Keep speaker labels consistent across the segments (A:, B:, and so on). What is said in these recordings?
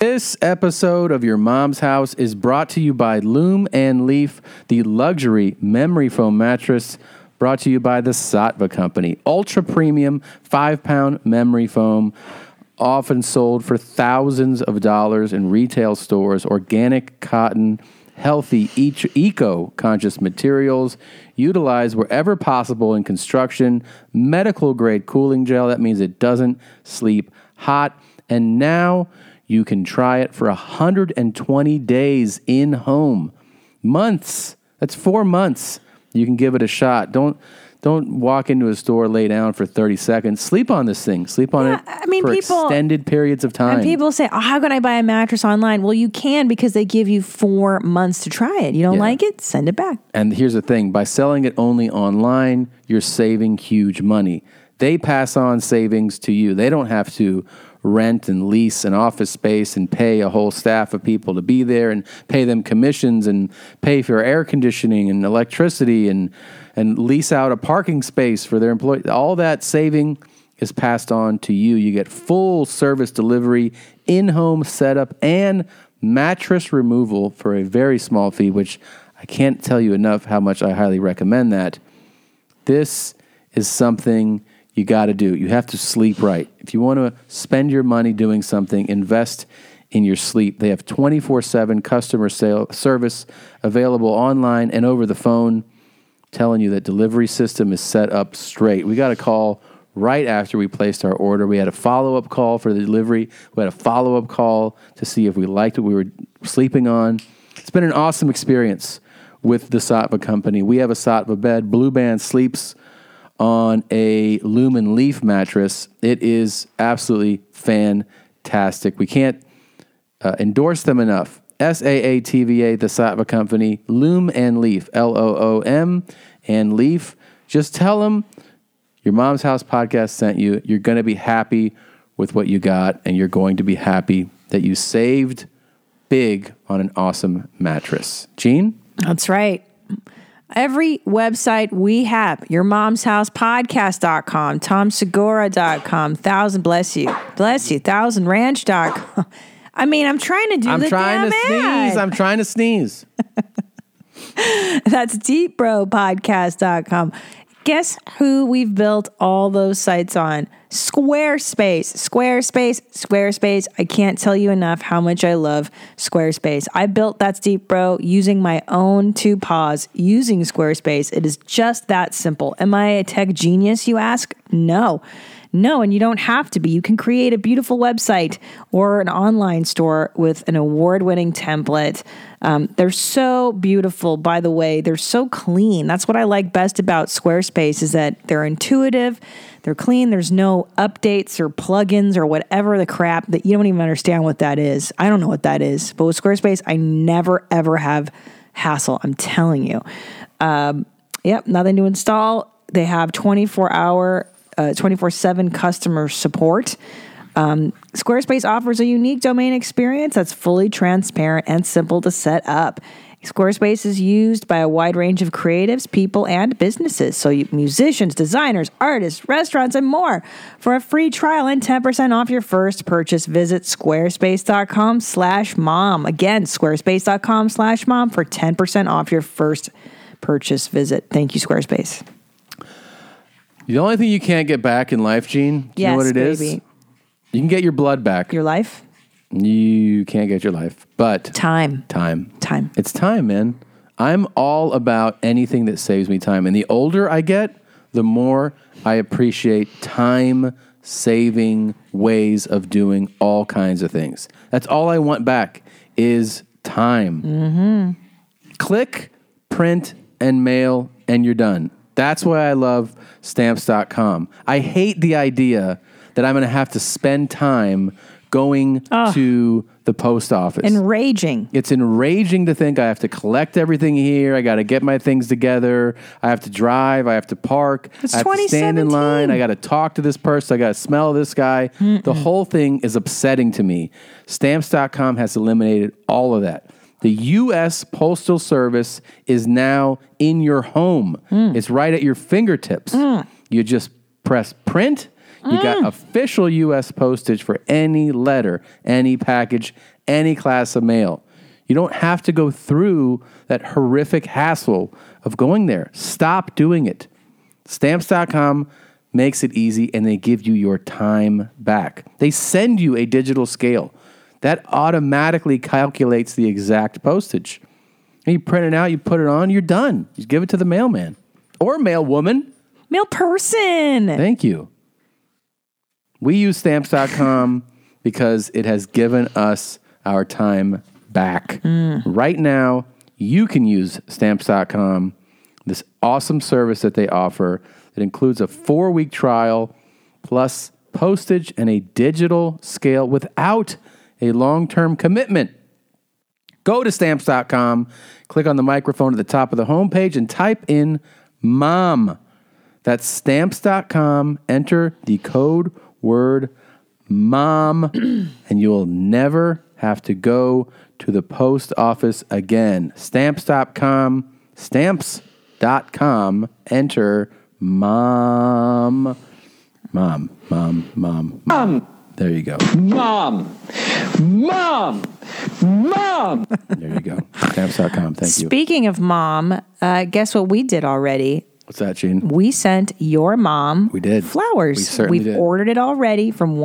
A: This episode of Your Mom's House is brought to you by Loom and Leaf, the luxury memory foam mattress. Brought to you by the Satva Company, ultra premium five pound memory foam, often sold for thousands of dollars in retail stores. Organic cotton, healthy, eco conscious materials, utilized wherever possible in construction. Medical grade cooling gel, that means it doesn't sleep hot. And now, you can try it for 120 days in home. Months. That's 4 months. You can give it a shot. Don't don't walk into a store, lay down for 30 seconds. Sleep on this thing. Sleep on it
B: I mean,
A: for
B: people-
A: extended periods of time.
B: And people say, oh, how can I buy a mattress online? Well, you can because they give you four months to try it. You don't
A: Yeah.
B: like it? Send it back.
A: And here's the thing by selling it only online, you're saving huge money. They pass on savings to you. They don't have to rent and lease an office space and pay a whole staff of people to be there and pay them commissions and pay for air conditioning and electricity and, and lease out a parking space for their employees. All that saving is passed on to you. You get full service delivery, in home setup, and mattress removal for a very small fee, which I can't tell you enough how much I highly recommend that. This is something you got to do. You have to sleep right. If you want to spend your money doing something, invest in your sleep. They have 24 7 customer sale, service available online and over the phone telling you that delivery system is set up straight. We got a call right after we placed our order. We had a follow up call for the delivery. We had a follow up call to see if we liked what we were sleeping on. It's been an awesome experience with the Satva company. We have a Satva bed. Blue Band sleeps on a Lumen Leaf mattress. It is absolutely fantastic. We can't uh, endorse them enough. S-A-A-T-V-A, the Satva Company, Loom and Leaf, L-O-O-M and Leaf. Just tell them your mom's house podcast sent you. You're going to be happy with what you got, and you're going to be happy that you saved big on an awesome mattress. Gene?
B: That's right. Every website we have, your mom's house podcast.com, tomsegura.com, thousand bless you, bless you, thousand ranch.com. I mean, I'm trying to do
A: I'm
B: the
A: trying
B: damn
A: to
B: ad.
A: sneeze. I'm trying to sneeze.
B: That's deepbropodcast.com. Guess who we've built all those sites on? Squarespace, Squarespace, Squarespace. I can't tell you enough how much I love Squarespace. I built That's Deep Bro using my own two paws, using Squarespace. It is just that simple. Am I a tech genius, you ask? No. No, and you don't have to be. You can create a beautiful website or an online store with an award winning template. Um, they're so beautiful, by the way. They're so clean. That's what I like best about Squarespace is that they're intuitive, they're clean. There's no updates or plugins or whatever the crap that you don't even understand what that is. I don't know what that is, but with Squarespace, I never, ever have hassle. I'm telling you. Um, yep, nothing to install. They have 24 hour, 24 7 customer support. Um, Squarespace offers a unique domain experience that's fully transparent and simple to set up. Squarespace is used by a wide range of creatives, people, and businesses. So, you, musicians, designers, artists, restaurants, and more. For a free trial and 10% off your first purchase, visit squarespace.com slash mom. Again, squarespace.com slash mom for 10% off your first purchase visit. Thank you, Squarespace.
A: The only thing you can't get back in life, Gene, do you know
B: Yes,
A: what it is?
B: baby.
A: You can get your blood back.
B: Your life?
A: You can't get your life, but
B: Time.
A: time.
B: Time.
A: It's time, man. I'm all about anything that saves me time. And the older I get, the more I appreciate time saving ways of doing all kinds of things. That's all I want back is time. Mm-hmm. Click, print, and mail, and you're done. That's why I love stamps.com. I hate the idea that I'm going to have to spend time going to the post office.
B: Enraging.
A: It's enraging to think I have to collect everything here. I got to get my things together. I have to drive. I have to park.
B: It's
A: I have to stand in
B: 2017.
A: line. I got to talk to this person. I got to smell this guy. The whole thing is upsetting to me. Stamps.com has eliminated all of that. The U.S. Postal Service is now in your home, it's right at your fingertips. You just press print. You got official U.S. postage for any letter, any package, any class of mail. You don't have to go through that horrific hassle of going there. Stop doing it. Stamps.com makes it easy and they give you your time back. They send you a digital scale that automatically calculates the exact postage. And you print it out, you put it on, you're done. You give it to the mailman or mailwoman.
B: Male person.
A: Thank you. We use stamps.com because it has given us our time back. Right now, you can use stamps.com, this awesome service that they offer that includes a four week trial plus postage and a digital scale without a long term commitment. Go to stamps.com, click on the microphone at the top of the homepage, and type in mom. That's stamps.com. Enter the code word mom, and you'll never have to go to the post office again. Stamps.com. Stamps.com. Enter mom. Mom, mom, mom, mom. There you go.
C: Mom! Mom! Mom!
A: There you go. Stamps.com. Thank you.
B: Speaking of mom, uh, guess what we did already?
A: What's that, Gene?
B: We sent your mom
A: We did.
B: flowers.
A: We certainly
B: have
A: did.
B: ordered it already from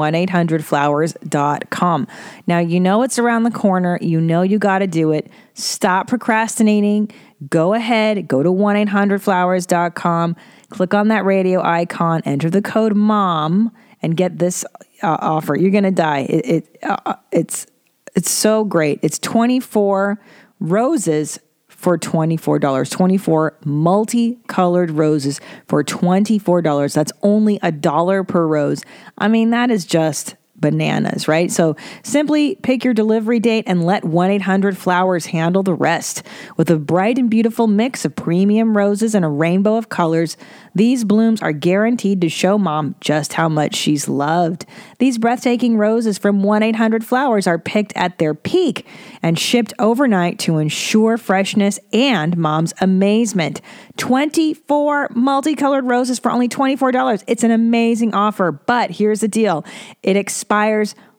B: 1-800-flowers.com. Now, you know it's around the corner. You know you got to do it. Stop procrastinating. Go ahead. Go to 1-800-flowers.com. Click on that radio icon. Enter the code MOM and get this uh, offer. You're going to die. It, it, uh, it's, it's so great. It's 24 roses for $24. 24 multicolored roses for $24. That's only a dollar per rose. I mean, that is just bananas, right? So simply pick your delivery date and let 1 800 Flowers handle the rest. With a bright and beautiful mix of premium roses and a rainbow of colors, these blooms are guaranteed to show mom just how much she's loved. These breathtaking roses from 1 800 Flowers are picked at their peak and shipped overnight to ensure freshness and mom's amazement. 24 multicolored roses for only $24. It's an amazing offer, but here's the deal it expires.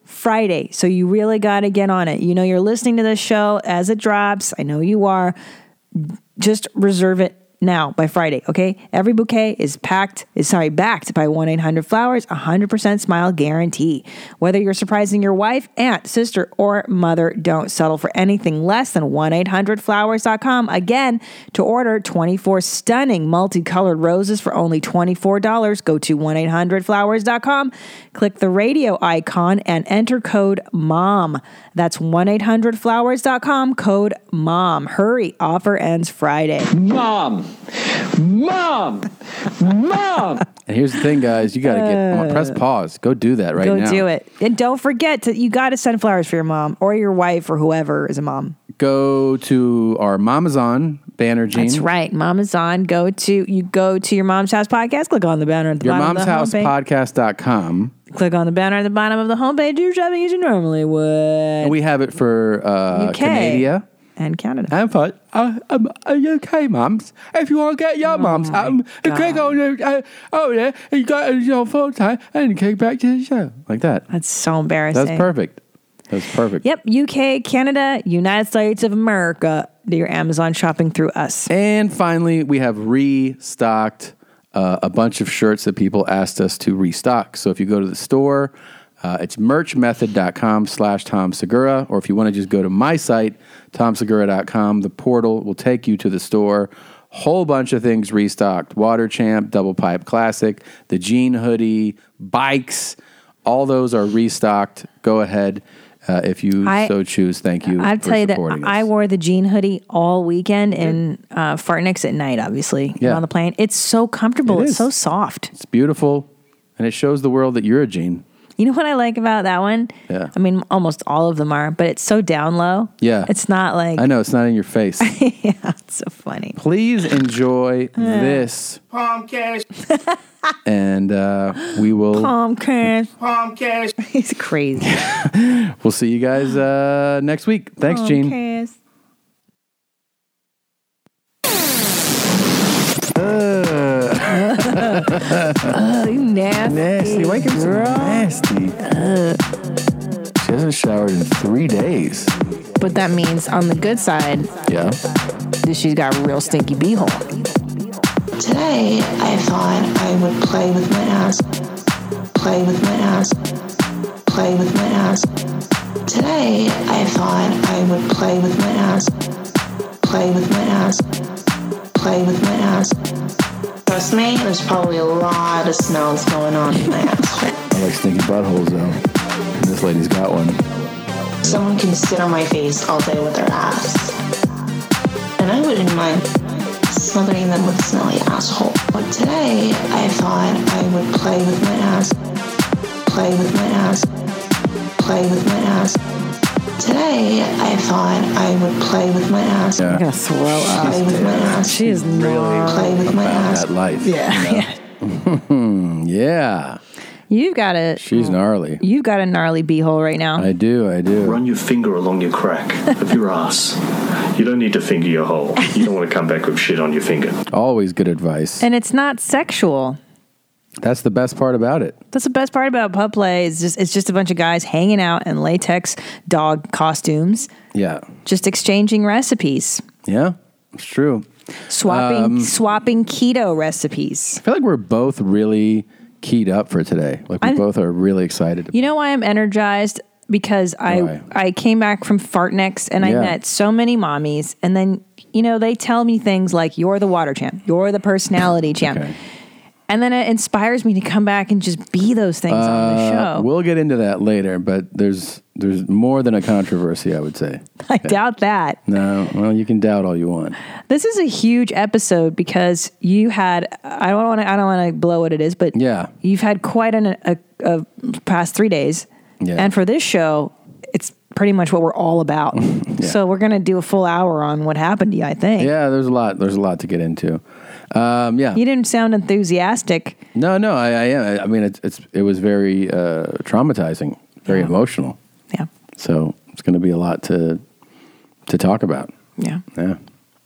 B: Friday, so you really got to get on it. You know, you're listening to this show as it drops. I know you are just reserve it now by Friday, okay? Every bouquet is packed, is sorry, backed by 1 800 Flowers, 100% smile guarantee. Whether you're surprising your wife, aunt, sister, or mother, don't settle for anything less than 1 800 Flowers.com. Again, to order 24 stunning multicolored roses for only $24, go to 1 800 Flowers.com, click the radio icon, and enter code MOM. That's 1 800 Flowers.com, code MOM. Hurry, offer ends Friday.
C: Mom! Mom! Mom!
A: And here's the thing, guys. You got to get on, press pause. Go do that right
B: Uh, Go
A: now.
B: do it. And don't forget to you got to send flowers for your mom or your wife or whoever is a mom.
A: Go to our Mamazon banner, Gene.
B: That's right. Mom is on. Go to you go to your mom's house podcast. Click on the banner at the
A: Your
B: bottom
A: mom's
B: of the
A: house
B: homepage.
A: podcast.com.
B: click on the banner at the bottom of the homepage. Do shopping as you normally would.
A: And we have it for uh,
B: UK
A: Canada.
B: and Canada.
A: And for uh, um, uh, UK mums. If you want to get your mums
B: Oh my
A: out, um, uh, click on the, uh, oh yeah, you got your phone time and kick back to the show. Like that.
B: That's so embarrassing.
A: That's perfect. That's perfect.
B: Yep. UK, Canada, United States of America. Do your Amazon shopping through us.
A: And finally, we have restocked uh, a bunch of shirts that people asked us to restock. So if you go to the store, uh, it's merchmethod.com slash Tom Segura. Or if you want to just go to my site, tomsegura.com, the portal will take you to the store. Whole bunch of things restocked Water Champ, Double Pipe Classic, the Jean Hoodie, bikes. All those are restocked. Go ahead uh, if you
B: I-
A: so choose. Thank you.
B: I'll
A: for
B: tell you that
A: supporting
B: I
A: us.
B: wore the jean hoodie all weekend in uh, Fartniks at night, obviously,
A: Yeah.
B: on the plane. It's so comfortable.
A: It
B: it's
A: is.
B: so soft.
A: It's beautiful, and it shows the world that you're a Gene.
B: You know what I like about that one?
A: Yeah.
B: I mean, almost all of them are, but it's so down low.
A: Yeah.
B: It's not like,
A: I know it's not in your face.
B: yeah, it's so funny.
A: Please enjoy
B: Uh,
A: this,
D: Palmcast,
A: and uh, we will
B: Palm crash.
D: Palmcast.
B: He's crazy.
A: we'll see you guys uh, next week. Thanks,
B: Palm
A: Gene.
B: crash. Oh, you nasty.
A: Nasty. Wake up so
B: girl.
A: nasty. She hasn't showered in three days.
B: But that means on the good side,
A: Yeah.
B: that she's got a real stinky beehole.
D: Today, I thought I would play with my ass. Play with my ass. Play with my ass. Today, I thought I would play with my ass. Play with my ass. Play with my ass. Trust me, there's probably a lot of smells going on in my asshole.
A: I like stinky buttholes though. And this lady's got one.
D: Someone can sit on my face all day with their ass. And I wouldn't mind smothering them with a smelly asshole. But today, I thought I would play with my ass. Play with my ass. Play with my ass. Today, I thought I would play with my ass.
A: Yeah.
B: I'm gonna throw up.
D: Play with my ass.
B: She is not.
D: Play with my
A: About
D: ass.
A: that life. Yeah. yeah.
B: You've got a
A: She's gnarly.
B: you've got a gnarly beehole right now.
A: I do, I do.
E: Run your finger along your crack of your ass. You don't need to finger your hole. You don't want to come back with shit on your finger.
A: Always good advice.
B: and it's not sexual.
A: That's the best part about it.
B: That's the best part about pub play is just it's just a bunch of guys hanging out in latex dog costumes,
A: Yeah.
B: just exchanging recipes,
A: Yeah. It's true.
B: swapping
A: Um,
B: swapping keto recipes.
A: I feel like we're both really keyed up for today. Like we
B: I'm-
A: both are really excited.
B: You know why I'm energized? Because I
A: Why?
B: I came back from Fartnex and I
A: Yeah.
B: met so many mommies, and then you know they tell me things like "You're the water champ," "You're the personality champ,"
A: Okay.
B: and then it inspires me to come back and just be those things on the show.
A: Uh, We'll get into that later, but there's there's more than a controversy, I would say.
B: I doubt that.
A: No, well, you can doubt all you want.
B: This is a huge episode because you had I don't want to I don't want to blow what it is, but
A: Yeah.
B: you've had quite an a, a past three days,
A: Yeah.
B: and for this show, it's pretty much what we're all about. So we're gonna do a full hour on what happened to you. I think
A: Yeah, there's a lot. There's a lot to get into. Um, yeah.
B: you didn't sound enthusiastic.
A: No, no, I, I am. I mean, it's, it's it was very uh, traumatizing, very emotional.
B: Yeah,
A: So it's going to be a lot to to talk about.
B: yeah.
A: Yeah.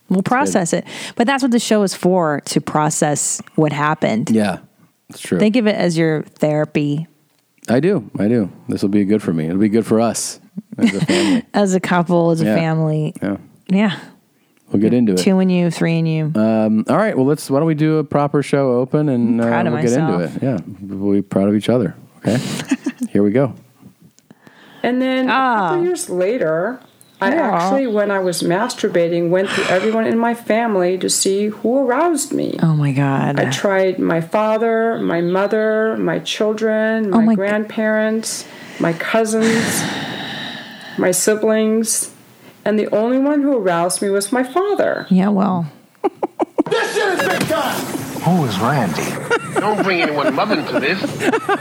B: We'll process it, but that's what the show is for—to process what happened.
A: Yeah. It's true.
B: Think of it as your therapy,
A: I do. I do. This will be good for me. It'll be good for us as a family.
B: as a couple, as a
A: Yeah.
B: family.
A: yeah.
B: Yeah,
A: We'll get into it. Um,
B: two and you, three and you.
A: All right. Well, let's. Why don't we do a proper show open and uh,
B: proud of
A: we'll get into
B: myself.
A: it. Yeah, we'll be proud of each other. Okay. Here we go.
F: And then a couple years later, I
B: Ah. Yeah.
F: actually, when I was masturbating, went through everyone in my family to see who aroused me.
B: oh my god!
F: I tried my father, my mother, my children, my,
B: Oh my g-
F: grandparents, my cousins, my siblings, and the only one who aroused me was my father.
B: yeah, well,
G: This shit is big time.
H: Who is Randy?
I: Don't bring anyone mother into this.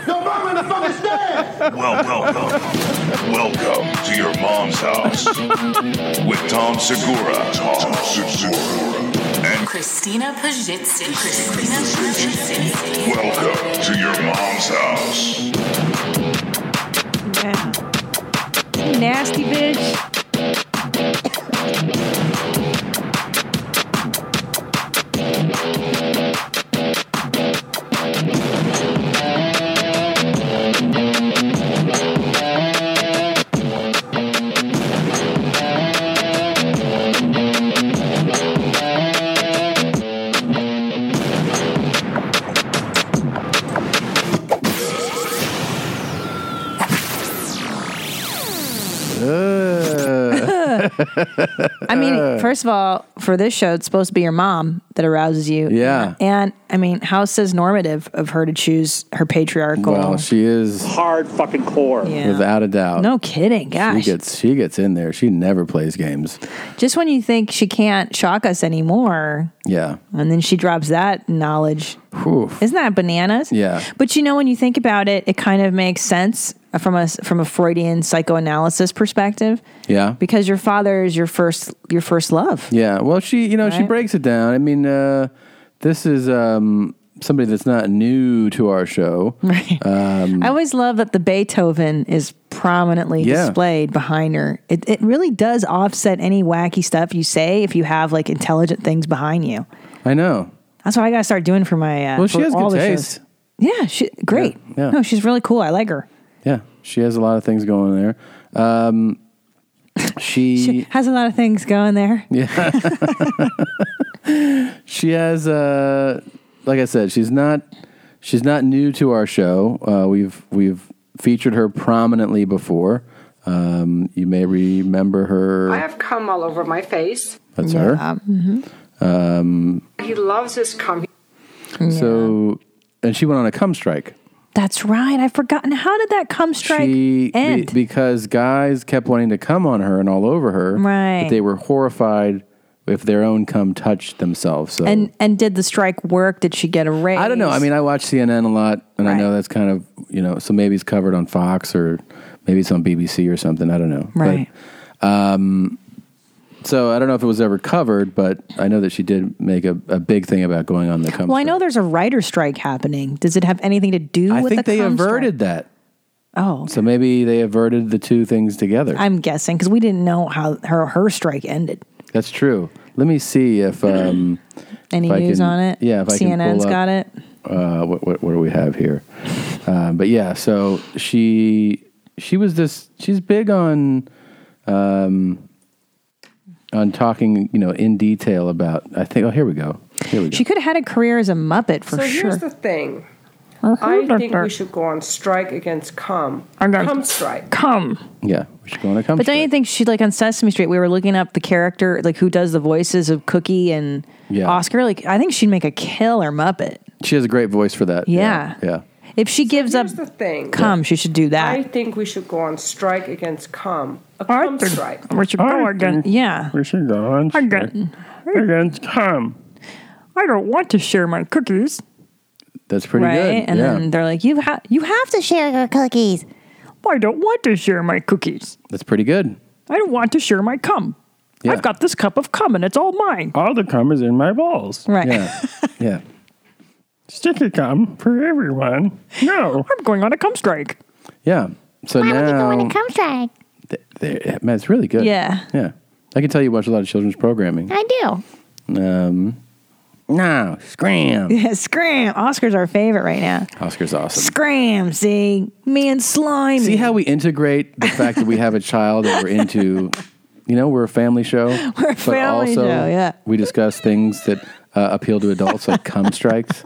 G: Yo, mama in the fucking stand.
J: Well, welcome. Welcome to your mom's house with Tom Segura. Tom Segura. And
K: Christina Pajitsin. Christina Pajitsin.
J: welcome to your mom's house.
B: yeah. nasty bitch.
A: Uh,
B: I mean, first of all, for this show, it's supposed to be your mom that arouses you.
A: Yeah.
B: and I mean, how says normative of her to choose her patriarchal?
A: well, she is
L: hard fucking core.
B: yeah.
A: without a doubt.
B: no kidding,
A: She
B: gosh!
A: gets she gets in there. She never plays games.
B: Just when you think she can't shock us anymore,
A: Yeah.
B: and then she drops that knowledge.
A: Whew.
B: Isn't that bananas?
A: Yeah.
B: But you know, when you think about it, it kind of makes sense from a from a Freudian psychoanalysis perspective,
A: Yeah.
B: because your father is your first your first love.
A: Yeah. Well, she you know she
B: Right.
A: breaks it down. I mean, uh, this is um, somebody that's not new to our show. Um,
B: Right. I always love that the Beethoven is prominently
A: Yeah.
B: displayed behind her. It, it really does offset any wacky stuff you say if you have like intelligent things behind you.
A: I know.
B: That's what I gotta start doing for my. Uh,
A: Well, she
B: for
A: has
B: all
A: good
B: the shows.
A: taste.
B: Yeah, she great.
A: yeah.
B: No, she's really cool. I like her.
A: Yeah, she has a lot of things going there. Um, she,
B: She has a lot of things going there.
A: yeah, she has. Uh, like I said, she's not she's not new to our show. Uh, we've we've featured her prominently before. Um, you may remember her.
F: I have cum all over my face.
A: That's her.
B: Mm-hmm.
F: Mhm.
A: Um,
F: He loves his cum.
A: So, and she went on a cum strike.
B: That's right. I've forgotten. How did that come strike
A: She be,
B: end?
A: because guys kept wanting to come on her and all over her.
B: Right.
A: But they were horrified if their own cum touched themselves. So
B: and and did the strike work? Did she get a raise?
A: I don't know. I mean, I watch CNN a lot, and I know that's kind of you know. So maybe it's covered on Fox or maybe it's on BBC or something. I don't know.
B: Right.
A: But, um. So I don't know if it was ever covered, but I know that she did make a, a big thing about going on the cum.
B: well, I know there's a writer strike happening. Does it have anything to do
A: I
B: with
A: think
B: the
A: they
B: cum strike?
A: averted that.
B: Oh.
A: So maybe they averted the two things together.
B: I'm guessing because we didn't know how her her strike ended.
A: That's true. Let me see if um,
B: Any
A: if I
B: news
A: can-
B: on it?
A: Yeah, if I can
B: CNN's
A: pull up,
B: got it.
A: Uh, what, what what do we have here? Um, but yeah, so she she was this. She's big on um, on talking, you know, in detail about. I think. Oh, here we go. Here we go.
B: She could have had a career as a Muppet for
F: so
B: sure.
F: here's the thing. I think we should go on strike against cum. Cum strike.
B: Come.
A: yeah, we should go on a cum.
B: Um, But don't you think she like on Sesame Street? We were looking up the character, like who does the voices of Cookie and
A: Yeah.
B: Oscar. Like I think she'd make a killer Muppet.
A: she has a great voice for that.
B: Yeah.
A: Yeah.
B: If she gives up
F: Here's the thing.
B: cum, she should do that.
F: I think we should go on strike against cum. A cum strike.
B: Yeah.
A: We should go on
B: Again. Against cum. I don't want to share my cookies.
A: That's pretty
B: right?
A: good.
B: And
A: yeah.
B: then they're like, you have you have to share your cookies. I don't want to share my cookies.
A: That's pretty good.
B: I don't want to share my cum.
A: Yeah.
B: I've got this cup of cum and it's all mine.
A: All the cum is in my balls.
B: Right.
A: Yeah. yeah.
B: Sticky cum for everyone. No. I'm going on a cum strike.
A: Yeah. So now
B: strike?
A: They- man, it's really good.
B: Yeah.
A: Yeah. I can tell you watch a lot of children's programming.
B: I do.
A: Um, no, Scram.
B: Yeah, scram. Oscar's our favorite right now.
A: Oscar's awesome.
B: Scram, see? Me and Slimy.
A: See how we integrate the fact that we have a child that we're into. You know, we're a family show.
B: We're a family show, yeah.
A: we discuss things that uh, appeal to adults, like cum strikes.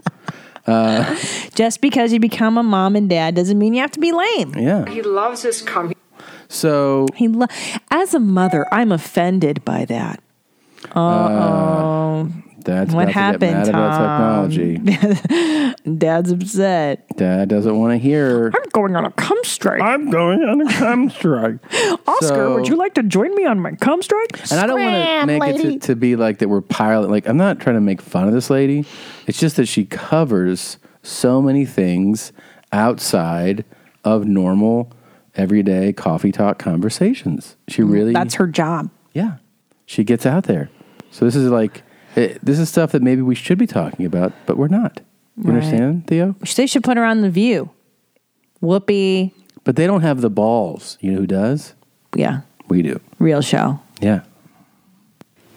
A: Uh,
B: Just because you become a mom and dad doesn't mean you have to be lame.
A: yeah.
F: He loves his cum.
A: So
B: he lo- as a mother, I'm offended by that.
A: Uh,
B: Oh,
A: That's
B: what
A: about
B: happened,
A: to get mad about
B: Tom?
A: technology.
B: Dad's upset.
A: Dad doesn't want to hear.
B: I'm going on a cum strike.
A: I'm going on a cum strike.
B: Oscar, would you like to join me on my cum strike?
A: And I don't want to make it to, to be like that we're pilot. Like, I'm not trying to make fun of this lady. It's just that she covers so many things outside of normal, everyday coffee talk conversations. She really.
B: Mm, That's her job.
A: Yeah. She gets out there. So this is like, eh, this is stuff that maybe we should be talking about, but we're not. You
B: Right.
A: understand, Theo?
B: They should put her on the View. Whoopee.
A: But they don't have the balls. You know who does?
B: Yeah.
A: We do.
B: Real show.
A: Yeah.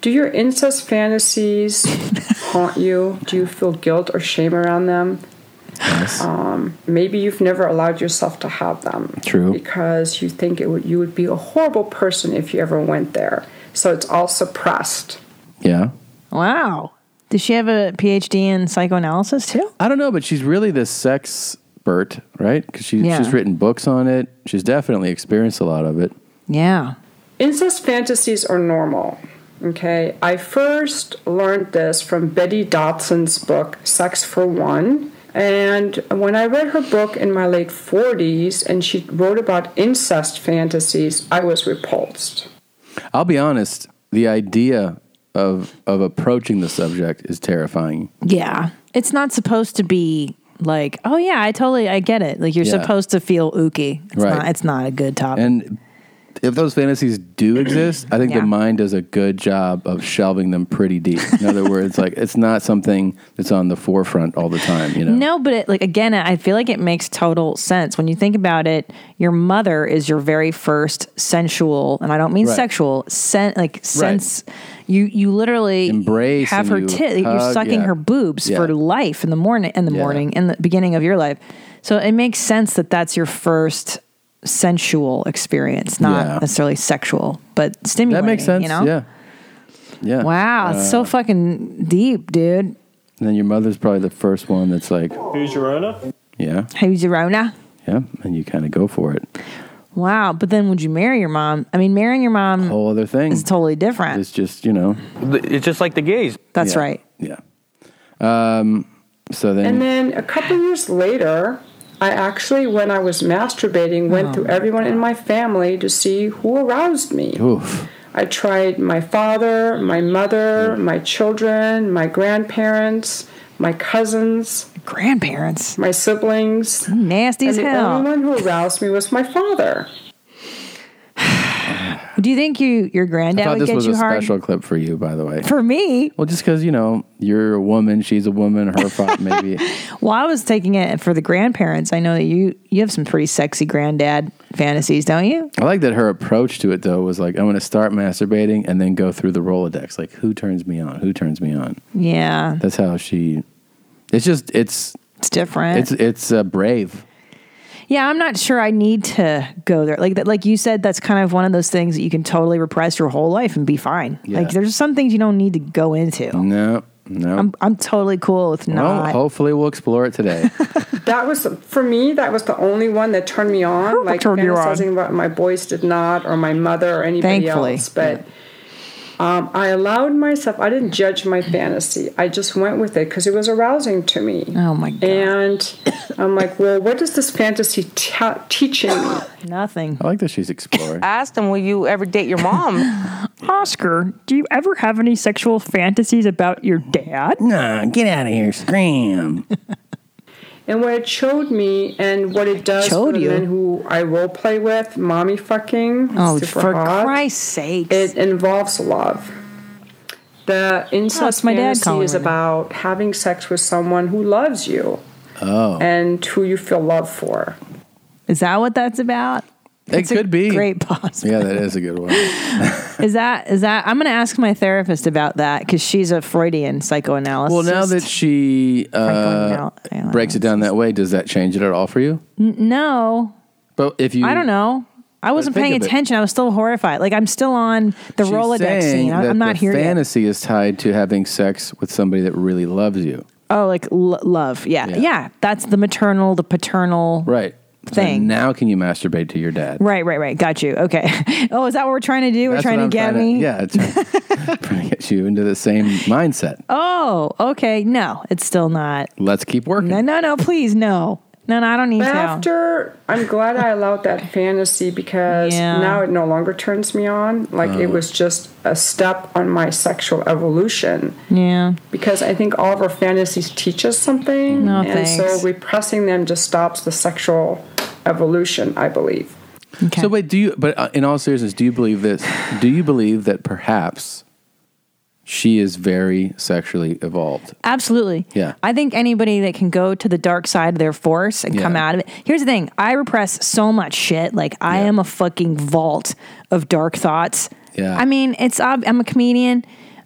F: Do your incest fantasies haunt you? Do you feel guilt or shame around them? Um, maybe you've never allowed yourself to have them.
A: True.
F: Because you think it would, you would be a horrible person if you ever went there. So it's all suppressed.
A: Yeah.
B: Wow. Does she have a PhD in psychoanalysis too?
A: I don't know, but she's really this sex expert, right? Because she,
B: Yeah.
A: she's written books on it. She's definitely experienced a lot of it.
B: Yeah.
F: Incest fantasies are normal. Okay. I first learned this from Betty Dotson's book, Sex for One. And when I read her book in my late 40s and she wrote about incest fantasies, I was repulsed.
A: I'll be honest, the idea of of approaching the subject is terrifying.
B: Yeah. It's not supposed to be like, oh yeah, I totally I get it. Like you're
A: Yeah.
B: supposed to feel ooky. It's
A: Right.
B: not it's not a good topic.
A: And if those fantasies do exist, I think
B: Yeah.
A: the mind does a good job of shelving them pretty deep. In other words, like it's not something that's on the forefront all the time. You know,
B: No, but it, like again, I feel like it makes total sense when you think about it. Your mother is your very first sensual, and I don't mean
A: Right.
B: sexual, sen- like sense. You you literally
A: Embrace
B: have
A: and
B: her
A: you
B: tit. You're
A: hug,
B: sucking
A: yeah.
B: her boobs
A: Yeah.
B: for life in the morning, in the
A: Yeah.
B: morning, in the beginning of your life. So it makes sense that that's your first sensual experience, not
A: Yeah.
B: necessarily sexual, but stimulating.
A: that makes sense.
B: You know?
A: Yeah, yeah. Uh,
B: Wow, it's so fucking deep, dude.
A: And then your mother's probably the first one that's like,
E: Who's your owner?
A: yeah,
B: Hey, Jerona.
A: yeah, and you kind of go for it.
B: Wow. But then would you marry your mom? I mean, marrying your mom
A: Whole other thing.
B: is totally different.
A: It's just you know.
H: It's just like the gays.
B: That's
A: yeah,
B: right.
A: Yeah. Um. So then.
F: And then a couple years later, I actually, when I was masturbating,
A: Oh.
F: went through everyone in my family to see who aroused me.
A: Oof.
F: I tried my father, my mother, my children, my grandparents, my cousins,
B: Grandparents.
F: my siblings.
B: Nasty
F: And
B: as
F: the
B: hell.
F: only one who aroused me was my father.
B: Do you think you your
A: I
B: granddad
A: thought
B: would
A: this
B: get
A: was
B: you
A: a
B: hard?
A: special clip for you, by the way.
B: For me,
A: Well, just because you know you're a woman, she's a woman. Her fault, maybe.
B: well, I was taking it for the grandparents. I know that you you have some pretty sexy granddad fantasies, don't you?
A: I like that her approach to it though was like, I'm going to start masturbating and then go through the Rolodex. Like, who turns me on? Who turns me on?
B: Yeah,
A: That's how she. It's just it's
B: it's different.
A: it's it's uh, brave.
B: Yeah, I'm not sure I need to go there. Like that, like you said, that's kind of one of those things that you can totally repress your whole life and be fine.
A: Yeah.
B: Like there's some things you don't need to go into.
A: No, no.
B: I'm I'm totally cool with
A: well,
B: not.
A: hopefully we'll explore it today.
F: That was, for me, that was the only one that turned me on. Like
B: turned you on?
F: fantasizing about my boys did not, or my mother, or anybody
B: Thankfully,
F: else. But um, I allowed myself, I didn't judge my fantasy. I just went with it because it was arousing to me.
B: oh my god,
F: And I'm like, well, what is this fantasy ta teaching me?
B: nothing.
A: I like that she's exploring.
L: asked him, "Will you ever date your mom?"
B: Oscar, do you ever have any sexual fantasies about your dad?
A: nah, get out of here, scream.
F: And what it showed me and what it does
B: Showed
F: for the
B: you.
F: men who I role play with, mommy fucking,
B: Oh,
F: super
B: for
F: hot,
B: Christ's sake!
F: it involves love. The incest
B: it's my dad
F: fantasy
B: calling
F: is
B: right
F: about having sex with someone who loves you
A: Oh,
F: and who you feel love for.
B: Is that what that's about?
A: it
B: It's a
A: could be.
B: great pause.
A: Yeah, that is a good one.
B: Is that is that? I'm going to ask my therapist about that because she's a Freudian psychoanalyst.
A: Well, now that she uh,
B: Franklin
A: breaks it down that way, does that change it at all for you?
B: no,
A: But if you,
B: I don't know. I wasn't
A: think
B: paying
A: of it.
B: attention. I was still horrified. Like I'm still on the
A: She's
B: Rolodex
A: saying
B: scene. I-
A: that
B: I'm not
A: the
B: here yet.
A: Fantasy is tied to having sex with somebody that really loves you,
B: Oh, like l- love. Yeah. yeah,
A: Yeah.
B: That's the maternal, the paternal.
A: right? So
B: Thing.
A: now, can you masturbate to your dad?
B: Right, right, right. Got you. Okay. Oh, is that what we're trying to do?
A: That's
B: we're trying
A: what
B: to
A: I'm
B: get
A: trying
B: me.
A: yeah, it's trying, trying to get you into the same mindset.
B: Oh, okay. No, it's still not.
A: Let's keep working.
B: No, no, no. Please, no, no, no. I don't need
F: But
B: to.
F: after, I'm glad I allowed that fantasy because
B: Yeah.
F: now it no longer turns me on. Like it was just a step on my sexual evolution.
B: yeah.
F: because I think all of our fantasies teach us something,
B: No,
F: and
B: thanks.
F: so repressing them just stops the sexual evolution, I believe.
B: Okay.
A: So wait, do you? But uh, in all seriousness, do you believe this? Do you believe that perhaps she is very sexually evolved?
B: Absolutely.
A: Yeah.
B: I think anybody that can go to the dark side of their force and
A: Yeah.
B: come out of it. Here's the thing I repress so much shit. Like, I
A: Yeah.
B: am a fucking vault of dark thoughts.
A: Yeah.
B: I mean, it's, ob- I'm a comedian.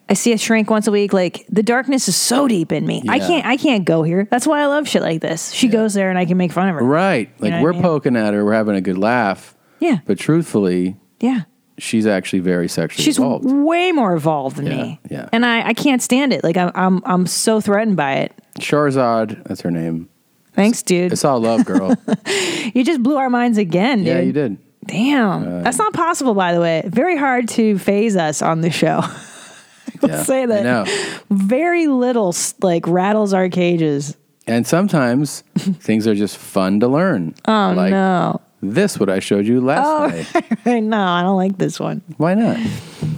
B: I see a shrink once a week. Like the darkness is so deep in me. I
A: Yeah.
B: can't. I can't go here. That's why I love shit like this. She goes there, and I can make fun of her.
A: Right. Like
B: know what I
A: we're
B: mean?
A: poking at her, we're having a good laugh,
B: Yeah.
A: but truthfully,
B: yeah.
A: she's actually very sexually
B: She's
A: evolved.
B: way more evolved than
A: Yeah,
B: me.
A: yeah.
B: And I, I can't stand it. Like I'm. I'm. I'm so threatened by it.
A: Charizard, that's her name.
B: Thanks, dude.
A: It's all love, girl.
B: You just blew our minds again, dude.
A: yeah, you did.
B: Damn.
A: Uh,
B: That's not possible, by the way. Very hard to phase us on the show.
A: Yeah,
B: say that.
A: I know.
B: Very little s- like rattles our cages.
A: And sometimes things are just fun to learn. Oh like,
B: no.
A: This what I showed you last night.
B: Oh, no, I don't like this one.
A: Why not?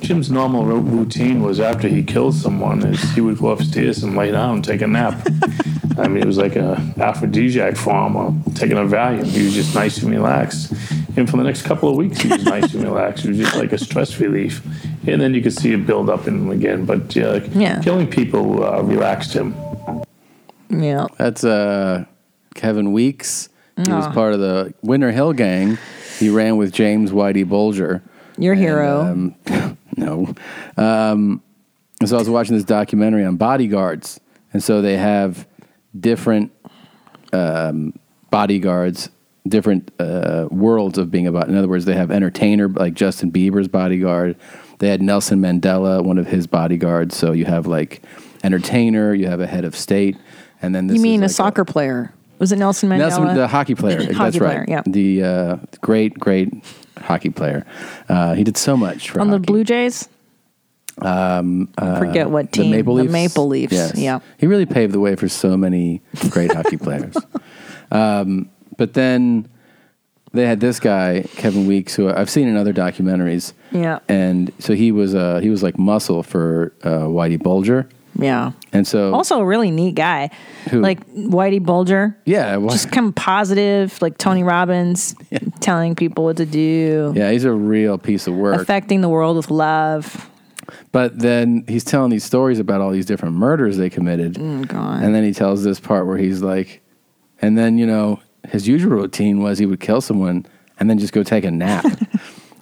H: Jim's normal ro- routine was after he killed someone is he would go upstairs and lay down and take a nap. I mean, it was like a aphrodisiac for him, or taking a Valium. He was just nice and relaxed. And for the next couple of weeks, he was nice and relaxed. It was just like a stress relief. And then you could see it build up in him again. But uh,
B: Yeah.
H: killing people uh, relaxed him.
B: Yeah.
A: That's uh, Kevin Weeks. He was
B: Aw.
A: part of the Winter Hill Gang. He ran with James Whitey Bulger.
B: Your hero.
A: Um, no. Um, and so I was watching this documentary on bodyguards. And so they have different um, bodyguards, different uh, worlds of being about. In other words, they have entertainer like Justin Bieber's bodyguard. They had Nelson Mandela, one of his bodyguards. So you have like entertainer, you have a head of state, and then this
B: you mean
A: is
B: a soccer player? Was it Nelson Mandela?
A: Nelson, the hockey player.
B: Hockey
A: That's
B: player,
A: right.
B: yeah.
A: The uh, great, great hockey player. Uh, he did so much for
B: On the Blue Jays?
A: um, uh,
B: forget what team.
A: The Maple
B: The
A: Leafs.
B: Maple Leafs, yeah.
A: He really paved the way for so many great hockey players. Um, but then they had this guy, Kevin Weeks, who I've seen in other documentaries,
B: Yeah.
A: and so he was uh, he was like muscle for uh, Whitey Bulger,
B: Yeah.
A: and so
B: Also, a really neat guy.
A: Who?
B: Like Whitey Bulger.
A: yeah, well,
B: Just kind of positive, like Tony Robbins, telling people what to do,
A: yeah, he's a real piece of work.
B: affecting the world with love.
A: But then he's telling these stories about all these different murders they committed.
B: Oh, God.
A: And then he tells this part where he's like, and then, you know, his usual routine was he would kill someone and then just go take a nap.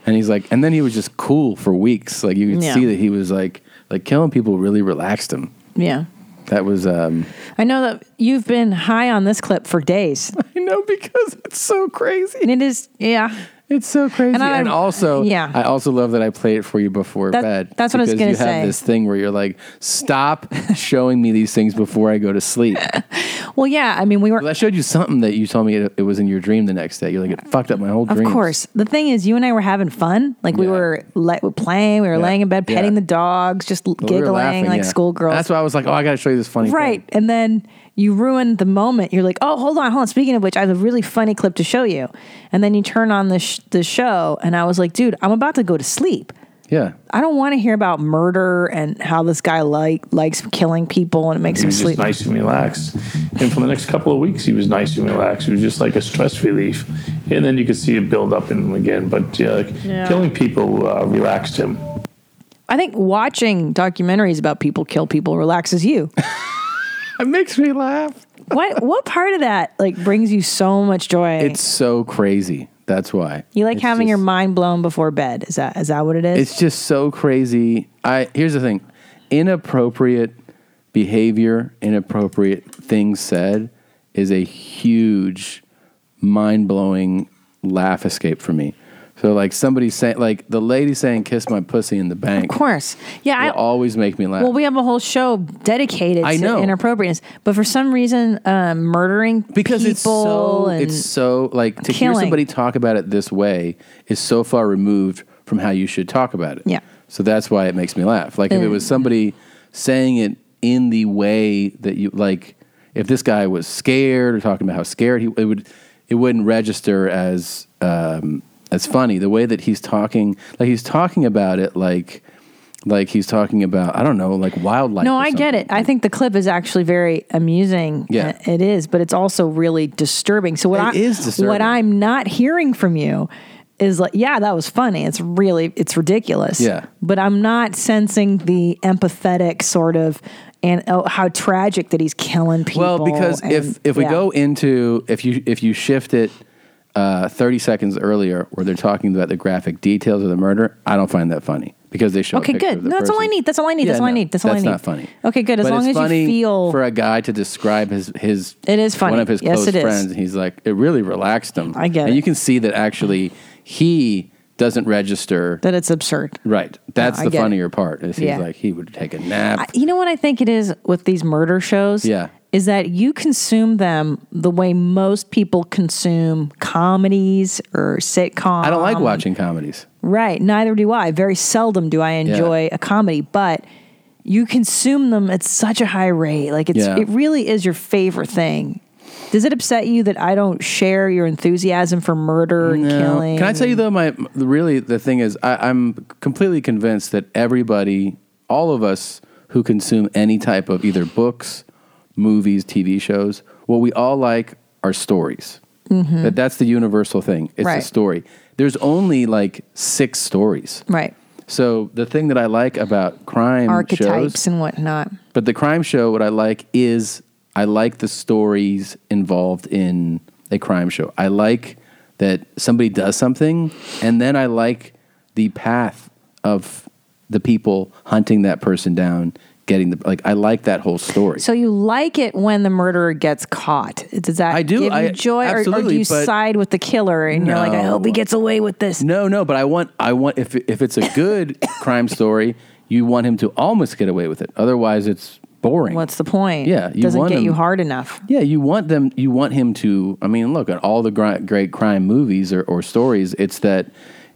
A: and he's like, and then he was just cool for weeks. Like you could
B: Yeah.
A: see that he was like, like killing people really relaxed him.
B: Yeah.
A: That was, um,
B: I know that you've been high on this clip for days.
A: I know because it's so crazy.
B: And it is, yeah.
A: It's so crazy. And, also,
B: yeah.
A: I also love that I play it for you before
B: That-
A: bed.
B: that's what I was
A: because
B: gonna
A: you
B: say.
A: have this thing where you're like, stop showing me these things before I go to sleep.
B: well, yeah. I mean, we were.
A: I showed you something that you told me it, it was in your dream the next day. You're like, it fucked up my whole dream.
B: Of course. The thing is, you and I were having fun. Like we were le- playing, we were laying in bed, petting the dogs, just l- giggling like schoolgirls.
A: That's why I was like, oh, I got to show you this funny
B: right.
A: thing.
B: And then you ruined the moment. You're like, oh, hold on, hold on. Speaking of which, I have a really funny clip to show you. And then you turn on the, sh- the show, and I was like, dude, I'm about to go to sleep.
A: Yeah.
B: I don't want to hear about murder and how this guy like likes killing people and it makes
H: He
B: him
H: was
B: sleep.
H: just nice and relaxed. And for the next couple of weeks, he was nice and relaxed. It was just like a stress relief. And then you could see it build up in him again. But uh,
B: Yeah.
H: killing people uh, relaxed him.
B: I think watching documentaries about people kill people relaxes you.
A: it makes me laugh.
B: what what part of that like brings you so much joy?
A: It's so crazy. That's why.
B: you like
A: It's
B: having
A: just-
B: your mind blown before bed. Is that is that what it is?
A: It's just so crazy. I here's the thing: inappropriate behavior, inappropriate things said, is a huge, mind blowing laugh escape for me. So like somebody saying, like the lady saying, "Kiss my pussy" in the bank.
B: of course. Yeah, I,
A: will always make me laugh.
B: Well, we have a whole show dedicated
A: I
B: to
A: know.
B: inappropriateness, but for some reason, um, murdering
A: because
B: people
A: it's so
B: and
A: it's so like to
B: killing.
A: hear somebody talk about it this way is so far removed from how you should talk about it.
B: Yeah.
A: So that's why it makes me laugh. Like if it
B: Mm.
A: was somebody saying it in the way that you like, if this guy was scared or talking about how scared he it would, it wouldn't register as um, as funny. The way that he's talking, like he's talking about it, like like he's talking about I don't know, like wildlife.
B: no,
A: or
B: I get it. I think the clip is actually very amusing.
A: Yeah.
B: Uh, it is, but it's also really disturbing. So what
A: It
B: I
A: is disturbing.
B: what I'm not hearing from you is like, yeah, that was funny. It's really it's ridiculous.
A: Yeah.
B: but I'm not sensing the empathetic sort of and oh, how tragic that he's killing people.
A: Well, because if
B: and-
A: if we
B: yeah.
A: go into if you if you shift it uh, thirty seconds earlier, where they're talking about the graphic details of the murder, I don't find that funny because they show. a
B: okay,
A: picture
B: good.
A: of the
B: No, that's all I
A: person.
B: need. That's all I need.
A: Yeah,
B: that's all I
A: no,
B: need. That's all I
A: that's
B: need.
A: not funny.
B: Okay, good. As
A: But
B: long
A: it's
B: as
A: funny
B: you feel
A: for a guy to describe his his
B: It is funny.
A: one of his
B: Yes,
A: close
B: it is.
A: friends, and he's like, it really relaxed him.
B: I get
A: and
B: it.
A: you can see that actually he doesn't register
B: that it's absurd.
A: Right, that's
B: I
A: the
B: get it.
A: funnier part. Is he's
B: Yeah.
A: like he would take a nap.
B: I- you know what I think it is with these murder shows?
A: Yeah.
B: Is that you consume them the way most people consume comedies or sitcoms.
A: I don't like watching comedies.
B: Right. Neither do I. Very seldom do I enjoy a comedy, but you consume them at such a high rate. Like it's
A: Yeah.
B: it really is your favorite thing. Does it upset you that I don't share your enthusiasm for murder and
A: No.
B: killing?
A: Can I tell you though? My really the thing is, I, I'm completely convinced that everybody, all of us who consume any type of either books, movies, TV shows, what we all like are stories.
B: Mhm.
A: That that's the universal thing. It's a
B: Right.
A: story. there's only like six stories.
B: Right.
A: So the thing that I like about crime
B: Archetypes
A: shows,
B: and whatnot.
A: but the crime show, what I like is I like the stories involved in a crime show. I like that somebody does something, and then I like the path of the people hunting that person down, getting the like. I like that whole story.
B: So you like it when the murderer gets caught. Does that
A: I do,
B: give you
A: I-
B: joy or- or, do
A: absolutely,
B: you
A: but-
B: side with the killer and you're like, I
A: No.
B: hope he gets away with this?
A: No, no, but I want I want if if it's a good crime story, you want him to almost get away with it. Otherwise, it's boring.
B: What's the point?
A: Yeah, you
B: Doesn't
A: want
B: get
A: him-
B: you hard enough.
A: Yeah, you want them. You want him to. I mean, look at all the gri- great crime movies or, or stories. It's that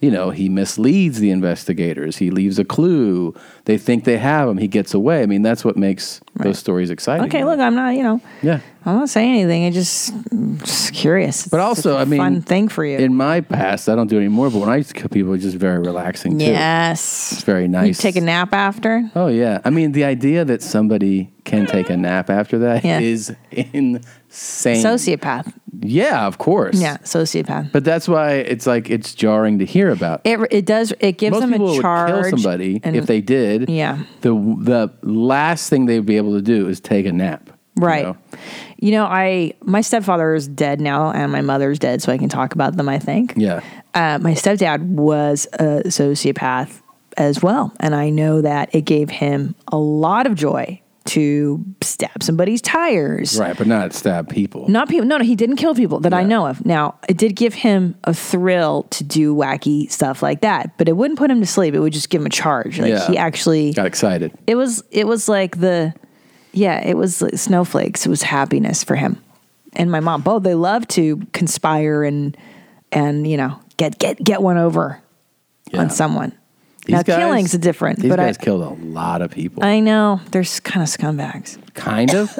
A: you know he misleads the investigators. He leaves a clue. They think they have him. He gets away. I mean, that's what makes those stories exciting.
B: Okay, look, I'm not, you know,
A: Yeah.
B: I'm not saying anything. I just, I'm just curious.
A: But also, I mean,
B: fun thing for you.
A: In my past, I don't do it anymore. But when I used to kill people, it was just very relaxing. Too.
B: Yes.
A: it's very
B: You
A: nice.
B: take a nap after.
A: Oh yeah, I mean the idea that somebody can take a nap after that
B: Yeah.
A: is insane.
B: Sociopath.
A: Yeah, of course.
B: Yeah, sociopath.
A: but that's why it's like it's jarring to hear about.
B: It, it does. It gives
A: Most
B: them
A: people
B: a charge.
A: would kill somebody
B: and-
A: if they did.
B: Yeah.
A: The the last thing they'd be able to do is take a nap.
B: Right. You know? I my stepfather is dead now, and my mother's dead, so I can talk about them. I think.
A: Yeah.
B: Uh, my stepdad was a sociopath as well, and I know that it gave him a lot of joy to stab somebody's tires.
A: Right, but not stab people.
B: Not people. No, no, he didn't kill people that I know of. Now, it did give him a thrill to do wacky stuff like that, but it wouldn't put him to sleep. It would just give him a charge. Like
A: Yeah.
B: he actually
A: Got excited.
B: it was it was like the yeah it was like snowflakes it was happiness for him and my mom both they love to conspire and and you know get get get one over
A: Yeah.
B: on someone
A: These
B: now
A: guys-
B: killing's a different
A: These
B: but
A: guys
B: I,
A: killed a lot of people.
B: I know they're kind of scumbags
A: kind of.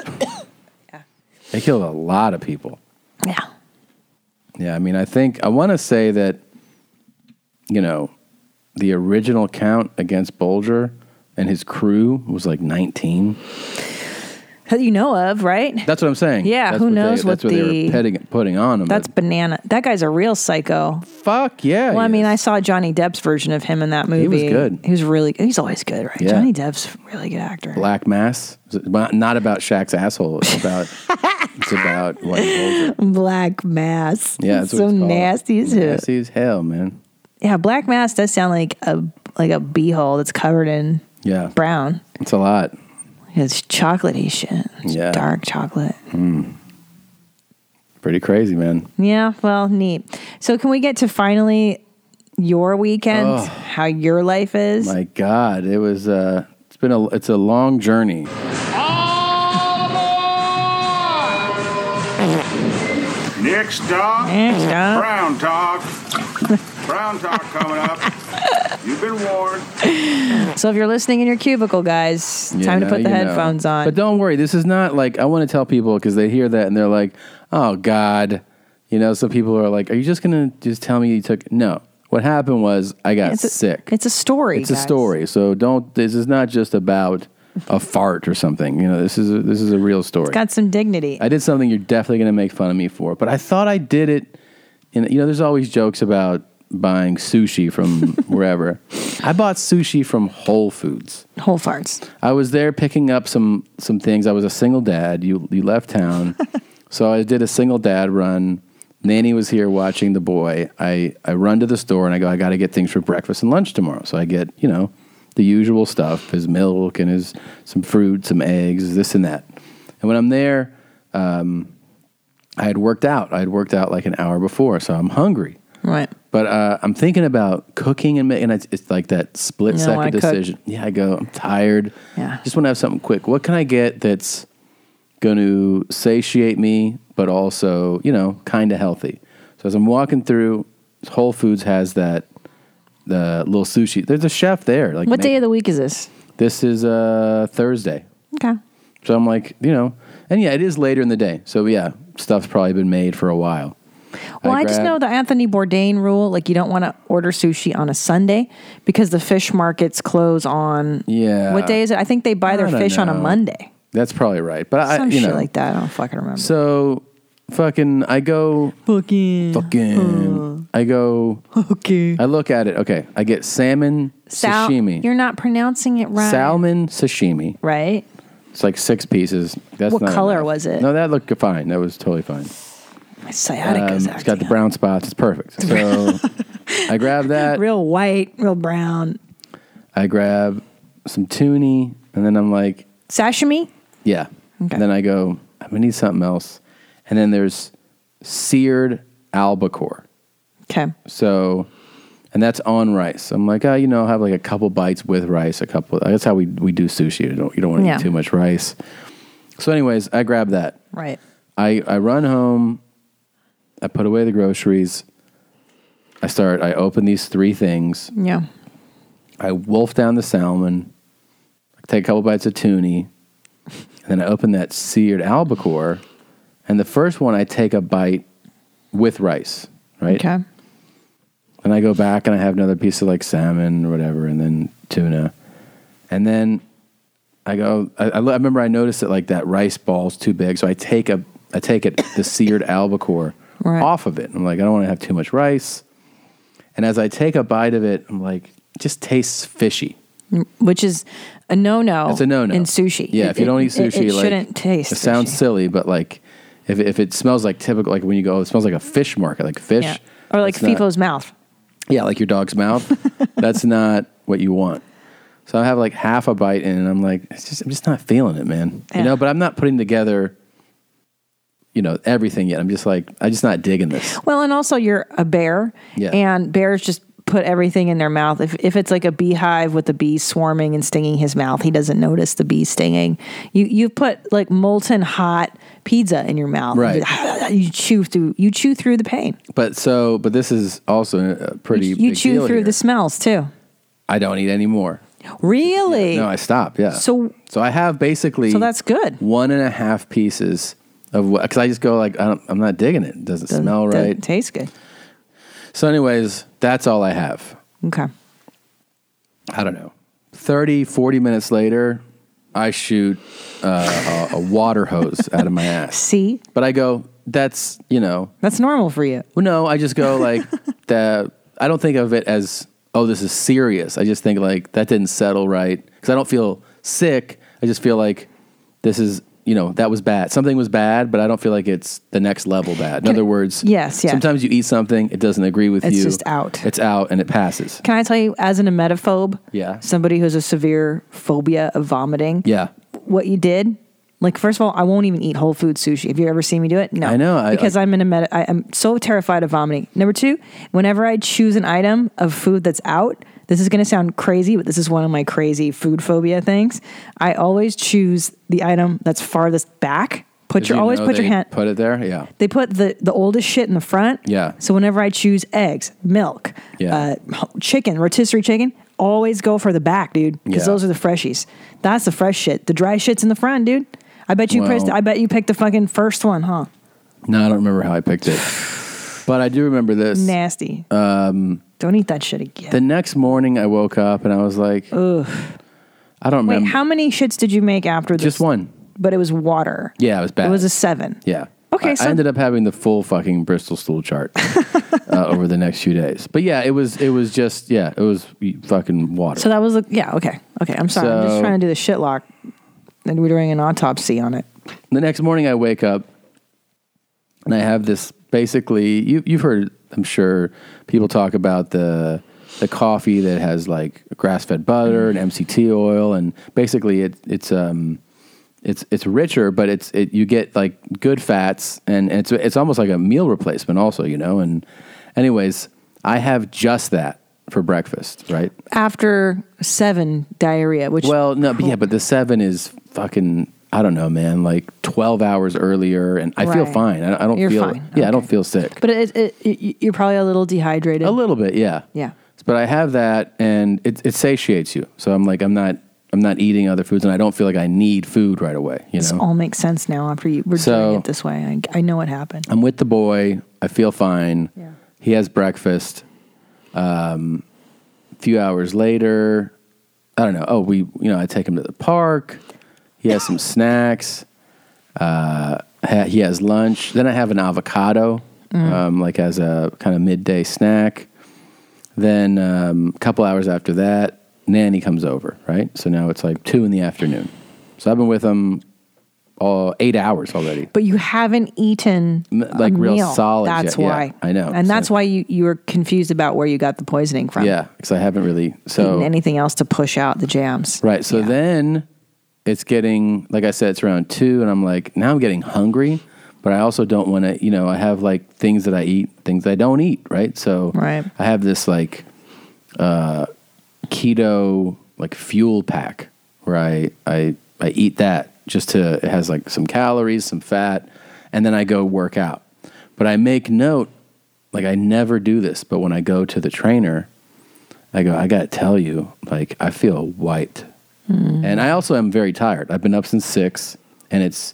A: They killed a lot of people.
B: Yeah.
A: Yeah, I mean, I think I want to say that, you know, the original count against Bolger and his crew was like 19.
B: that you know of right
A: That's what I'm saying.
B: Yeah,
A: That's
B: who
A: they-
B: knows what
A: that's what they
B: the-
A: were petting, putting on him.
B: that's banana that guy's a real psycho
A: fuck yeah
B: well I mean I saw Johnny Depp's version of him in that movie
A: He was good.
B: he was really he's always good right
A: Yeah.
B: Johnny Depp's a really good actor
A: Black Mass. It's about- Not about Shaq's asshole. It's about it's about what Bolger.
B: Black Mass
A: Yeah, that's what
B: so
A: it's called.
B: nasty as hell.
A: Nasty as hell, man.
B: Yeah, black mass does sound like a like a beehole that's covered in
A: Yeah,
B: brown.
A: it's a lot.
B: It's chocolatey shit. It's
A: Yeah.
B: dark chocolate.
A: Mm. Pretty crazy, man.
B: Yeah, well, neat. So can we get to finally your weekend?
A: Ugh.
B: How your life is?
A: My God, it was. Uh, it's been a. It's a long journey.
M: Nick Stock.
B: Nick Stock.
M: Brown Talk. Brown Talk coming up. You've been warned.
B: so if you're listening in your cubicle, guys,
A: Yeah,
B: time to
A: now
B: put the
A: you know.
B: headphones on.
A: But don't worry, this is not like I want to tell people because they hear that and they're like, "Oh God," you know. So people are like, "Are you just gonna just tell me you took?" No, what happened was I got
B: It's a-
A: sick.
B: it's a story.
A: it's
B: guys.
A: a story, so don't. This is not just about a fart or something. You know, this is a, this is a real story.
B: It's got some dignity.
A: I did something you're definitely going to make fun of me for, but I thought I did it. In, you know, there's always jokes about buying sushi from wherever. I bought sushi from Whole Foods.
B: Whole farts.
A: I was there picking up some some things. I was a single dad. You you left town, so I did a single dad run. Nanny was here watching the boy. I I run to the store and I go. I got to get things for breakfast and lunch tomorrow. So I get you know the usual stuff: his milk and his some fruit, some eggs, this and that. And when I'm there, um, I had worked out. I had worked out like an hour before, so I'm hungry.
B: Right.
A: But uh, I'm thinking about cooking and making. It's, it's like that split
B: You don't wanna
A: second
B: cook.
A: decision. Yeah, I go. I'm tired. Yeah, just want to have something quick. What can I get that's going to satiate me, but also you know, kind of healthy? So as I'm walking through, Whole Foods has that the little sushi. There's a chef there. Like
B: what
A: make-
B: day of the week is this?
A: This is uh, Thursday.
B: Okay.
A: So I'm like, you know, and yeah, it is later in the day. So yeah, stuff's probably been made for a while.
B: Well, I, just
A: grabbed-
B: know the Anthony Bourdain rule. Like, you don't want to order sushi on a Sunday because the fish markets close on.
A: Yeah.
B: What day is it? I think they buy
A: I
B: their
A: don't
B: fish on a
A: know.
B: Monday.
A: That's probably right. But I,
B: Some
A: you
B: shit
A: know,
B: like that. I don't fucking remember.
A: So fucking I go
B: fucking Uh.
A: fucking I go
B: okay.
A: I look at it. Okay, I get salmon
B: Sal-
A: sashimi.
B: You're not pronouncing it right.
A: Salmon sashimi.
B: Right?
A: It's like six pieces. That's
B: What
A: not
B: color
A: enough.
B: was it?
A: No, that looked fine. That was totally fine.
B: My sciatica's
A: Um, it's got the brown spots. It's perfect. So I grab that.
B: Real white, real brown.
A: I grab some toonie, and then I'm like,
B: Sashimi?
A: yeah. And then I go, I'm gonna need something else. And then there's seared albacore.
B: Okay.
A: So, and that's on rice. I'm like, oh, you know, have like a couple bites with rice, a couple. That's how we, we do sushi. You don't, you don't want to
B: Yeah.
A: eat too much rice. So, anyways, I grab that.
B: Right.
A: I, I run home. I put away the groceries. I start, I open these three things.
B: Yeah.
A: I wolf down the salmon. I take a couple bites of toonie. And then I open that seared albacore. And the first one, I take a bite with rice, right?
B: Okay.
A: And I go back and I have another piece of like salmon or whatever, and then tuna. And then I go, I, I lo- I remember I noticed that like that rice ball's too big. So I take a, I take it, the seared albacore
B: Right.
A: off of it. I'm like, I don't want to have too much rice. And as I take a bite of it, I'm like, it just tastes fishy.
B: Which is a no no.
A: It's a no no.
B: Oh, In sushi.
A: Yeah, if you
B: It-
A: don't eat
B: it-
A: sushi,
B: it,
A: like,
B: shouldn't taste.
A: It sounds silly, but like if, if it smells like typical, like when you go, it smells like a fish market, like fish.
B: Yeah. Or like
A: it's not-
B: FIFO's mouth.
A: yeah, like your dog's mouth. That's not what you want. So I have like half a bite in, and I'm like, it's just, I'm just not feeling it, man. You know, but I'm not putting together, you know, everything yet. I'm just like, I'm just not digging this.
B: Well, and also you're a bear,
A: Yeah.
B: and bears just put everything in their mouth. If if it's like a beehive with the bees swarming and stinging his mouth, he doesn't notice the bees stinging. You you put like molten hot pizza in your mouth.
A: Right.
B: You chew through you chew through the pain.
A: But so, but this is also a pretty.
B: You
A: big
B: chew
A: deal
B: through
A: here.
B: the smells too.
A: I don't eat anymore.
B: Really?
A: No, I stop. Yeah.
B: So-
A: so I have basically.
B: So that's good.
A: One and a half pieces of what? Because I just go like, I don't, I'm not digging it. Doesn't, smell
B: doesn't
A: right.
B: taste good.
A: So, anyways, that's all I have.
B: Okay.
A: I don't know. 30, 40 minutes later, I shoot uh, a, a water hose out of my ass.
B: See?
A: But I go, that's, you know.
B: That's normal for you.
A: Well, no, I just go like, that. I don't think of it as, oh, this is serious. I just think like, that didn't settle right. Because I don't feel sick. I just feel like this is, you know, that was bad. Something was bad, but I don't feel like it's the next level bad. In other words,
B: Yes, yeah.
A: sometimes you eat something, it doesn't agree with
B: It's
A: you.
B: just out.
A: It's out and it passes.
B: Can I tell you, as an emetophobe,
A: Yeah.
B: somebody who has a severe phobia of vomiting,
A: Yeah.
B: what you did. Like first of all, I won't even eat whole food sushi. Have you ever seen me do it? No,
A: I know, I-
B: because I, am in a med- I am so terrified of vomiting. Number two, whenever I choose an item of food that's out, this is going to sound crazy, but this is one of my crazy food phobia things. I always choose the item that's farthest back. Put
A: Did
B: your
A: you
B: always
A: know
B: put your
A: they
B: hand.
A: Put it there. Yeah.
B: They put the the oldest shit in the front.
A: Yeah.
B: So whenever I choose eggs, milk,
A: Yeah.
B: uh, chicken, rotisserie chicken, always go for the back, dude, because
A: Yeah.
B: those are the freshies. That's the fresh shit. The dry shit's in the front, dude. I bet you pressed.
A: Well-
B: I bet you picked the fucking first one, huh?
A: No, I don't remember how I picked it, but I do remember this.
B: Nasty.
A: Um,
B: Don't eat that shit again.
A: The next morning, I woke up and I was like,
B: Ugh.
A: I don't
B: Wait,
A: remember.
B: how many shits did you make after this?
A: Just one.
B: But it was water.
A: yeah, it was bad.
B: It was a seven.
A: yeah.
B: Okay,
A: I,
B: so-
A: I ended up having the full fucking Bristol stool chart uh, over the next few days. But yeah, it was it was just yeah, it was fucking water.
B: So that was a, yeah. Okay. Okay. I'm sorry. I'm just
A: So-
B: trying to do the shit lock, and we're doing an autopsy on it.
A: The next morning, I wake up and I have this. Basically, you, you've heard, I'm sure, people talk about the the coffee that has like grass fed butter and MCT oil, and basically, it, it's um, it's it's richer, but it's it you get like good fats, and it's it's almost like a meal replacement, also, you know. And anyways, I have just that for breakfast, right?
B: after seven diarrhea, which
A: well, no, but yeah, but the seven is fucking. I don't know, man. Like twelve hours earlier, and I feel
B: Right.
A: fine. I, I don't
B: You're
A: feel.
B: fine.
A: Yeah, I don't feel sick.
B: but it, it, it, you're probably a little dehydrated.
A: A little bit, yeah.
B: Yeah.
A: But I have that, and it, it satiates you. So I'm like, I'm not, I'm not eating other foods, and I don't feel like I need food right away. You
B: This
A: know.
B: all makes sense now after you we're
A: So-
B: doing it this way. I, I know what happened.
A: I'm with the boy. I feel fine. He has breakfast. Um, a few hours later, I don't know. Oh, we, you know, I take him to the park. He has some snacks. Uh, ha- he has lunch. Then I have an avocado,
N: Mm-hmm.
O: Mm.
A: um, like as a kind of midday snack. Then um, a couple hours after that, nanny comes over, right? So now it's like two in the afternoon. So I've been with him all eight hours already.
B: But you haven't eaten
A: M- like
B: a
A: real
B: meal.
A: solid
B: That's
A: yet. Yeah,
B: why
A: I know.
B: and that's why you you were confused about where you got the poisoning from.
A: Yeah, because I haven't really so
B: Eating anything else to push out the jams.
A: Right. So then it's getting, like I said, it's around two, and I'm like, now I'm getting hungry, but I also don't want to, you know, I have like things that I eat, things I don't eat, right? So
B: Right.
A: I have this like uh, keto like fuel pack where I, I, I eat that just to, it has like some calories, some fat, and then I go work out. But I make note, like I never do this, but when I go to the trainer, I go, I got to tell you, like, I feel white. And I also am very tired. I've been up since six and it's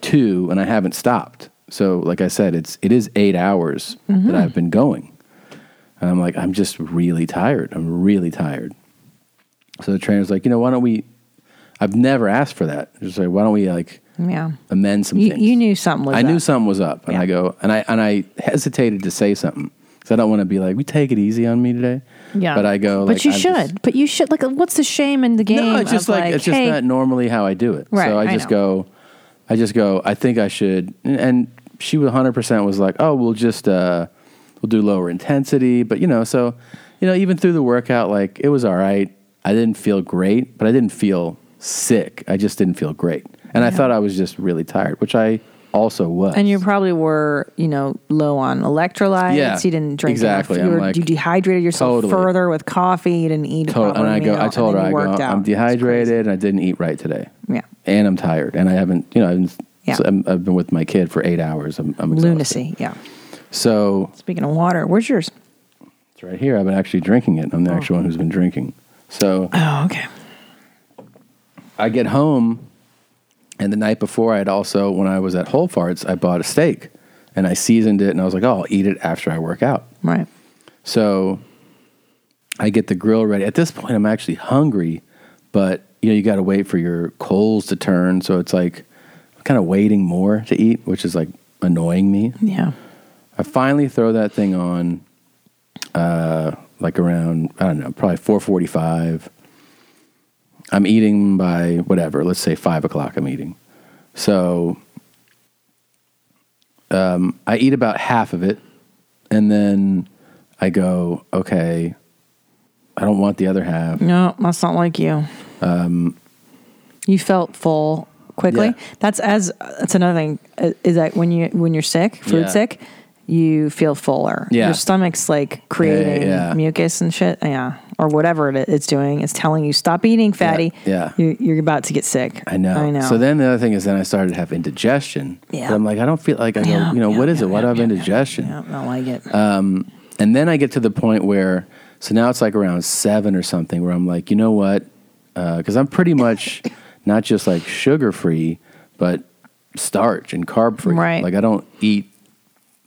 A: two and I haven't stopped. So, like I said, it's, it is eight hours
O: Mhm.
A: that I've been going. And I'm like, I'm just really tired. I'm really tired. So the trainer's like, you know, why don't we? I've never asked for that. Just like, why don't we like
B: Yeah.
A: amend some
B: You,
A: things?
B: you knew something was
A: I knew
B: up.
A: something was up, and I go and I and I hesitated to say something because I don't want to be like, "We take it easy on me today."
B: Yeah.
A: but I go,
B: But
A: like,
B: you
A: I'm
B: should.
A: just-
B: but you should. Like, what's the shame in the game?
A: no, it's just
B: of
A: like, it's just
B: hey,
A: not normally how I do it.
B: Right,
A: so I
B: I
A: just
B: know.
A: go, I just go. I think I should. And she was hundred percent was like, "Oh, we'll just uh, we'll do lower intensity." But you know, so you know, even through the workout, like it was all right. I didn't feel great, but I didn't feel sick. I just didn't feel great, and I
B: Yeah.
A: thought I was just really tired, which I also was.
B: And you probably were, you know, low on electrolytes.
A: Yeah,
B: you didn't drink
A: exactly.
B: Enough. You,
A: I'm
B: were,
A: like,
B: you dehydrated yourself
A: totally.
B: further with coffee. You didn't eat. a
A: Told-
B: proper
A: and I go,
B: meal,
A: I told
B: and
A: her,
B: then
A: I
B: you
A: go,
B: worked out.
A: I'm dehydrated and I didn't eat right today.
B: Yeah.
A: And I'm tired and I haven't, you know, I haven't,
B: Yeah.
A: so I'm, I've been with my kid for eight hours. I'm, I'm exhausted.
B: Lunacy. Yeah.
A: So
B: Speaking of water, where's yours?
A: it's right here. I've been actually drinking it. I'm the actual one who's been drinking. So
B: Oh, okay.
A: I get home and the night before I had also, when I was at Whole Farts, I bought a steak and I seasoned it and I was like, oh, I'll eat it after I work out.
B: Right.
A: So I get the grill ready. At this point, I'm actually hungry, but you know, you got to wait for your coals to turn. So it's like I'm kind of waiting more to eat, which is like annoying me.
B: Yeah.
A: I finally throw that thing on, uh, like around I don't know, probably 4:45. I'm eating by whatever. Let's say five o'clock. I'm eating. So um, I eat about half of it, and then I go, okay, I don't want the other half.
B: No, that's not like you.
A: Um,
B: You felt full quickly. That's as that's another thing uh, is that when you when you're sick, food
A: Yeah.
B: sick, you feel fuller.
A: Yeah.
B: Your stomach's like creating
A: yeah.
B: mucus and shit. Yeah. Or whatever it, it's doing. It's telling you stop eating fatty.
A: yeah.
B: You, you're about to get sick.
A: I know.
B: I know.
A: So then the other thing is, then I started to have indigestion.
B: Yeah.
A: But I'm like, I don't feel like I go, you know, what is it? Why do I have indigestion?
B: I don't like it.
A: Um, and then I get to the point where, so now it's like around seven or something, where I'm like, you know what? Because I'm pretty much not just like sugar free, but starch and carb free.
B: Right.
A: Like I don't eat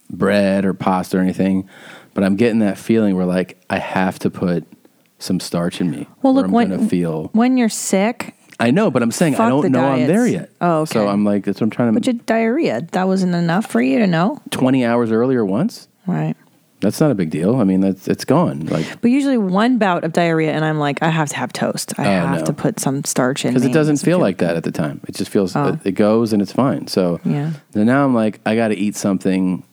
A: bread or pasta or anything, but I'm getting that feeling where like I have to put some starch in me.
B: Well,
A: or
B: look,
A: I'm
B: when-
A: gonna feel.
B: When you're sick,
A: I know, but I'm saying I
B: Fuck
A: don't
B: the
A: know I'm there
B: diets.
A: yet.
B: Oh, okay.
A: So I'm like, that's what I'm trying to.
B: but you had diarrhea. That wasn't enough for you to know.
A: 20 hours earlier once.
B: Right.
A: That's not a big deal. I mean, that's it's gone. Like
B: But usually one bout of diarrhea, and I'm like, I have to have toast.
A: Oh,
B: I have
A: no.
B: to put some starch in
A: because it
B: me.
A: doesn't feel like that at the time. It just feels
B: Oh.
A: it, it goes and it's fine. So
B: Yeah.
A: then now I'm like, I got to eat something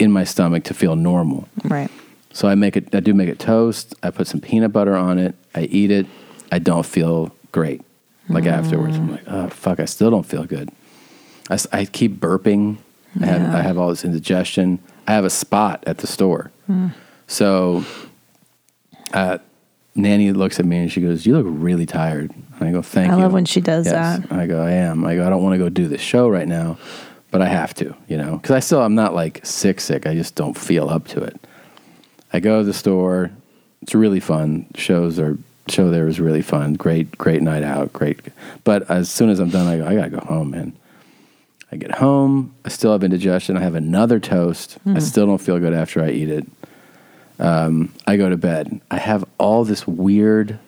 A: in my stomach to feel normal.
B: Right.
A: So I make it. I do make it toast. I put some peanut butter on it. I eat it. I don't feel great. Like afterwards, I'm like, oh fuck, I still don't feel good. I, s- I keep burping. I have I have all this indigestion. I have a spot at the store.
O: Mm.
A: So, uh, Nanny looks at me and she goes, "You look really tired." And I go, "Thank
B: I
A: you."
B: love when she does
A: Yes. I go, "I am." I go, "I don't want to go do this show right now, but I have to," you know, because I still I'm not like sick sick. I just don't feel up to it. I go to the store. It's really fun. Shows are show there was really fun. Great great night out. Great. But as soon as I'm done, I go, "I gotta go home, man." I get home. I still have indigestion. I have another toast. I
O: Mm.
A: still don't feel good after I eat it. Um, I go to bed. I have all this weird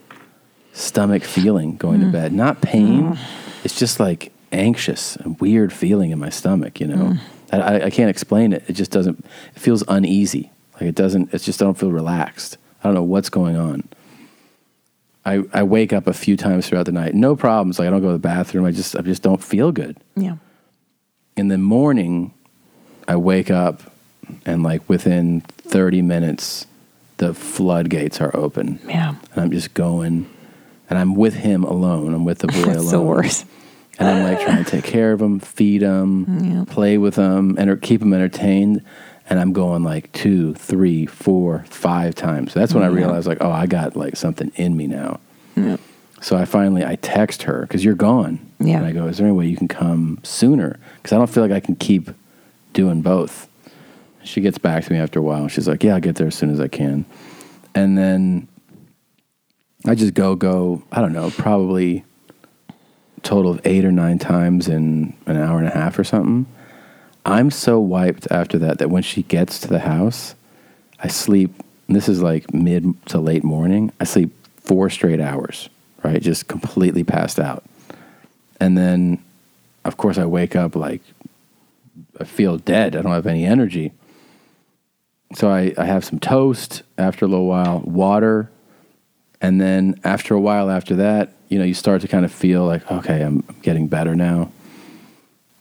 A: stomach feeling going to bed. Not pain. It's just like anxious and weird feeling in my stomach. You know, I I, I can't explain it. It just doesn't. It feels uneasy. Like it doesn't. It's just I don't feel relaxed. I don't know what's going on. I, I wake up a few times throughout the night. No problems. Like I don't go to the bathroom. I just I just don't feel good
B: Yeah.
A: in the morning, I wake up and like within 30 minutes, the floodgates are open.
B: Yeah.
A: And I'm just going and I'm with him alone. I'm with the boy alone.
B: That's the worst.
A: And I'm like trying to take care of him, feed him, play with him, enter, keep him entertained. And I'm going like two, three, four, five times. That's when I
O: Yeah.
A: realized like, oh, I got like something in me now. So I finally I text her because you're gone.
B: Yeah.
A: And I go, is there any way you can come sooner? Because I don't feel like I can keep doing both. She gets back to me after a while. She's like, yeah, I'll get there as soon as I can. And then I just go go. I don't know, probably total of eight or nine times in an hour and a half or something. I'm so wiped after that that when she gets to the house, I sleep. and This is like mid to late morning. I sleep four straight hours, right? Just completely passed out. And then, of course, I wake up like I feel dead. I don't have any energy. So I, I have some toast after a little while, water. And then after a while after that, you know, you start to kind of feel like, okay, I'm getting better now.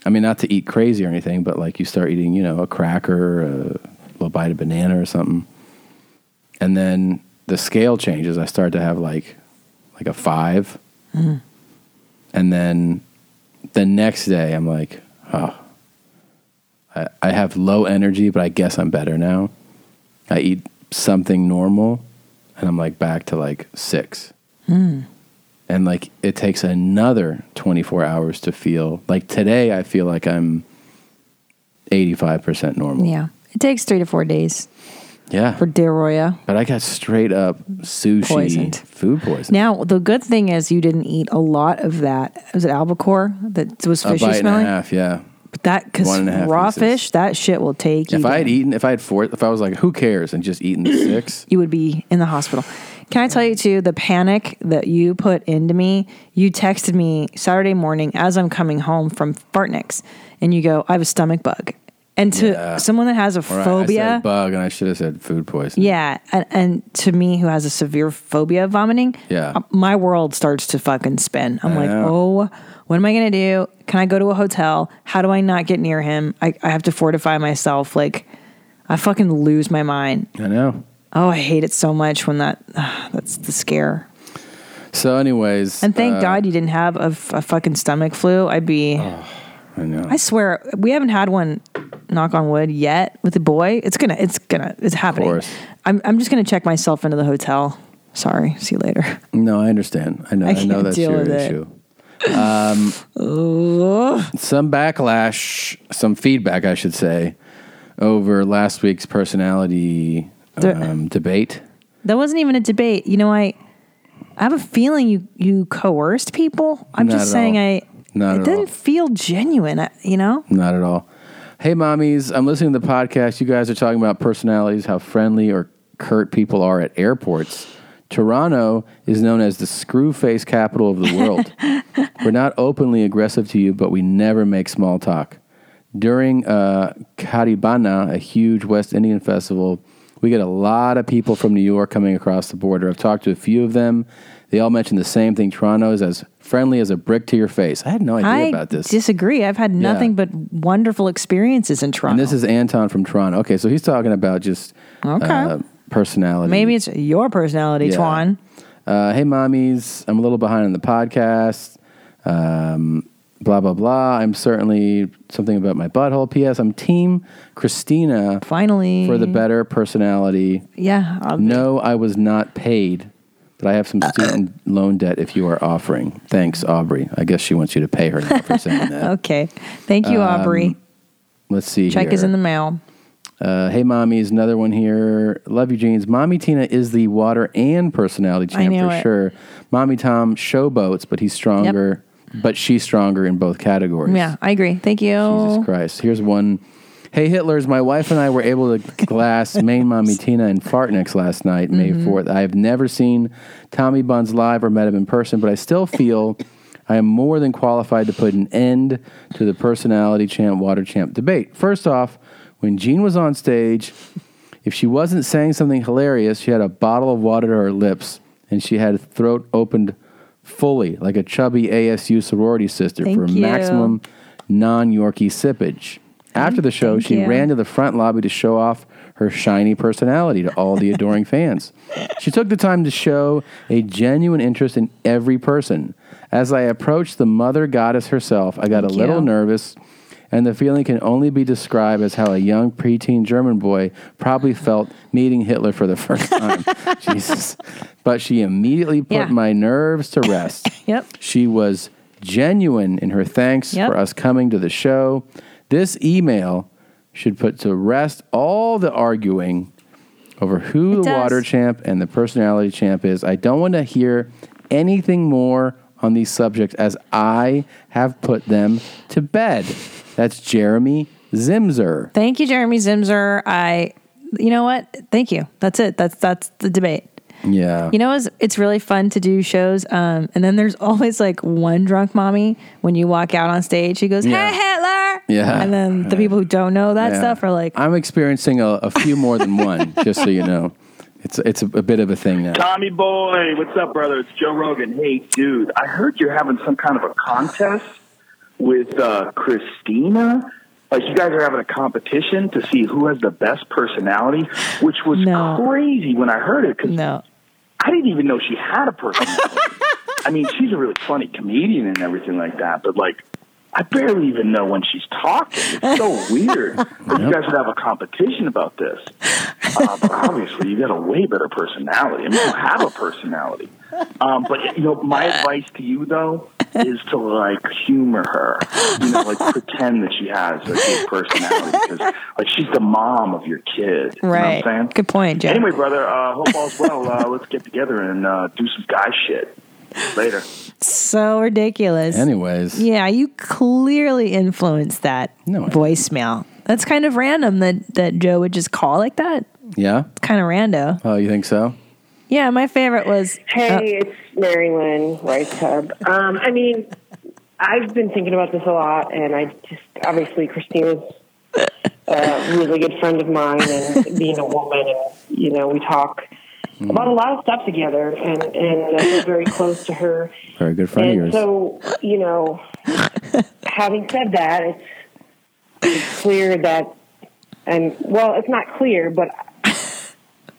A: I mean, not to eat crazy or anything, but like you start eating, you know, a cracker, a little bite of banana or something. And then the scale changes. I start to have like, like a five.
B: Mm.
A: And then the next day, I'm like, oh, I, I have low energy, but I guess I'm better now. I eat something normal and I'm like back to like six.
B: Mm.
A: And like it takes another 24 hours to feel like today, I feel like I'm 85% normal.
B: Yeah. It takes three to four days
A: Yeah.
B: for Deroya.
A: But I got straight up sushi
B: Poisoned.
A: food poisoning.
B: Now, the good thing is you didn't eat a lot of that. Was it albacore that was
A: a
B: fishy
A: bite
B: smelling?
A: and a half, yeah.
B: But that
A: One
B: because
A: and a half
B: raw
A: pieces.
B: fish, that shit will take you.
A: If I had
B: down.
A: eaten, if I had four, if I was like, who cares, and just eaten the six,
B: you would be in the hospital. Can I tell you too the panic that you put into me? You texted me Saturday morning as I'm coming home from Fartnix, and you go, "I have a stomach bug," and to
A: Yeah.
B: someone that has a
A: Or I- I
B: phobia,
A: said bug, and I should have said food poisoning.
B: yeah, and, and to me who has a severe phobia of vomiting,
A: Yeah.
B: uh, my world starts to fucking spin. I'm like,
A: Yeah.
B: oh, what am I gonna do? Can I go to a hotel? How do I not get near him? I, I have to fortify myself. Like, I fucking lose my mind.
A: I know.
B: Oh, I hate it so much when that that's the scare.
A: So, anyways,
B: And thank
A: uh,
B: God you didn't have a, f- a fucking stomach flu. I'd be.
A: I know.
B: I swear we haven't had one. Knock on wood yet with the boy. It's gonna. It's gonna. It's happening. I'm. I'm just gonna check myself into the hotel. Sorry. See you later.
A: No, I understand. I know.
B: I
A: I, know
B: can't
A: that's
B: deal
A: your
B: with it.
A: issue. Um, some backlash, some feedback, I should say, over last week's personality
B: There-
A: um, debate.
B: That wasn't even a debate. You know, I. I have a feeling you you coerced people. I'm
A: Not
B: just
A: at all.
B: saying I.
A: Not
B: it
A: at
B: didn't
A: all.
B: feel genuine. I- You know.
A: Not at all. Hey, mommies, I'm listening to the podcast. You guys are talking about personalities, how friendly or curt people are at airports. Toronto is known as the screw face capital of the world. We're not openly aggressive to you, but we never make small talk. During uh, Caribana, a huge West Indian festival, we get a lot of people from New York coming across the border. I've talked to a few of them. They all mention the same thing. Toronto is as friendly as a brick to your face. I had no idea
B: I
A: about this.
B: disagree. I've had
A: Yeah.
B: nothing but wonderful experiences in Toronto.
A: And this is Anton from Toronto. Okay, so he's talking about just
B: Okay.
A: uh, personality.
B: Maybe it's your personality,
A: Yeah.
B: Twan.
A: Uh, hey, mommies, I'm a little behind on the podcast. Um, blah, blah, blah. I'm certainly something about my butthole. P.S. I'm team Christina.
B: Finally.
A: For the better personality.
B: Yeah. I'll-
A: No, I was not paid, but I have some student loan debt if you are offering. Thanks, Aubrey. I guess she wants you to pay her now for saying that.
B: okay. Thank you,
A: Um,
B: Aubrey.
A: Let's see.
B: Check
A: here.
B: is in the mail.
A: Uh, hey, mommy is another one here. Love you, jeans. Mommy Tina is the water and personality
B: I
A: champ
B: knew
A: for
B: it.
A: sure. Mommy Tom showboats, but he's stronger, but she's stronger in both categories.
B: Yeah, I agree. Thank you.
A: Jesus Christ. Here's one. Hey, Hitlers, my wife and I were able to glass main mommy Tina and Fartnix last night,
B: Mm-hmm.
A: May 4th. I have never seen Tommy Buns live or met him in person, but I still feel I am more than qualified to put an end to the personality champ, water champ debate. First off, when Jean was on stage, if she wasn't saying something hilarious, she had a bottle of water to her lips and she had her throat opened fully like a chubby ASU sorority sister
B: Thank
A: for
B: you.
A: maximum non Yorkie sippage. After the show,
B: Thank
A: she
B: you.
A: ran to the front lobby to show off her shiny personality to all the adoring fans. She took the time to show a genuine interest in every person. As I approached the mother goddess herself, I got
O: Thank
A: a little
O: you.
A: nervous, and the feeling can only be described as how a young preteen German boy probably felt meeting Hitler for the first time. Jesus. But she immediately put
B: Yeah.
A: my nerves to rest.
B: Yep.
A: She was genuine in her thanks
B: Yep.
A: for us coming to the show. This email should put to rest all the arguing over who
B: It
A: the
B: does.
A: water champ and the personality champ is. I don't want to hear anything more on these subjects as I have put them to bed. That's Jeremy Zimzer.
B: Thank you, Jeremy Zimzer. I, you know what? Thank you. That's it. That's that's the debate.
A: Yeah.
B: You know, it's, it's really fun to do shows. Um, and then there's always like one drunk mommy when you walk out on stage. She goes,
A: Yeah.
B: "Hey Hitler!"
A: Yeah.
B: And then the people who don't know that
A: Yeah.
B: stuff are like,
A: I'm experiencing a, a few more than one, just so you know. It's, it's a, a bit of a thing now.
P: Tommy boy, what's up, brother? It's Joe Rogan. Hey, dude, I heard you're having some kind of a contest with uh, Christina. Like you guys are having a competition to see who has the best personality, which was crazy when I heard it because I didn't even know she had a personality. I mean, she's a really funny comedian and everything like that, but like. I barely even know when she's talking. It's so weird. that You guys would have a competition about this. Uh, but obviously, you got a way better personality. I mean, you have a personality. Um, but you know, my advice to you though is to like humor her. You know, like pretend that she has a good personality because like she's the mom of your kid. You
B: "Right,
P: know what I'm saying?
B: good point, Jeremy."
P: Anyway, brother, uh, hope all's well. Uh, let's get together and uh, do some guy shit later.
B: So ridiculous.
A: Anyways.
B: Yeah, you clearly influenced that voicemail. That's kind of random that that Joe would just call like that.
A: Yeah?
B: It's kind of rando.
A: Oh, you think so?
B: Yeah, my favorite was
N: Hey,
B: Uh,
N: it's Mary Lynn Rice Hub. Um, I mean, I've been thinking about this a lot, and I just obviously Christina's a really good friend of mine, and being a woman, and you know, we talk about a lot of stuff together, and and I'm very close to her.
A: Very good friend of
N: and
A: yours.
N: so, you know, having said that, it's, it's clear that, and well, it's not clear, but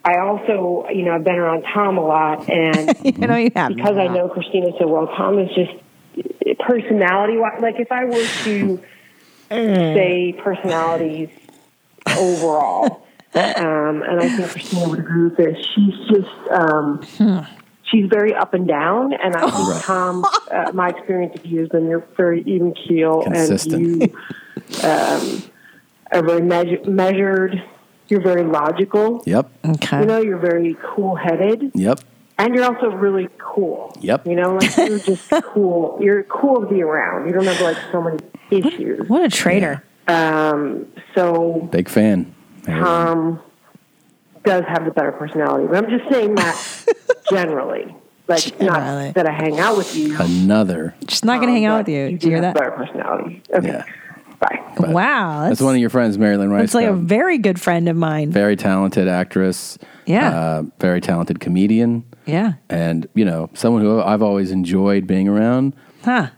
N: I also, you know, I've been around Tom a lot, and
B: I know you have
N: because I
B: not.
N: know Christina so well. Tom is just personality. Like if I were to
B: Mm.
N: say personalities overall, um, and I think Christina would agree with this. She's just um,
B: Hmm.
N: she's very up and down, and
B: Oh.
N: I think
Q: Right.
N: Tom, uh, my experience of you has been you're very even keel, and
Q: Consistent.
N: you um, are very measure- measured. You're very logical.
A: Yep.
N: You know, you're very cool headed.
A: Yep.
N: And you're also really cool.
A: Yep.
N: You know, like you're just cool. You're cool to be around. You don't have like so many issues.
B: What a traitor.
N: Um, so
A: Big fan.
N: Tom does have the better personality, but I'm just saying that generally. Like not that I hang out with you.
A: Another.
B: She's not going to hang out with you. Do you hear that?
N: Better personality. Okay.
B: uh, Wow.
A: That's
B: That's,
A: one of your friends, Marilyn Rice.
B: that's like a
A: Gum.
B: very good friend of mine.
A: very talented actress.
B: Yeah.
A: Uh, very talented comedian.
B: Yeah.
A: And, you know, someone who I've always enjoyed being around.
B: Huh.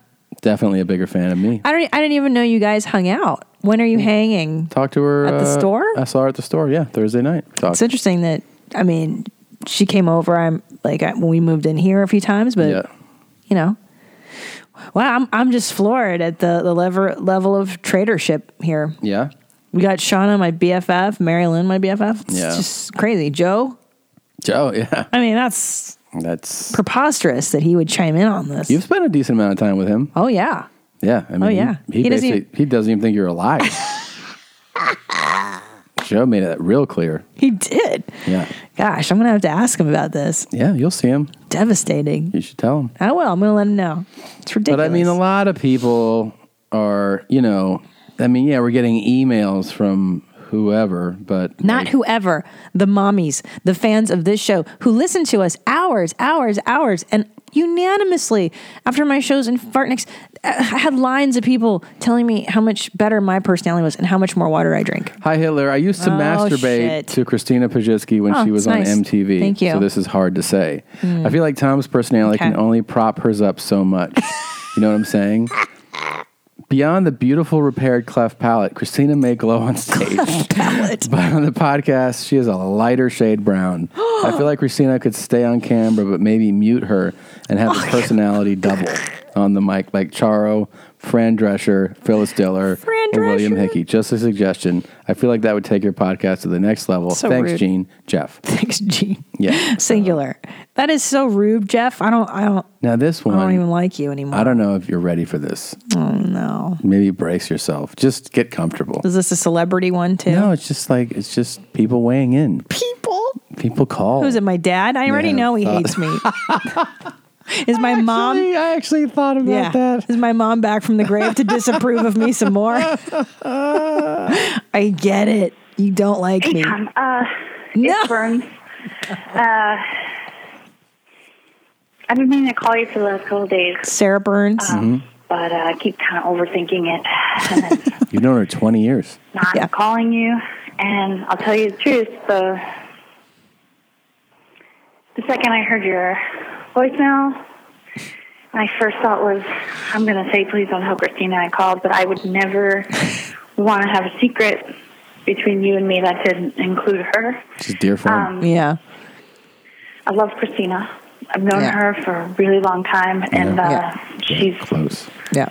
A: Definitely a bigger fan of me.
B: I don't e, I didn't even know you guys hung out. When
A: Mm.
B: are you hanging?
A: Talked to her
B: At the
A: uh,
B: store?
A: I saw her at the store, yeah, Thursday night. We talked.
B: It's interesting that I mean, she came over. I'm like I, when we moved in here a few times, but
A: Yeah.
B: you know, wow, I'm I'm just floored at the the lever, level of traitorship here.
A: Yeah.
B: We got Shauna, my BFF, Marilyn, my BFF. It's
A: Yeah.
B: just crazy. Joe,
A: Joe, yeah.
B: I mean, that's
A: That's
B: preposterous that he would chime in on this.
A: You've spent a decent amount of time with him.
B: Oh yeah,
A: Yeah. I mean,
B: Oh,
A: he-
B: yeah.
A: He,
B: He doesn't
A: basically he doesn't even think you're alive. Joe made that real clear.
B: he did.
A: Yeah.
B: Gosh, I'm gonna have to ask him about this.
A: Yeah, you'll see him.
B: Devastating.
A: You should tell him.
B: I will. I'm gonna let him know. It's
A: But
B: ridiculous.
A: I mean, a lot of people are, you know, I mean, yeah, we're getting emails from whoever, but
B: Not whoever, the mommies, the fans of this show who listen to us hours, hours, hours, and unanimously after my shows in Fartnix, I had lines of people telling me how much better my personality was and how much more water I drink.
A: Hi Hitler. I used to
B: Oh,
A: masturbate
B: shit.
A: to Christina Pajitsky when
B: Oh,
A: she was
B: it's
A: on
B: nice.
A: MTV.
B: Thank you.
A: So this is hard to say.
B: Mm.
A: I feel like Tom's personality
B: Okay.
A: can only prop hers up so much. you know what I'm saying? Beyond the beautiful repaired cleft palate, Christina may glow on stage. But on the podcast, she is a lighter shade brown. I feel like Christina could stay on camera, but maybe mute her and
B: Oh,
A: have the personality double on the mic, like Charo, Fran Drescher, Phyllis Diller, and William Hickey. Just a suggestion. I feel like that would take your podcast to the next level.
B: So
A: Thanks,
B: rude.
A: Gene. Jeff.
B: Thanks, Gene.
A: Yeah.
B: Singular. That is so rude, Jeff. I don't I don't
A: Now this one.
B: I don't even like you anymore.
A: I don't know if you're ready for this.
B: Oh no.
A: Maybe brace yourself. Just get comfortable.
B: Is this a celebrity one too?
A: No, it's just like it's just people weighing in. People. People call.
B: Who's it? My dad? I already
A: Yeah, uh,
B: know he
A: thought-
B: hates me. Is my mom?
A: I actually thought about
B: that. Is my mom back from the grave to disapprove of me some more? I get it. You don't like me.
O: Uh, It's Burns. Uh, I've been meaning to call you for the last couple of days,
B: Sarah Burns.
O: but uh, I keep kind of overthinking it. And then
A: Mm-hmm. You've known her 20 years.
O: not calling you. And I'll tell you the truth, the the second I heard your voicemail, my first thought was, I'm going to say, please don't tell Christina I called, but I would never want to have a secret between you and me that didn't include her.
A: She's dear friend.
O: Um,
B: yeah.
O: I love Christina. I've known
B: Yeah.
O: her for a really long time, and
B: Yeah.
O: uh,
B: Yeah.
O: she's
A: Close.
B: Yeah.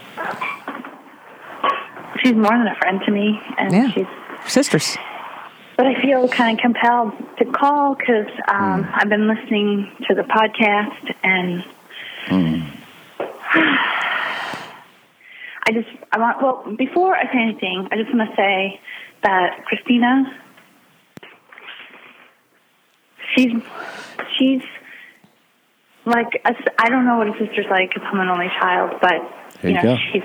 O: she's more than a friend to me, and
B: Yeah.
O: she's
B: Sisters.
O: But I feel kind of compelled to call because
B: Mm.
O: um, I've been listening to the podcast, and I just I want. Well, before I say anything, I just want to say that Christina, she's she's like a s- I don't know what a sister's like because I'm an only child, but
Q: There you
O: know
Q: go.
O: she's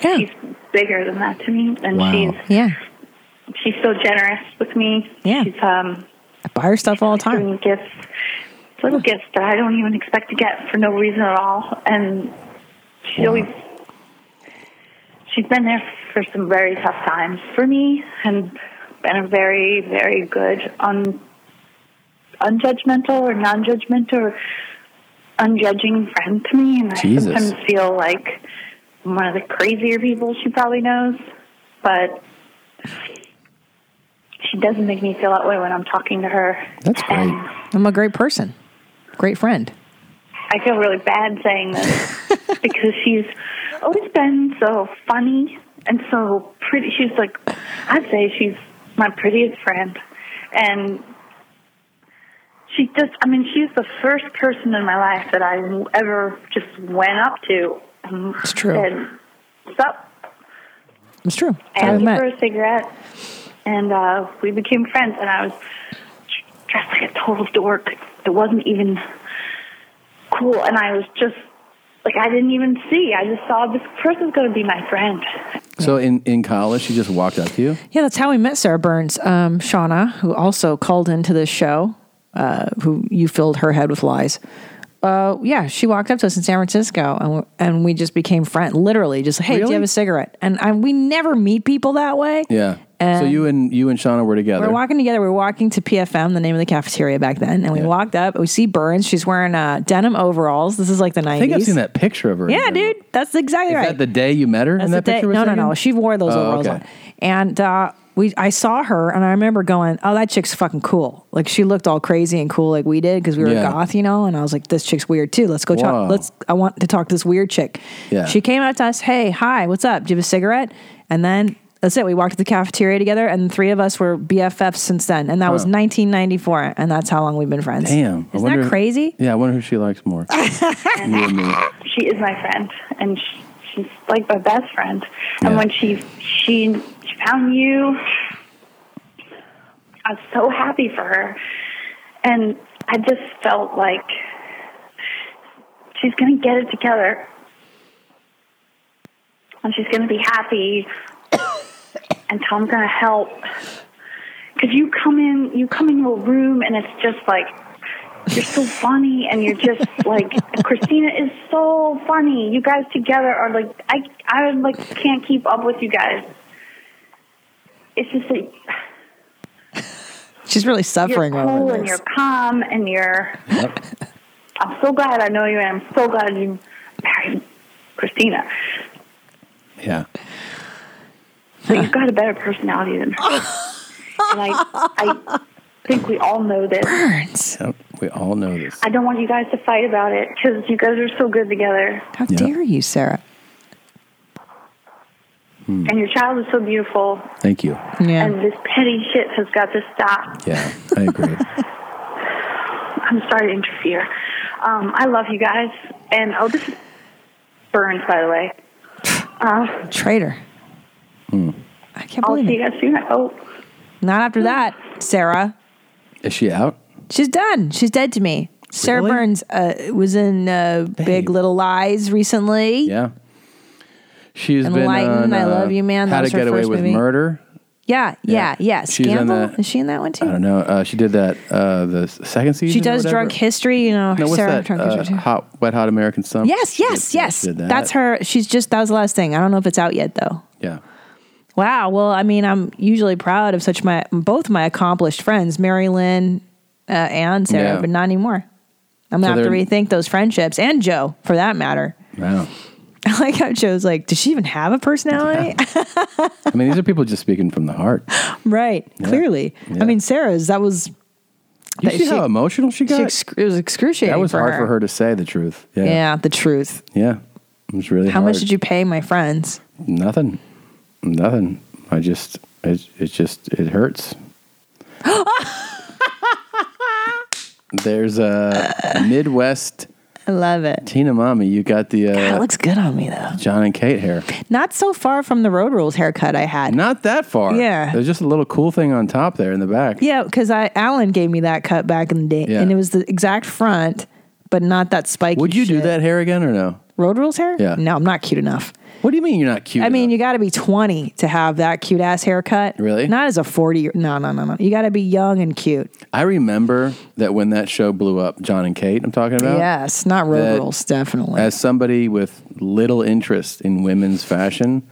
O: she's bigger than that to me, and
B: Wow.
O: she's
B: Yeah.
O: she's so generous with me.
B: Yeah.
O: She's um
B: I buy her stuff all the time.
O: giving gifts little gifts that I don't even expect to get for no reason at all. And she's always she's been there for some very tough times for me and been a very, very good un unjudgmental or non judgmental or unjudging friend to me and
Q: Jesus.
O: I sometimes feel like I'm one of the crazier people she probably knows. But she doesn't make me feel that way when I'm talking to her.
B: That's great. I'm a great person. Great friend.
O: I feel really bad saying this because she's always been so funny and so pretty. She's like, I'd say she's my prettiest friend. And she just, I mean, she's the first person in my life that I ever just went up to and
B: It's true.
O: said, What's up?
B: It's true. That's how
O: I
B: we
O: asked
B: met.
O: for a cigarette, and uh, we became friends. And I was dressed like a total dork. It wasn't even cool, and I was just like I didn't even see. I just saw this person's going to be my friend.
A: So in, in college, she just walked up to you.
B: Yeah, that's how we met Sarah Burns. Um, Shauna, who also called into this show, uh, who you filled her head with lies. Uh, yeah, she walked up to us in San Francisco, and we, and we just became friends. Literally, just hey, do
A: Really?
B: you have a cigarette? And I, we never meet people that way.
A: Yeah. so
B: And-
A: you and you and Shauna were together.
B: We're walking together. We're walking to PFM, the name of the cafeteria back then, and we walked up. We see Burns. She's wearing uh, denim overalls. This is like the
A: I
B: nineties.
A: think I've seen that picture of her.
B: Yeah, dude, that's exactly
A: Is
B: right.
A: that the day you met her?
B: That's
A: in that
B: the day-
A: picture we're
B: No, no,
A: taking?
B: no. She wore those
A: Oh,
B: overalls
A: okay.
B: on, and uh, we. I saw her, and I remember going, "Oh, that chick's fucking cool." Like she looked all crazy and cool, like we did, because we were
A: Yeah.
B: goth, you know. And I was like, "This chick's weird too. Let's go
A: Wow.
B: talk. Let's. I want to talk to this weird chick."
A: Yeah.
B: She came up to us. Hey, hi, what's up? Do you have a cigarette? And then. That's it. We walked to the cafeteria together, and the three of us were BFFs since then. And that was
A: Huh.
B: 1994, and that's how long we've been friends.
A: Damn. I
B: Isn't
A: wonder-
B: that crazy?
A: Yeah, I wonder who she likes more. you and me.
O: She is my friend, and she, she's like my best friend. And when she she she found you, I was so happy for her, and I just felt like she's gonna get it together, and she's gonna be happy, and Tom's gonna help, because you come in, you come in your room, and it's just like you're so funny, and you're just like Christina is so funny. You guys together are like I, I like can't keep up with you guys. It's just like
B: She's really suffering
O: you're
B: over
O: cool
B: this.
O: and you're calm and you're. I'm so glad I know you, and I'm so glad you married Christina.
A: Yeah.
O: But you've got a better personality than her. and I, I think we all know this.
A: Yep, we all know this.
O: I don't want you guys to fight about it because you guys are so good together,
B: How dare you, Sarah?
A: Hmm.
O: and your child is so beautiful.
A: Thank you.
B: Yeah.
O: And this petty shit has got to stop.
A: Yeah, I agree.
O: I'm sorry to interfere. Um, I love you guys, and oh, this is Burns, by the way. Uh,
B: Traitor. I can't
O: I'll
B: believe
O: see you guys soon. Oh, I hope.
B: Not after that, Sarah.
A: Is she out?
B: She's done. She's dead to me. Sarah Burns uh, was in uh, Big Little Lies recently.
A: Yeah. She's been on,
B: Enlightened,
A: uh,
B: I Love You, Man. That
A: How
B: was
A: to
B: her
A: Get Away
B: first
A: with
B: movie.
A: Murder.
B: Yeah, yeah, yeah.
A: She's in
B: Scandal.
A: that-
B: Is she in that one
A: I
B: too?
A: don't know. Uh, she did that uh, the s- second season.
B: She
A: or
B: does
A: whatever.
B: drunk history, you know.
A: No, what's
B: Sarah
A: that?
B: drunk
A: Uh,
B: history. too.
A: hot, wet, hot American summer.
B: yes, yes, yes.
A: did that.
B: That's her. She's just that was the last thing. I don't know if it's out yet though.
A: Yeah.
B: Wow. Well, I mean, I'm usually proud of such my both my accomplished friends, Mary Lynn uh, and Sarah,
A: Yeah.
B: but not anymore. I'm gonna
A: So
B: have to
A: they're-
B: rethink those friendships and Joe, for that matter.
A: Wow.
B: I like how Joe's like, does she even have a personality?
A: I mean, these are people just speaking from the heart.
B: right.
A: Yeah.
B: Clearly. I
A: Yeah.
B: mean, Sarah's that was.
A: You
B: that
A: see how emotional she got?
B: excru- it was excruciating.
A: That was
B: for
A: hard
B: her.
A: for her to say the truth. Yeah.
B: Yeah. the truth.
A: Yeah. It was really
B: How
A: hard.
B: much did you pay my friends?
A: Nothing. Nothing. I just, it, it just, it hurts. There's a Midwest.
B: I love it.
A: Tina Mommy, you got the. Uh,
B: God, it looks good on me, though.
A: John and Kate hair.
B: Not so far from the road rules haircut I had.
A: Not that far.
B: Yeah.
A: There's just a little cool thing on top there in the back.
B: Yeah, because I Alan gave me that cut back in the day,
A: Yeah.
B: and it was the exact front, but not that spiky.
A: Would you do that hair again or no?
B: road rules hair?
A: Yeah.
B: No, I'm not cute enough.
A: What do you mean you're not cute?
B: I mean, you got to be 20 to have that cute ass haircut. Really? Not as a 40 year. No, no, no, no. You got to be young and cute.
A: I remember that when that show blew up, John and Kate, I'm talking about.
B: Yes, not road
A: that
B: rules, definitely.
A: As somebody with little interest in women's fashion,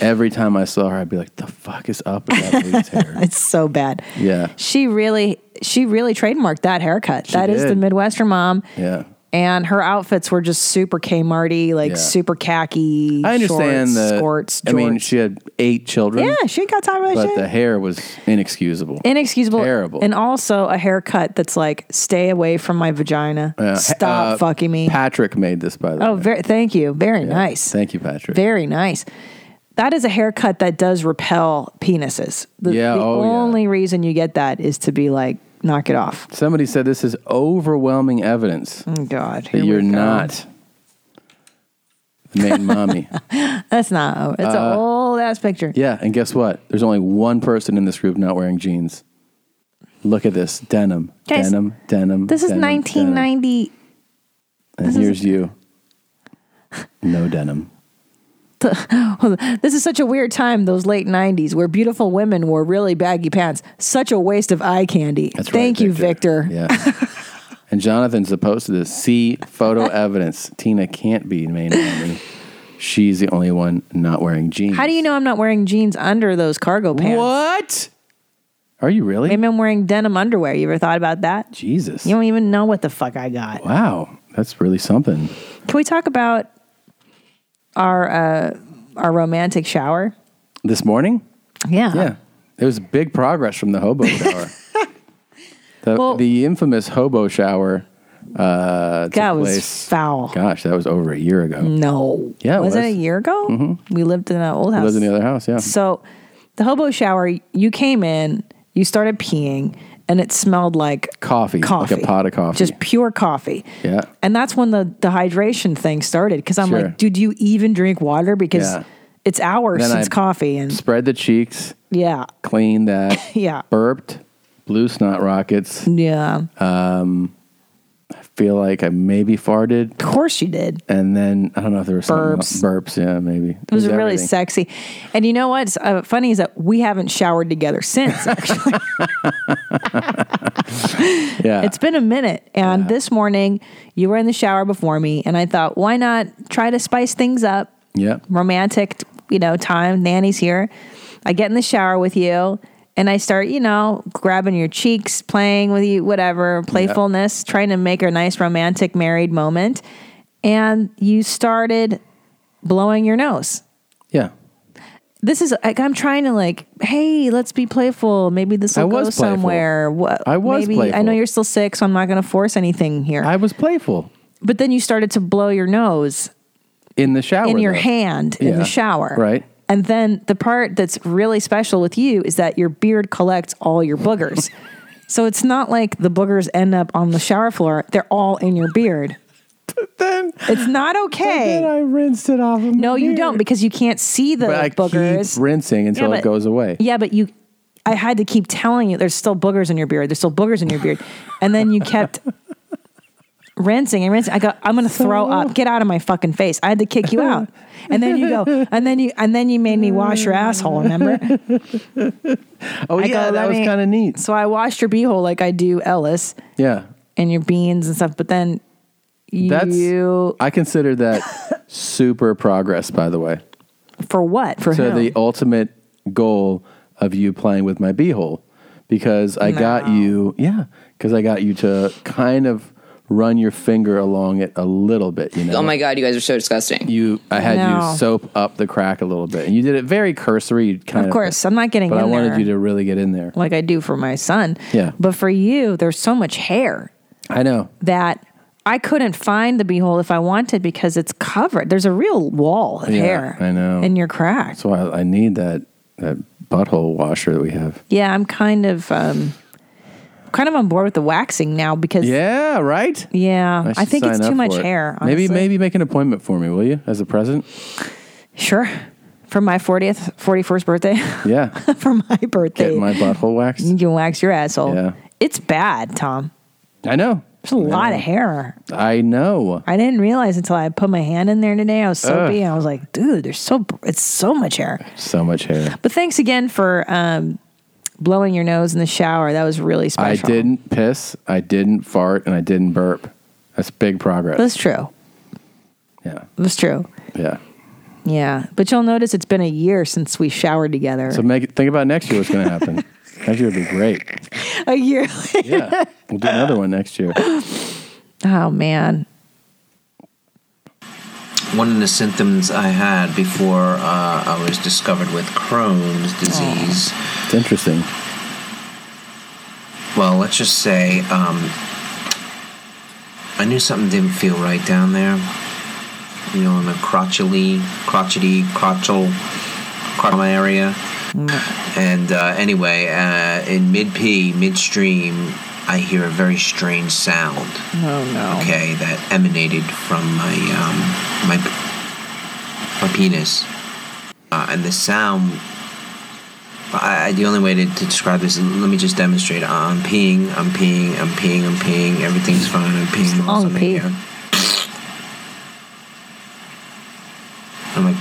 A: every time I saw her, I'd be like, the fuck is up with that lady's hair?
B: it's so bad.
A: Yeah.
B: She really, she really trademarked that haircut. That is
A: did.
B: the Midwestern mom.
A: Yeah.
B: And her outfits were just super Kmarty, like
A: Yeah.
B: super khaki.
A: I understand
B: shorts,
A: the.
B: skorts.
A: I mean,
B: jorts.
A: she had eight children.
B: yeah, she ain't got time for that
A: But
B: shit.
A: the hair was inexcusable.
B: Inexcusable.
A: Terrible.
B: And also a haircut that's like, stay away from my vagina.
A: Yeah.
B: Stop
A: Uh,
B: fucking me.
A: Patrick made this, by the
B: Oh,
A: way.
B: very, thank you. Very nice.
A: Thank you, Patrick.
B: Very nice. That is a haircut that does repel penises. The,
A: Yeah,
B: the
A: oh, yeah.
B: only reason you get that is to be like, knock it off.
A: Somebody said this is overwhelming evidence.
B: Oh, God.
A: That you're not the main mommy.
B: That's not over. It's
A: Uh,
B: an old ass picture.
A: Yeah, and guess what? There's only one person in this group not wearing jeans. Look at this denim,
B: Guys,
A: denim, denim.
B: This is
A: denim, denim.
B: 1990.
A: And here's you. No denim.
B: This is such a weird time, those late 90s, where beautiful women wore really baggy pants. Such a waste of eye candy.
A: That's right,
B: Thank you, Victor.
A: Yeah. and Jonathan's opposed to this. See photo evidence. Tina can't be main mommy. She's the only one not wearing jeans.
B: How do you know I'm not wearing jeans under those cargo pants?
A: What? Are you really?
B: Maybe I'm wearing denim underwear. You ever thought about that?
A: Jesus.
B: You don't even know what the fuck I got.
A: Wow, that's really something.
B: Can we talk about our uh, our romantic shower?
A: This morning?
B: Yeah.
A: Yeah. There was big progress from the hobo shower. the, the infamous hobo shower. Uh, took
B: That was
A: place-
B: foul.
A: Gosh, that was over a year ago.
B: No.
A: Yeah, it
B: was it
A: was.
B: a year ago? Mm-hmm. We lived in an old
A: I
B: house.
A: lived in the other house, yeah.
B: So the hobo shower, you came in, you started peeing, and it smelled like
A: coffee,
B: coffee.
A: like a pot of coffee.
B: Just pure coffee.
A: yeah.
B: And that's when the, the hydration thing started because I'm
A: Sure.
B: like, dude, do you even drink water? Because
A: Yeah.
B: it's hours
A: Then
B: since
A: I
B: coffee. And
A: Spread the cheeks,
B: yeah,
A: clean that,
B: yeah, Mm.
A: burped, blue snot rockets.
B: yeah.
A: Um, I feel like I maybe farted. Of
B: course you did.
A: And then I don't know if there was something else-
B: Burps.
A: burps, yeah, maybe.
B: It was really sexy. And you know what's uh, funny is that we haven't showered together since. Actually,
A: Yeah.
B: it's been a minute. And this morning, you were in the shower before me, and I thought, why not try to spice things up?
A: yeah.
B: romantic, you know, time. Nanny's here. I get in the shower with you and I start, you know, grabbing your cheeks, playing with you, whatever, playfulness, trying to make a nice romantic married moment. And you started blowing your nose.
A: Yeah.
B: This is like I'm trying to like, hey, let's be playful. Maybe this
A: I
B: will go
A: was playful.
B: somewhere. What
A: I was
B: maybe I
A: playful.
B: know you're still sick, so I'm not gonna force anything here. I
A: was playful.
B: But then you started to blow your nose
A: In the shower.
B: in your
A: though.
B: hand in
A: Yeah.
B: the shower.
A: Right.
B: And then the part that's really special with you is that your beard collects all your boogers. so it's not like the boogers end up on the shower floor, they're all in your beard. But
A: then
B: it's not okay.
A: I rinsed it off. Of
B: no, you don't because you can't see the
A: But I
B: boogers
A: keep rinsing until
B: Yeah,
A: it
B: but-
A: goes away.
B: Yeah, but you, I had to keep telling you there's still boogers in your beard. There's still boogers in your beard, and then you kept rinsing and rinsing. I go, I'm gonna throw up. Get out of my fucking face. I had to kick you out, and then you go, and then you, and then you made me wash your asshole. Remember?
A: Oh
B: I
A: yeah,
B: go, "Let
A: that was
B: me-"
A: kind of neat.
B: So I washed your beehole like I do Ellis
A: Yeah.
B: and your beans and stuff, but then you
A: That's I consider that super progress by the way.
B: for what? For
A: so
B: who?
A: the ultimate goal of you playing with my beehole because I got you, yeah, because I got you to kind of run your finger along it a little bit. You know,
Q: Oh my god, you guys are so disgusting.
A: You, I had
B: No.
A: you soap up the crack a little bit, and you did it very cursory. You kind
B: of course, I'm not getting
A: but
B: in
A: I wanted
B: there
A: you to really get in there.
B: like I do for my son.
A: Yeah,
B: But for you, there's so much hair.
A: I know.
B: that I couldn't find the beehole if I wanted because it's covered. There's a real wall of
A: Yeah,
B: hair
A: I know.
B: in your crack.
A: That's why I, I need that that butthole washer that we have.
B: Yeah, I'm kind of um, kind of on board with the waxing now because
A: Yeah, right.
B: yeah, I,
A: should
B: think it's
A: sign
B: too
A: up
B: much
A: for it.
B: hair.
A: Maybe
B: honestly.
A: maybe make an appointment for me, will you, as a present?
B: sure for my 40th 41st birthday
A: Yeah,
B: for my birthday
A: get my butthole waxed.
B: you can wax your asshole.
A: Yeah.
B: It's bad, Tom.
A: I know.
B: There's a lot of hair.
A: I know.
B: I didn't realize until I put my hand in there today. I was soapy.
A: Ugh.
B: and I was like, dude, there's so it's so much hair.
A: So much hair.
B: But thanks again for um, blowing your nose in the shower. That was really
A: I
B: special.
A: didn't piss, I didn't fart, and I didn't burp. That's big progress.
B: That's true.
A: Yeah.
B: That's true.
A: Yeah.
B: Yeah. But you'll notice it's been a year since we showered together.
A: So make it, think about next year what's going to happen. next year would be great.
B: a year.
A: Yeah. We'll do another one next year.
B: oh man.
R: One of the symptoms I had before uh, I was discovered with Crohn's disease.
B: Oh.
A: It's interesting.
R: Well, let's just say um, I knew something didn't feel right down there. You know, in the crotchety, crotchety, crotchel, crotchel area.
B: Mm.
R: And uh, anyway, uh, in mid P, midstream, I hear a very strange sound.
B: Oh no.
R: Okay, that emanated from my um, my my penis, uh, and the sound. I, I- the only way to, to describe this, let me just demonstrate. I'm peeing, I'm peeing, I'm peeing, I'm peeing. Everything's fine. I'm peeing. all of a sudden I
B: Oh, pee.
R: hear- I'm like,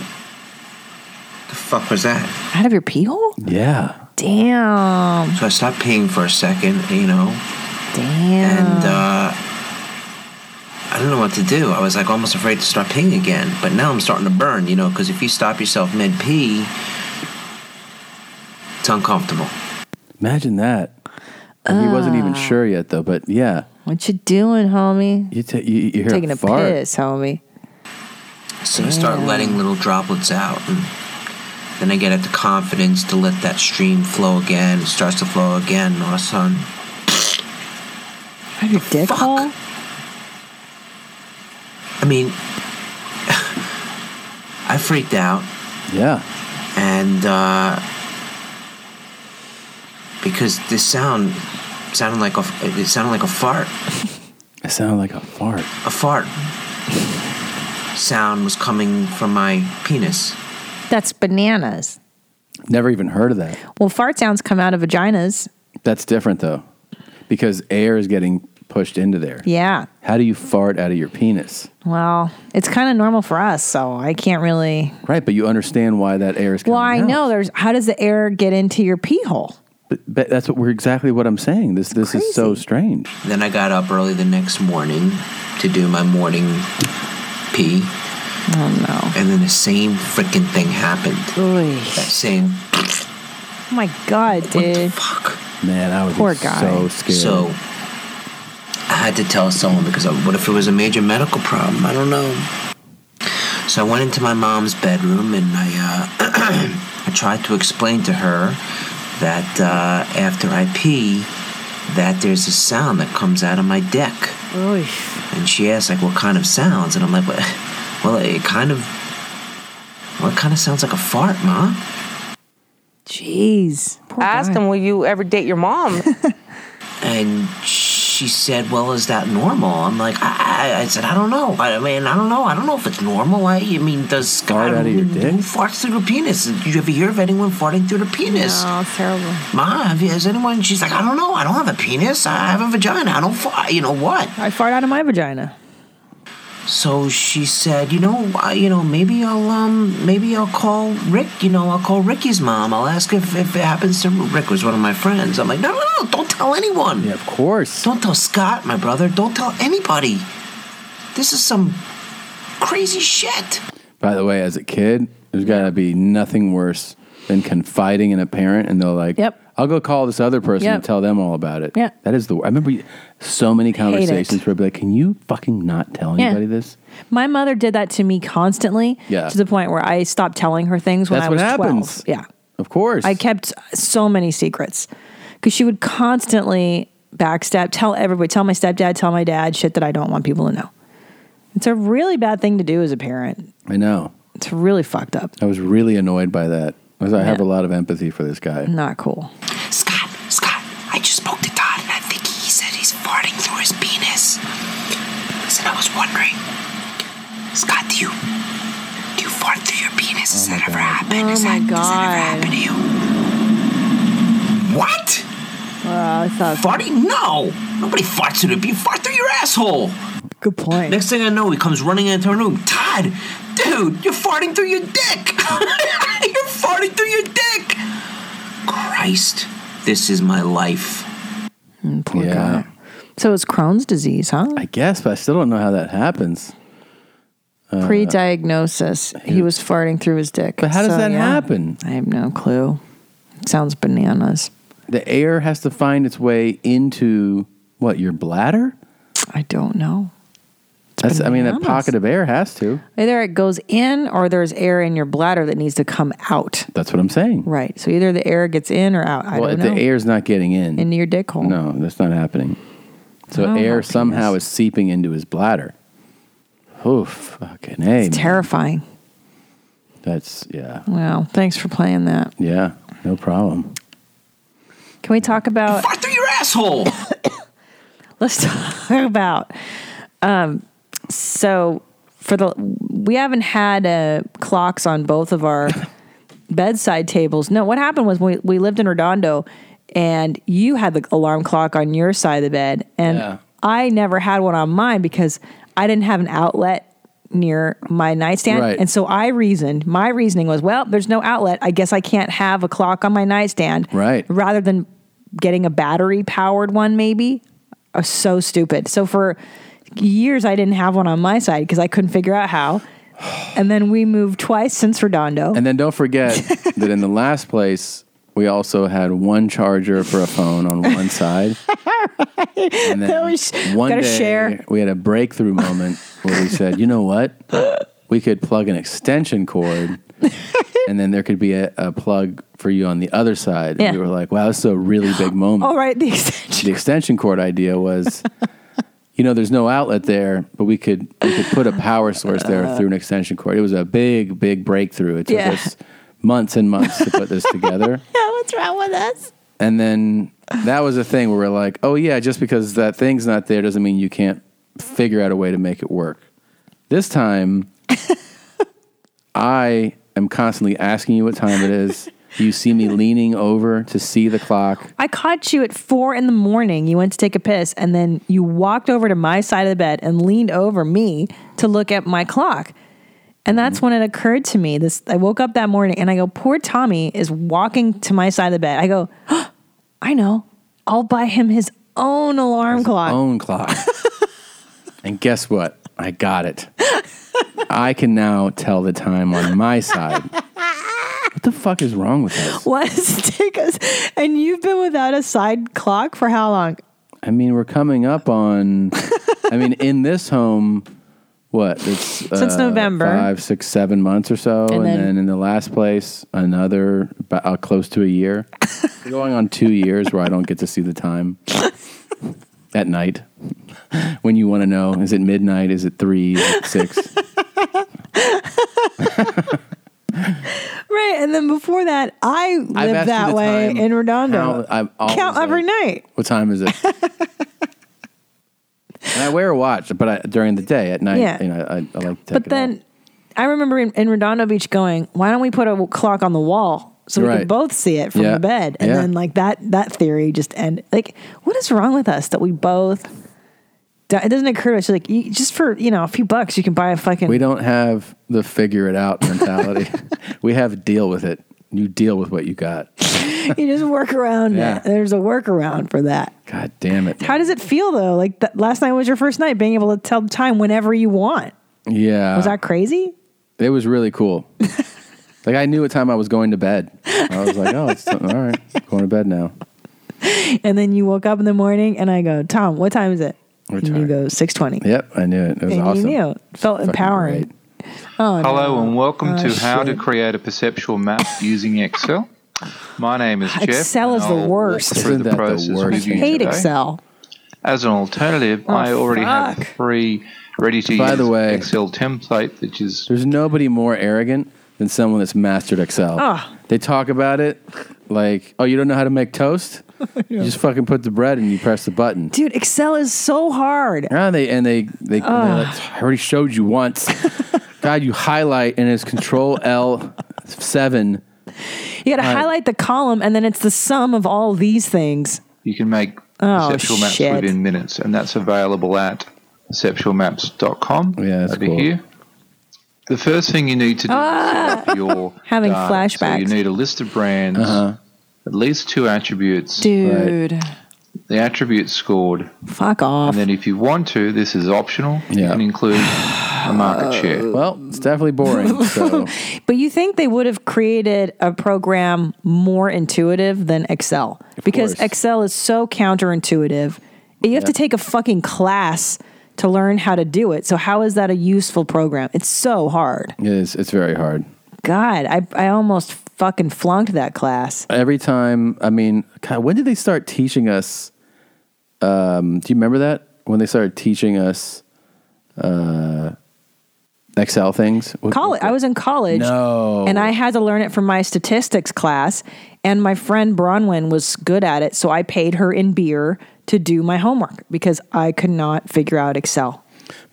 R: the fuck was that?
B: Out of your pee hole?
A: Yeah.
B: Damn.
R: So I stopped peeing for a second, you know.
B: Damn.
R: And uh, I don't know what to do. I was like almost afraid to start peeing again, but now I'm starting to burn, you know, because if you stop yourself mid pee, it's uncomfortable.
A: Imagine that. And he wasn't even sure yet, though, but yeah.
B: What Ah. you doing, homie?
A: You, ta- you, you hear
B: Taking
A: a
B: a
A: fart.
B: piss, homie.
R: So I start
B: Damn.
R: letting little droplets out, and then I get at the confidence to let that stream flow again. It starts to flow again, and all of a sudden,
B: Out of your dick hole?
R: I mean, I freaked out.
A: Yeah.
R: And uh, because this sound sounded like a it sounded like a fart.
A: It sounded like a fart.
R: A fart sound was coming from my penis.
B: That's bananas.
A: Never even heard of that.
B: Well, fart sounds come out of vaginas.
A: That's different, though, because air is getting pushed into there.
B: Yeah.
A: How do you fart out of your penis?
B: Well, it's kind of normal for us, so I can't really.
A: Right, but you understand why that air is coming
B: Well, I
A: out.
B: know there's. How does the air get into your pee hole?
A: But, but that's what we're exactly what I'm saying. This this is so strange.
R: Then I got up early the next morning to do my morning pee.
B: Oh
R: no. And then the same freaking thing happened. That same
B: Oh my god, dude!
A: man, I would
B: Poor
R: be
B: guy.
R: so
A: scared.
R: So I had to tell someone because I, what if it was a major medical problem? I don't know. So I went into my mom's bedroom and I uh, I tried to explain to her that uh, after I pee that there's a sound that comes out of my deck. And she asked, like, what kind of sounds? And I'm like, well, well, it kind of, well, it kind of sounds like a fart, ma.
B: Jeez. Oh
L: I asked him, will you ever date your mom?
R: And she said, well, is that normal? I'm like, I, I, I said, I don't know. I mean, I don't know. I don't know if it's normal. I, I mean, does fart out of your dick? Who farts through the penis? Did you ever hear of anyone farting through the penis?
B: No, it's terrible.
R: Ma, have you, has anyone? She's like, I don't know. I don't have a penis. I have a vagina. I don't fart. You know what?
B: I fart out of my vagina.
R: So she said, you know, I, you know, maybe I'll um, maybe I'll call Rick. You know, I'll call Ricky's mom. I'll ask if, if it happens to Rick was one of my friends. I'm like, no, no, no, don't tell anyone. Yeah,
A: of course.
R: Don't tell Scott, my brother. Don't tell anybody. This is some crazy shit.
A: By the way, as a kid, there's got to be nothing worse than confiding in a parent and they're like, "Yep, I'll go call this other person
B: Yep.
A: and tell them all about it."
B: Yeah.
A: that is the. wor- I remember so many conversations where I'd be like, "Can you fucking not tell
B: Yeah.
A: anybody this?"
B: My mother did that to me constantly.
A: Yeah.
B: To the point where I stopped telling her things when
A: That's
B: I
A: what
B: was
A: happens.
B: twelve. Yeah.
A: Of course.
B: I kept so many secrets because she would constantly backstab, tell everybody, tell my stepdad, tell my dad shit that I don't want people to know. It's a really bad thing to do as a parent.
A: I know.
B: It's really fucked up.
A: I was really annoyed by that. I was- I have a lot of empathy for this guy.
B: Not cool.
R: Scott, Scott, I just spoke to Todd and I think he said he's farting through his penis. Listen, I was wondering, Scott, do you do you fart through your penis?
A: Oh
R: Has that ever happened? Has that, Does that ever happen to you? What? Farting? No! Nobody farts through the You fart through your asshole!
B: Good point.
R: Next thing I know, he comes running into our room. Todd, dude, you're farting through your dick! you're farting through your dick! Christ, this is my life.
B: poor guy. So it's Crohn's disease, huh?
A: I guess, but I still don't know how that happens. Uh,
B: Pre-diagnosis, he was farting through his dick.
A: But how does
B: So,
A: that
B: yeah.
A: happen?
B: I have no clue. It sounds bananas.
A: The air has to find its way into what your bladder.
B: I don't know.
A: That's. I mean, a
B: bananas.
A: pocket of air has to.
B: Either it goes in or there's air in your bladder that needs to come out.
A: That's what I'm saying.
B: Right. So either the air gets in or out. I
A: well,
B: don't
A: if
B: know.
A: the air's not getting in
B: into your dick hole.
A: No, that's not happening. So
B: Oh,
A: air
B: my
A: somehow is seeping into his bladder. Oh, fucking hey!
B: It's terrifying.
A: That's yeah,
B: Wow. Thanks for playing that.
A: yeah, no problem.
B: Can we talk about
R: fart through your asshole?
B: Let's talk about. Um, so for the we haven't had uh, clocks on both of our bedside tables. No, what happened was we we lived in Redondo, and you had the alarm clock on your side of the bed, and
Q: Yeah.
B: I never had one on mine because I didn't have an outlet near my nightstand.
Q: Right.
B: And so I reasoned, my reasoning was, well, there's no outlet. I guess I can't have a clock on my nightstand.
A: Right.
B: Rather than getting a battery powered one, maybe. Oh, so stupid. So for years, I didn't have one on my side because I couldn't figure out how. And then we moved twice since Redondo.
A: And then don't forget that in the last place we also had one charger for a phone on one side. And then
B: That was-
A: one
B: Oh, gotta
A: day
B: share.
A: we had a breakthrough moment where we said, you know what? We could plug an extension cord and then there could be a, a plug for you on the other side.
B: Yeah. Oh,
A: And we were like, wow, this is a really big moment.
B: All right, the extension.
A: The extension cord idea was, you know, there's no outlet there, but we could we could put a power source there through an extension cord. It was a big, big breakthrough. It took
B: Uh. Yeah.
A: us months and months to put this together.
B: Yeah, what's wrong with us?
A: And then that was a thing where we're like, oh yeah, just because that thing's not there doesn't mean you can't figure out a way to make it work. This time, I am constantly asking you what time it is. You see me leaning over to see the clock.
B: I caught you at four in the morning. You went to take a piss, and then you walked over to my side of the bed and leaned over me to look at my clock. And
A: Mm-hmm.
B: that's when it occurred to me. This I woke up that morning and I go, poor Tommy is walking to my side of the bed. I go, "Oh, I know. I'll buy him his own alarm clock.
A: Own clock. and guess what? I got it. I can now tell the time on my side. What the fuck is wrong with us?
B: Was take us and you've been without a side clock for how long?
A: I mean, we're coming up on. I mean, in this home, what it's uh,
B: Since November.
A: five, six, seven months or so, and,
B: And
A: then,
B: then-
A: in the last place, another about, uh, close to a year, We're going on two years where I don't get to see the time at night. When you want to know, is it midnight? Is it three? Is it six?
B: Right. And then before that, I
A: asked
B: lived
A: you
B: that
A: the
B: way
A: time
B: in
A: how-
B: Redondo.
A: I've always
B: Count every night.
A: What time is it? and I wear a watch, but I, during the day, at night,
B: Yeah.
A: you know, I, I like to take
B: But then I remember in, in Redondo Beach going, why don't we put a clock on the wall so we
A: Right.
B: can both see it from
A: Yeah.
B: the bed? And
A: Yeah.
B: then like that that theory just end like what is wrong with us that we both do- it doesn't occur to us like you, just for you know a few bucks you can buy a fucking
A: We don't have the figure it out mentality. we have deal with it. You deal with what you got.
B: you just work around
A: Yeah.
B: it. There's a workaround for that.
A: God damn it.
B: How does it feel though? Like that last night was your first night being able to tell the time whenever you want.
A: Yeah.
B: was that crazy?
A: It was really cool. like I knew what time I was going to bed. I was like, oh, it's all right. Going to bed now.
B: And then you woke up in the morning and I go, Tom, what time is it? And you go, 620.
A: Yep, I knew it. It was
B: and
A: awesome.
B: you knew. It Felt empowering. Oh,
Q: Hello and welcome
B: Oh,
Q: to How to
B: shit.
Q: Create a Perceptual Map Using Excel. My name is Jeff.
B: Excel
Q: and
B: is the
Q: I'll walk
B: worst.
Q: Through
B: Isn't
Q: the
B: that the
Q: process
B: worst?
Q: with you
B: I hate
Q: today.
B: Excel.
Q: As an alternative,
B: Oh,
Q: I already
B: fuck.
Q: have three ready to
A: By
Q: use
A: the way,
Q: Excel template that is
A: There's nobody more arrogant than someone that's mastered Excel.
Q: Ah.
A: They talk about it like, oh, you don't know how to make toast? You just fucking put the bread and you press the button.
B: Dude, Excel is so hard.
A: And they and they they, and they're
B: Ah.
A: like, I already showed you once. God, you highlight and it's Control L seven.
B: You got to
A: Right.
B: highlight the column and then it's the sum of all these things.
Q: You can make
B: Oh,
Q: perceptual maps
B: shit.
Q: within minutes, and that's available at perceptualmaps.com yeah, over
A: cool.
Q: here. The first thing you need to do is set up your
B: Ah, Having
Q: data. So you
B: flashbacks.
Q: need a list of brands, at least two attributes,
B: Dude.
Q: the attributes scored.
B: Fuck off.
Q: And then if you want to, this is optional. You can include a market share.
A: Well, it's definitely boring. So
B: But you think they would have created a program more intuitive than Excel because
A: course.
B: Excel is so counterintuitive. You have
A: Yeah.
B: to take a fucking class to learn how to do it. So how is that a useful program? It's so hard.
A: it is it's very hard.
B: God, I I almost fucking flunked that class.
A: Every time, I mean, God, when did they start teaching us? Um, do you remember that when they started teaching us uh, Excel things? What-
B: College. I was in college.
A: No.
B: And I had to learn it from my statistics class. And my friend Bronwyn was good at it. So I paid her in beer to do my homework because I could not figure out Excel.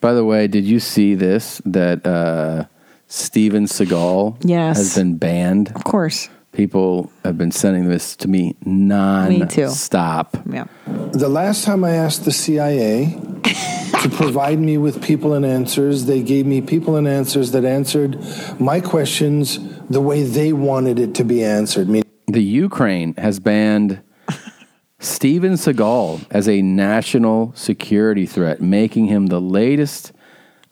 A: By the way, did you see this? That uh, Steven Seagal
B: Yes.
A: has been banned. Of
B: course.
A: People have been sending this to me non stop.
B: Yeah.
S: The last time I asked the CIA to provide me with people and answers, they gave me people and answers that answered my questions the way they wanted it to be answered. Meaning
A: The Ukraine has banned Steven Seagal as a national security threat, making him the latest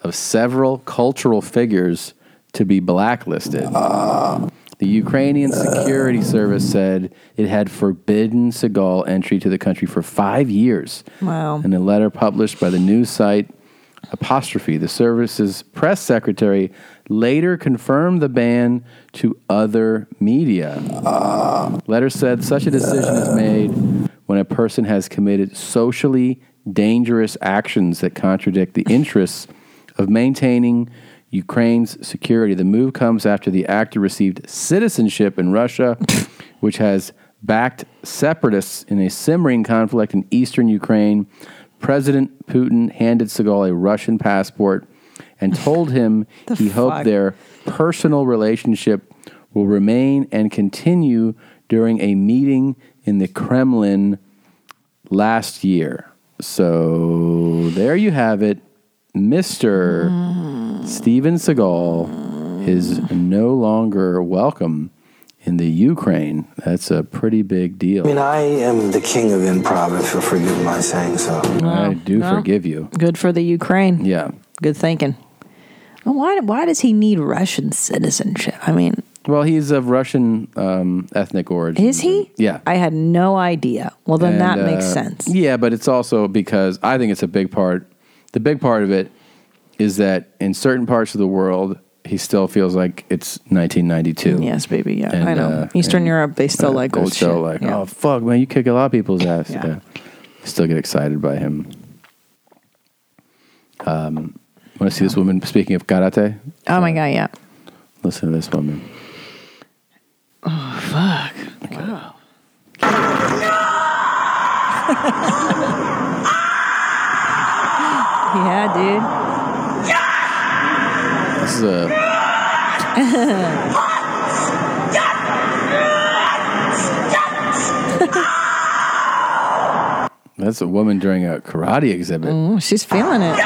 A: of several cultural figures to be blacklisted. the Ukrainian Security Service said it had forbidden Seagal entry to the country for five years.
B: Wow.
A: In a letter published by the news site Apostrophe, the service's press secretary later confirmed the ban to other media. letter said such a decision is made when a person has committed socially dangerous actions that contradict the interests of maintaining Ukraine's security. The move comes after the actor received citizenship in Russia, which has backed separatists in a simmering conflict in eastern Ukraine. President Putin handed Seagal a Russian passport and told him he hoped
B: fuck?
A: their personal relationship will remain and continue during a meeting in the Kremlin last year. So there you have it. Mr. Steven Seagal is no longer welcome in the Ukraine. That's a pretty big deal.
T: I mean, I am the king of improv, if you'll forgive my saying so.
A: I do
B: Well.
A: forgive you.
B: Good for the Ukraine.
A: Yeah.
B: Good thinking. Well, Why, why does he need Russian citizenship? I mean,
A: Well, he's of Russian um, ethnic origin.
B: is he?
A: Yeah.
B: I had no idea. Well, then
A: And,
B: that makes
A: uh,
B: sense.
A: Yeah, but it's also because I think it's a big part. The big part of it is that in certain parts of the world, he still feels like it's 1992.
B: Yes, baby. Yeah,
A: And,
B: I know.
A: uh,
B: Eastern
A: and,
B: Europe, they still
A: uh,
B: like
A: they're
B: old
A: still like,
B: shit. Yeah.
A: oh fuck, man, you kick a lot of people's ass.
B: Yeah.
A: Yeah. Still get excited by him. Um, want to see this woman? Speaking of karate,
B: Oh my god, yeah.
A: listen to this woman.
B: Oh fuck. Wow. yeah, dude.
A: This is a that's a woman during a karate exhibit.
B: Ooh, she's feeling it.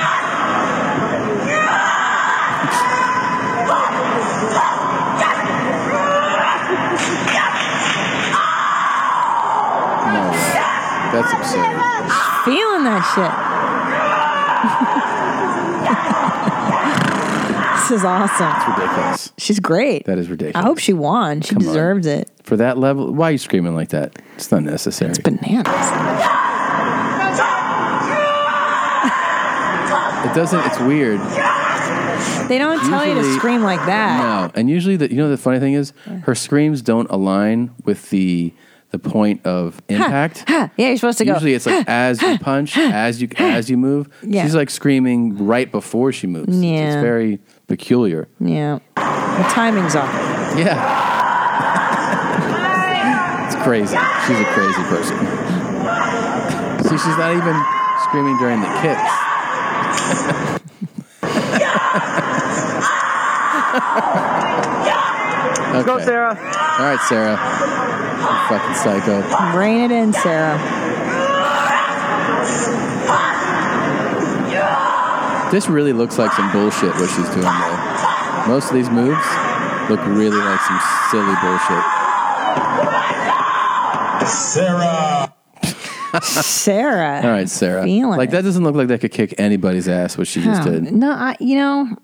A: That's absurd.
B: Feeling that shit. this is awesome. It's
A: ridiculous.
B: She's great.
A: That is ridiculous.
B: I hope she won. Oh, She
A: Come on.
B: deserved it.
A: For that level, why are you screaming like that? It's not necessary. It's
B: bananas.
A: It doesn't. It's weird.
B: They don't tell you to
A: Usually-
B: scream like that.
A: No, and usually the you know the funny thing is her screams don't align with the the point of impact.
B: Ha, yeah, you're supposed to go.
A: Usually it's like as you punch, as you as you move.
B: Yeah.
A: She's like screaming right before she moves. It's- It's,
B: Yeah.
A: very peculiar.
B: Yeah. The timing's off.
A: Yeah. it's crazy. She's a crazy person. See, she's not even screaming during the kicks.
B: Go, Sarah.
A: All right, Sarah. You fucking psycho.
B: Rein it in, Sarah.
A: This really looks like some bullshit what she's doing though. Most of these moves look really like some silly bullshit.
B: Sarah. Sarah.
A: All right, Sarah.
B: Feeling
A: like that doesn't look like that could kick anybody's ass what she just
B: Huh.
A: did.
B: No, I, you know,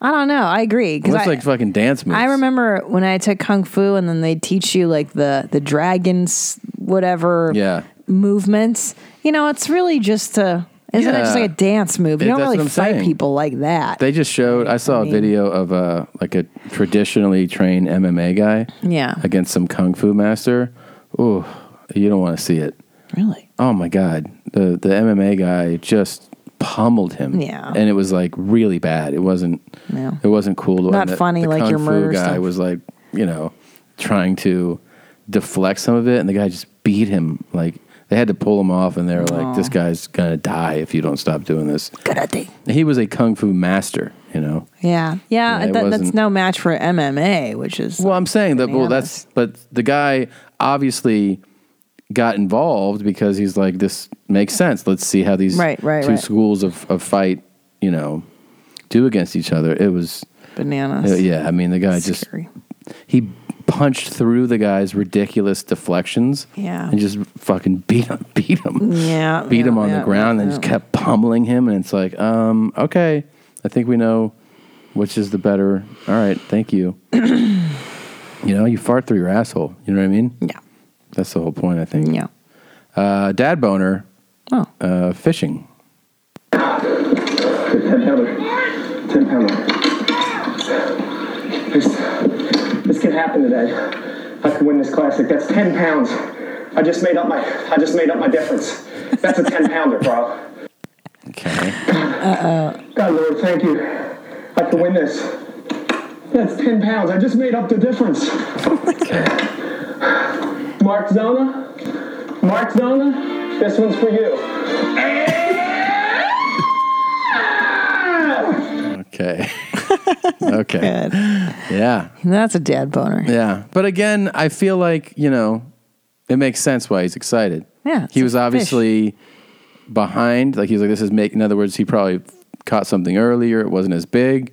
B: I don't know. I agree.
A: It
B: Because
A: looks
B: I,
A: like fucking dance moves.
B: I remember when I took Kung Fu and then they teach you like the, the dragons, whatever
A: yeah.
B: movements. You know, it's really just a, isn't it
A: Yeah.
B: just like a dance move? You
A: It-
B: don't
A: that's what
B: really
A: I'm
B: fight
A: saying.
B: people like that.
A: They just showed. I saw a video of a like a traditionally trained MMA guy
B: Yeah.
A: Oh. against some kung fu master. Ooh, you don't want to see it.
B: Really?
A: Oh my god, the the MMA guy just pummeled him.
B: Yeah.
A: and it was like really bad. It wasn't.
B: Yeah.
A: It wasn't cool.
B: Not
A: And the-
B: funny
A: the
B: like
A: kung
B: your
A: fu
B: murder
A: guy
B: stuff.
A: was like you know trying to deflect some of it, and the guy just beat him. Like they had to pull him off, and they were
B: Aw.
A: like, "This guy's gonna die if you don't stop doing this."
B: Karate.
A: He was a kung fu master. You know.
B: Yeah.
A: Yeah,
B: Yeah.
A: it
B: that, that's
A: wasn't-
B: no match for MMA, which is. Well,
A: I'm saying that. Well, that's but the guy obviously got involved because he's like, this makes sense. Let's see how these
B: Right, right,
A: two
B: right.
A: schools of, of fight, you know, do against each other. It was
B: Bananas.
A: uh, yeah, I mean, the guy just he punched through the guy's ridiculous deflections.
B: Yeah.
A: and just fucking beat him, beat him,
B: Yeah,
A: beat him
B: yeah,
A: on
B: yeah,
A: the ground, and
B: yeah.
A: just kept pummeling him. And it's like, um, okay, I think we know which is the better. All right, thank you. You know, you fart through your asshole. You know what I mean?
B: Yeah.
A: That's the whole point, I think.
B: Yeah.
A: Uh, dad boner.
B: Oh.
A: Uh, fishing.
G: Ten Heller. Ten Heller. This, this can happen today. I can win this classic. That's ten pounds. I just made up my I just made up my difference. That's a ten pounder, bro.
B: Uh
G: God Lord, thank you. I can win this. That's ten pounds. I just made up the difference. Mark Zona. Mark Zona. This one's for you.
A: Okay. Okay.
B: Good.
A: Yeah.
B: That's a dad boner.
A: Yeah. But again, I feel like, you know, it makes sense why he's excited.
B: Yeah, it's
A: He
B: a
A: was obviously behind. Like he was like, this is make in other words, he probably caught something earlier. It wasn't as big.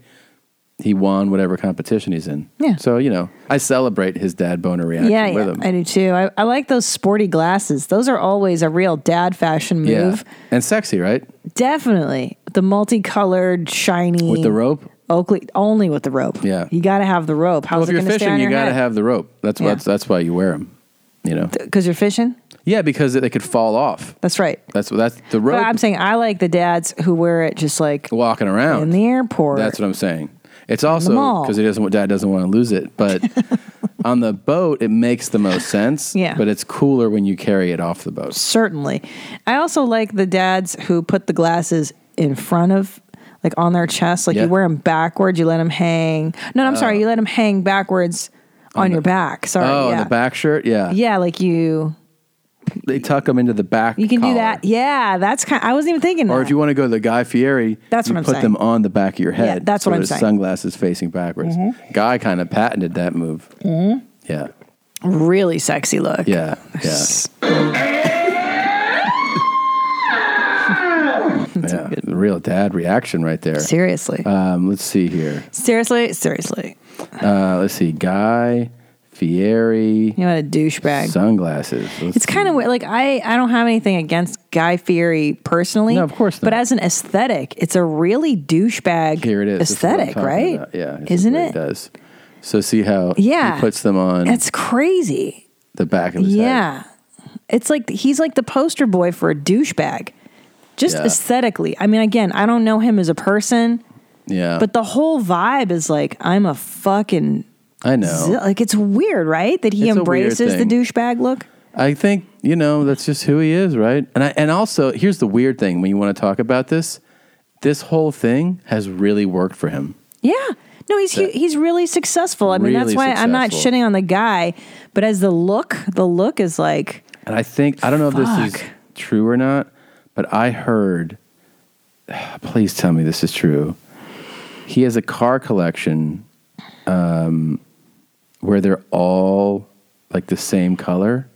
A: He won whatever competition he's in.
B: Yeah.
A: So, you know, I celebrate his dad boner reaction
B: yeah,
A: with
B: yeah,
A: him.
B: I do too. I, I like those sporty glasses. Those are always a real dad fashion move.
A: yeah. And sexy, right?
B: Definitely. The multicolored, shiny.
A: With the rope?
B: Oakley, only with the rope.
A: Yeah.
B: You got to have the rope. How's
A: well, if
B: it
A: you're
B: going to stay
A: fishing,
B: on
A: you
B: your
A: got to have the rope. That's,
B: Yeah.
A: why that's that's why you wear them. You know.
B: Because you're fishing?
A: Yeah, because they could fall off.
B: That's right.
A: That's that's the rope.
B: But I'm saying I like the dads who wear it just like
A: walking around
B: in the airport.
A: That's what I'm saying. It's also
B: mall.
A: because he doesn't. want- Dad doesn't want to lose it, but on the boat, it makes the most sense.
B: Yeah.
A: but it's cooler when you carry it off the boat.
B: Certainly. I also like the dads who put the glasses in front of, like on their chest. Like
A: Yeah.
B: you wear them backwards, you let them hang. No, I'm
A: Oh.
B: sorry. You let them hang backwards on, your back. Sorry.
A: oh,
B: yeah.
A: and the back shirt. Yeah,
B: Yeah, like you.
A: They tuck them into the back.
B: You can do that. Yeah, that's kind. I wasn't even thinking
A: Or
B: that.
A: if you want to go to the Guy Fieri,
B: That's
A: you
B: what I'm
A: put
B: saying.
A: them on the back of your
B: Yeah,
A: head.
B: that's
A: so
B: what I'm
A: there's
B: saying.
A: Sunglasses facing backwards.
B: Mhm.
A: Guy kind of patented that move.
B: Mhm.
A: Yeah,
B: Really sexy look.
A: yeah, yeah. yeah. Real dad reaction right there.
B: Seriously.
A: Um, let's see here.
B: Seriously, seriously.
A: Uh, let's see, Guy Fieri.
B: You know what a douchebag.
A: Sunglasses. Let's-
B: It's kind of weird. Like I, I don't have anything against Guy Fieri personally. No, of course not. But as an aesthetic, it's a really douchebag.
A: here it is. This is what I'm
B: Aesthetic,
A: talking
B: right?
A: about. Yeah, this is
B: Isn't
A: what
B: it?
A: It does. So see how
B: Yeah.
A: he puts them on
B: That's crazy.
A: the back of his
B: Yeah, it's like he's like the poster boy for a douchebag. Just
A: Yeah.
B: aesthetically. I mean, again, I don't know him as a person,
A: yeah.
B: but the whole vibe is like I'm a fucking.
A: I know.
B: zi- Like it's weird, right? That he
A: It's a weird
B: embraces the
A: thing.
B: douchebag look.
A: I think you know that's just who he is, right? And I, and also here's the weird thing when you want to talk about this, this whole thing has really worked for him.
B: Yeah. No, he's hu he's really successful. I mean, that's
A: Really
B: why I'm not
A: successful.
B: shitting on the guy, but as the look, the look is like
A: And I think I don't know if this is true or not, but I heard. Please tell me this is true. He has a car collection, um, where they're all like the same color.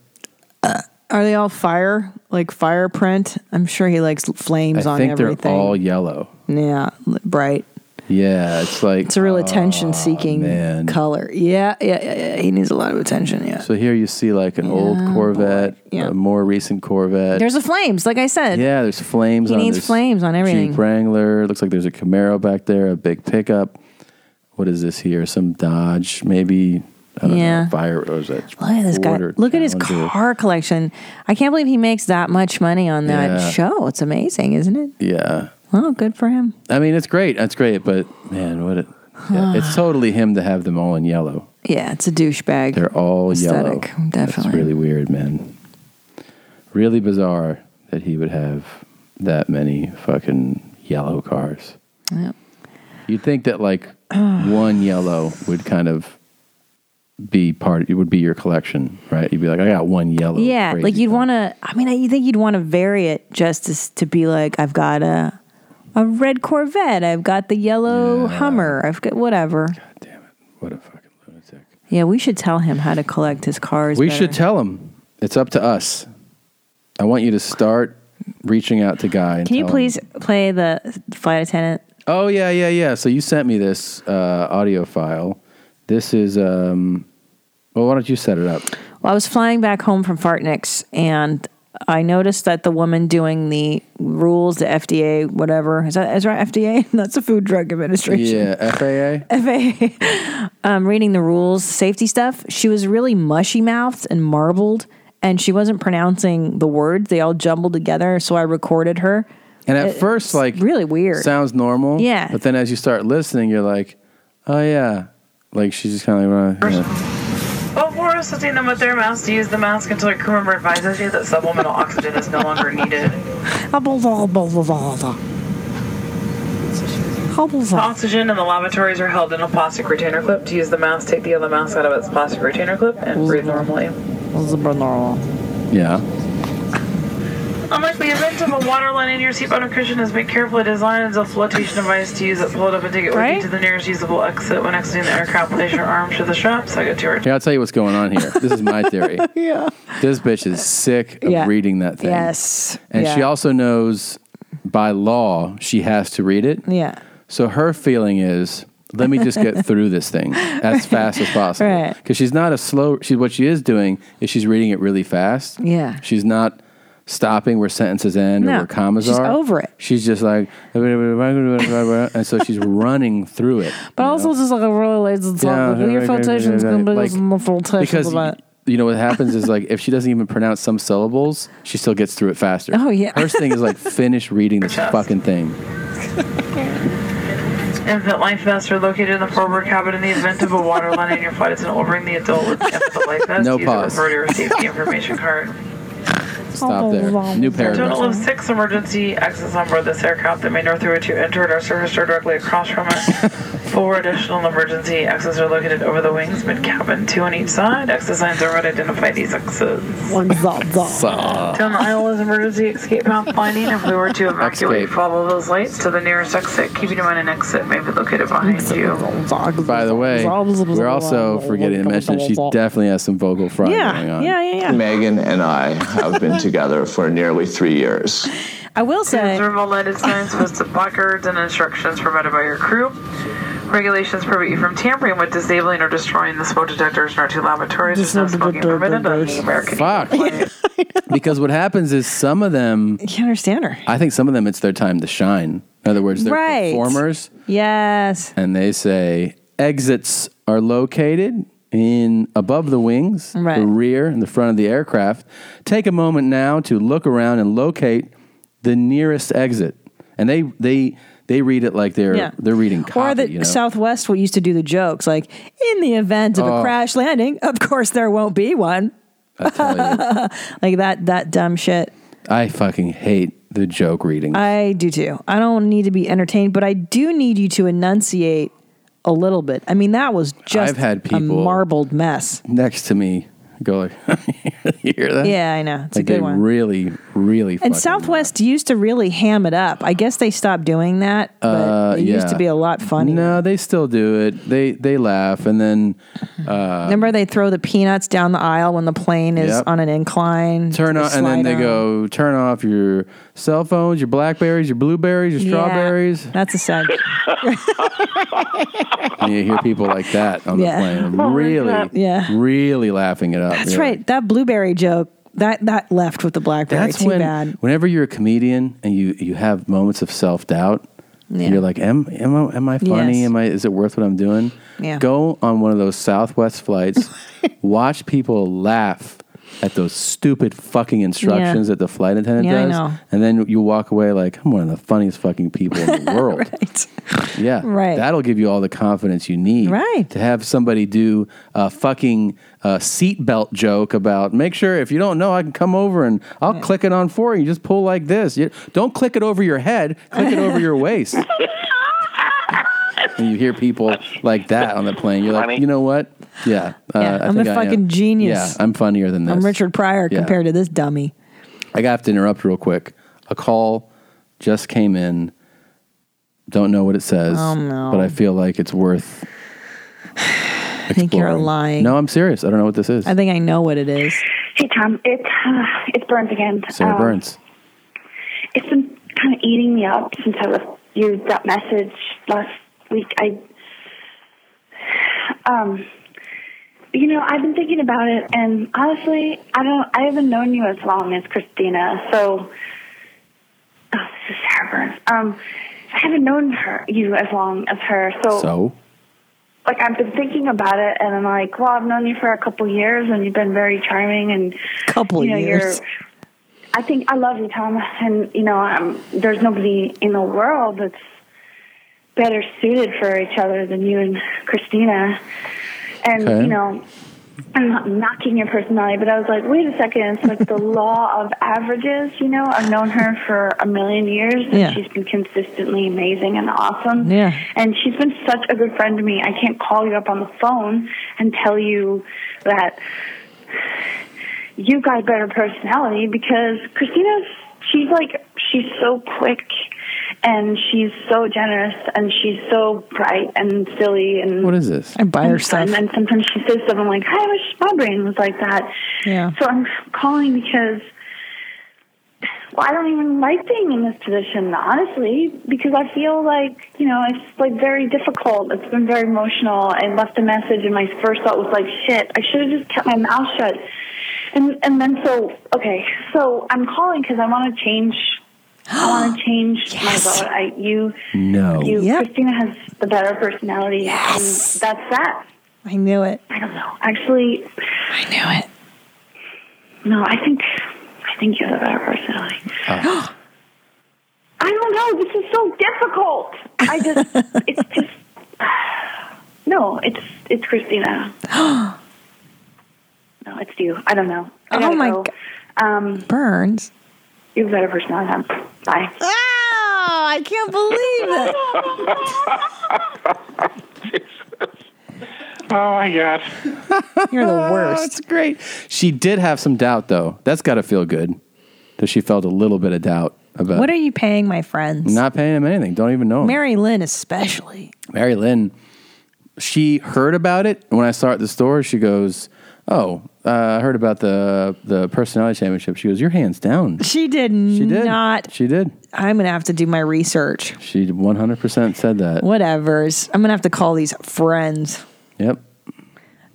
B: are they all fire? Like fire print? I'm sure he likes flames
A: I
B: on
A: think
B: everything.
A: they're all yellow.
B: yeah, li- bright.
A: Yeah, it's like oh.
B: It's a real attention seeking color. Yeah, yeah, yeah, yeah. He needs a lot of attention, yeah.
A: So here you see like an old Corvette, a more recent Corvette.
B: There's the flames, like I said.
A: yeah, there's flames.
B: He
A: on
B: needs
A: this
B: flames on everything.
A: Jeep Wrangler. Looks like there's a Camaro back there, a big pickup. What is this here? Some Dodge, maybe. I don't
B: Yeah.
A: know. Fire. Or is that
B: Look at this guy.
A: Ford or
B: Look at his
A: Challenger?
B: car collection. I can't believe he makes that much money on that
A: Yeah.
B: show. It's amazing, isn't it?
A: Yeah,
B: Oh, good for him.
A: I mean it's great. That's great, but man, what it. yeah, it's totally him to have them all in yellow.
B: Ah. Yeah, it's a douchebag.
A: They're all
B: aesthetic,
A: yellow. That's
B: definitely.
A: really weird, man. Really bizarre that he would have that many fucking yellow cars.
B: Yep.
A: You'd think that like one yellow would kind of be part. It would be your collection, right? You'd be like, I got one yellow.
B: yeah,
A: crazy
B: like you'd want to. I mean, I- you think you'd want to vary it just to, s- to be like, I've got a a red Corvette, I've got the yellow Hummer, I've got whatever.
A: What a
B: fucking lunatic! Yeah, we should tell him how to collect his cars.
A: We
B: better.
A: should tell him. It's up to us. I want you to start reaching out to Guy. And
B: Can you
A: tell him.
B: please play the flight attendant?
A: Oh yeah, yeah, yeah. So you sent me this uh, audio file. This is um. Well, why don't you set it up?
B: Well, I was flying back home from Fartnix and I noticed that the woman doing the rules, the FDA, whatever is that is that FDA? That's the Food Drug Administration.
A: Yeah, FAA.
B: FAA. um, reading the rules, safety stuff. She was really mushy mouthed and marbled, and she wasn't pronouncing the words. They all jumbled together, so I recorded her.
A: And at
B: It-
A: first, like really
B: weird.
A: Sounds normal.
B: Yeah.
A: But then as you start listening, you're like, oh yeah, like she's just kind of like. uh, yeah.
U: All four are sitting them with their masks. to Use the mask until your crew member advises you that supplemental oxygen is no longer needed.
B: Ah Ah
U: The oxygen in the lavatories are held in a plastic retainer clip. To use the mask, take the other mask out of its plastic retainer clip and breathe normally.
B: Yeah.
A: Yeah.
U: Unlike the event of a water line in your seat bottom cushion is make carefully designed as a flotation device to use it. Pull it up and take it with
B: Right?
U: you to the nearest usable exit. When exiting the aircraft, place your arms to the strap. So I get to your
A: Here, I'll tell you what's going on here. This is my theory.
B: yeah.
A: This bitch is sick of
B: Yeah.
A: reading that thing.
B: Yes.
A: And
B: yeah.
A: she also knows by law she has to read it.
B: Yeah.
A: So her feeling is, let me just get through this thing as fast as possible.
B: Right.
A: Because she's not a slow. She what she is doing is she's reading it really fast.
B: Yeah.
A: She's not stopping where sentences end or
B: No,
A: where commas
B: she's
A: are.
B: over it.
A: She's just like, and so she's running through it.
B: But also just like a really lazy talk.
A: Yeah,
B: like, your
A: like,
B: filtration is going to be
A: like-
B: just more filtration.
A: because y- you know what happens is like if she doesn't even pronounce some syllables, she still gets through it faster.
B: Oh, yeah.
A: Her thing is like finish reading this fucking thing.
U: infant life vests are located in the forward cabin. In the event of a water line in your flight, it's an overing the adult with the infant life vest.
A: No
U: Use
A: pause.
U: It refer to receive the information card.
A: Stop there. New
U: Total of
A: paragraph.
U: six emergency exits on board this aircraft that may north through it to entered or surfaced or directly across from it. Four additional emergency exits are located over the wings, mid cabin, two on each side. Exit signs are red identify these exits.
B: One zot
U: Down the aisle is emergency escape path finding. If we were to evacuate,
A: Escape.
U: follow those lights to the nearest exit, keeping in mind an exit may be located behind you.
A: By the way, we're also forgetting to mention she definitely has some vocal fry going on.
B: yeah, yeah, yeah.
C: Megan and I have been together for nearly three years.
B: I will
U: say. Observe all lighted signs, posted placards, and instructions provided by your crew. Regulations prohibit you from tampering with, disabling, or destroying the smoke detectors in our two laboratories. There's no smoking permitted on the American.
A: Fuck. because what happens is some of them.
B: You understand her.
A: I think some of them it's their time to shine. In other words, they're
B: Right.
A: performers,
B: Yes.
A: and they say exits are located in above the wings,
B: Right.
A: the rear, and the front of the aircraft. Take a moment now to look around and locate the nearest exit. And they they they read it like they're
B: Yeah.
A: they're reading copy.
B: or the
A: you know?
B: Southwest what used to do the jokes like in the event of
A: Oh.
B: a crash landing, of course there won't be one. like that that dumb shit.
A: I fucking hate the joke reading.
B: I do too. I don't need to be entertained, but I do need you to enunciate a little bit. I mean, that was just
A: I've had
B: a
A: people-
B: marbled mess.
A: next to me go like you hear that
B: Yeah, I know. It's a
A: Like,
B: good
A: they
B: one.
A: really really
B: And
A: fucking-
B: Southwest used to really ham it up. I guess they stopped doing that, but
A: Uh,
B: it used to
A: yeah.
B: be a lot funnier.
A: no they still do it they they laugh and then uh
B: Remember they throw the peanuts down the aisle when the plane is
A: Yep.
B: on an incline.
A: turn
B: They
A: on and then
B: slide
A: they
B: on.
A: go turn off your cell phones your blackberries your blueberries your
B: Yeah.
A: strawberries
B: That's a sad.
A: and you hear people like that on
B: Yeah.
A: the plane
B: Oh my
A: really
B: God. Yeah.
A: really laughing it up
B: That's
A: You're like,
B: right. That blueberry joke that that left with the blackberry.
A: That's
B: Too
A: when,
B: bad.
A: whenever you're a comedian and you you have moments of self doubt,
B: Yeah.
A: you're like, am am I, am I funny?
B: Yes.
A: Am I is it worth what I'm doing?
B: Yeah.
A: Go on one of those Southwest flights, watch people laugh at those stupid fucking instructions that the flight attendant
B: Yeah, I
A: does,
B: know.
A: and then you walk away like, I'm one of the funniest fucking people in the world.
B: right.
A: Yeah.
B: Right.
A: That'll give you all the confidence you need. Right. To have somebody do a fucking uh, seatbelt joke about make sure if you don't know, I can come over and I'll click it on for you. Just pull like this. You, don't click it over your head, click it over your waist. And you hear people like that on the plane. You're like, you know what? Yeah. Uh,
B: Yeah,
A: I
B: I'm a
A: think I am.
B: fucking genius.
A: Yeah. I'm funnier than this.
B: I'm Richard Pryor
A: Yeah.
B: compared to this dummy.
A: I have to interrupt real quick. A call just came in. Don't know what it says,
B: Oh, no.
A: but I feel like it's worth.
B: I think you're lying.
A: No, I'm serious. I don't know what this is.
B: I think I know what it is.
O: Hey, Tom. It, uh, it's Burns again.
A: Sarah
O: Um,
A: Burns.
O: It's been kind of eating me up since I left you that message last week. I, um, you know, I've been thinking about it, and honestly, I don't. I haven't known you as long as Christina, so. Oh, this is Sarah Burns. Um, I haven't known her you as long as her, so
A: So
O: like I've been thinking about it, and I'm like, well, I've known you for a couple years, and you've been very charming, and
B: Couple
O: you know,
B: years.
O: You're, I think I love you, Tom, and you know, um, there's nobody in the world that's better suited for each other than you and Christina, and
V: Okay.
O: you know. I'm not knocking your personality, but I was like, wait a second, it's like the law of averages, you know? I've known her for a million years, and
V: Yeah.
O: she's been consistently amazing and awesome.
V: Yeah.
O: And she's been such a good friend to me. I can't call you up on the phone and tell you that you got a better personality because Christina's she's like she's so quick and she's so generous and she's so bright and silly and
A: What is this?
B: I buy her
O: and fun.
B: stuff.
O: And sometimes she says stuff I'm like, I wish my brain was like that.
B: Yeah.
O: So I'm calling because well, I don't even like being in this position, honestly, because I feel like, you know, it's like very difficult. It's been very emotional. I left a message and my first thought was like, shit, I should have just kept my mouth shut. And and then so okay, so I'm calling because I want to change. I want to change my vote. I you
A: No.
O: you
B: Yep.
O: Christina has the better personality. Yes. And that's that.
B: I knew it.
O: I don't know. Actually, I
B: knew it.
O: No, I think I think you're the better personality. I don't know. This is so difficult. I just, it's just, no, it's it's Christina. no, it's you. I don't know. I
B: Oh my
O: go. Um,
B: Burns.
O: you're the better personality. Bye.
B: Oh, I can't believe it.
D: Oh my god.
B: You're the worst.
A: That's great. She did have some doubt, though. That's got to feel good that she felt a little bit of doubt about
B: What are you paying my friends?
A: not paying him anything. Don't even know him.
B: Mary Lynn, especially.
A: Mary Lynn, she heard about it when I saw her at the store. She goes, "Oh, uh, I heard about the the personality championship." She goes, "Your hands down."
B: She did, not.
A: She did.
B: I'm going to have to do my research.
A: She 100 percent said that.
B: Whatevers. I'm going to have to call these friends.
A: Yep.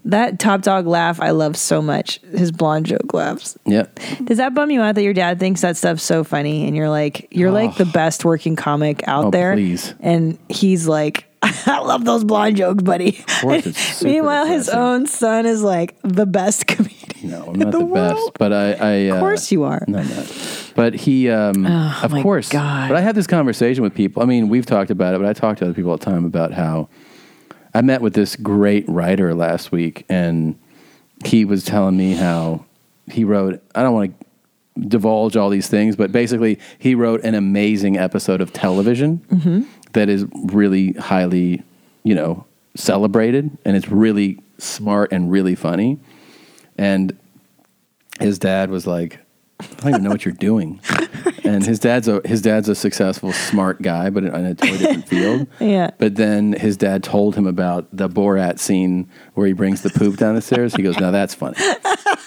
B: That top dog laugh I love so much. His blonde joke laughs.
A: Yep.
B: Does that bum you out that your dad thinks that stuff's so funny and you're like you're like the best working comic out
A: Oh,
B: there?
A: please.
B: And he's like, I love those blonde jokes, buddy.
A: course, it's super
B: Meanwhile, his own son is like the best comedian.
A: No, I'm not the, best, but I, I of
B: course you are. Oh
A: No, I'm not. But he, um, of course. But I have this conversation with people. I mean, we've talked about it, but I talk to other people all the time about how I met with this great writer last week, and he was telling me how he wrote. I don't want to divulge all these things, but basically, he wrote an amazing episode of television
B: Mm-hmm.
A: that is really highly, you know, celebrated and it's really smart and really funny. And his dad was like, I don't even know what you're doing. And his dad's a his dad's a successful, smart guy, but in a totally different field.
B: Yeah.
A: But then his dad told him about the Borat scene where he brings the poop down the stairs. He goes, "Now that's funny."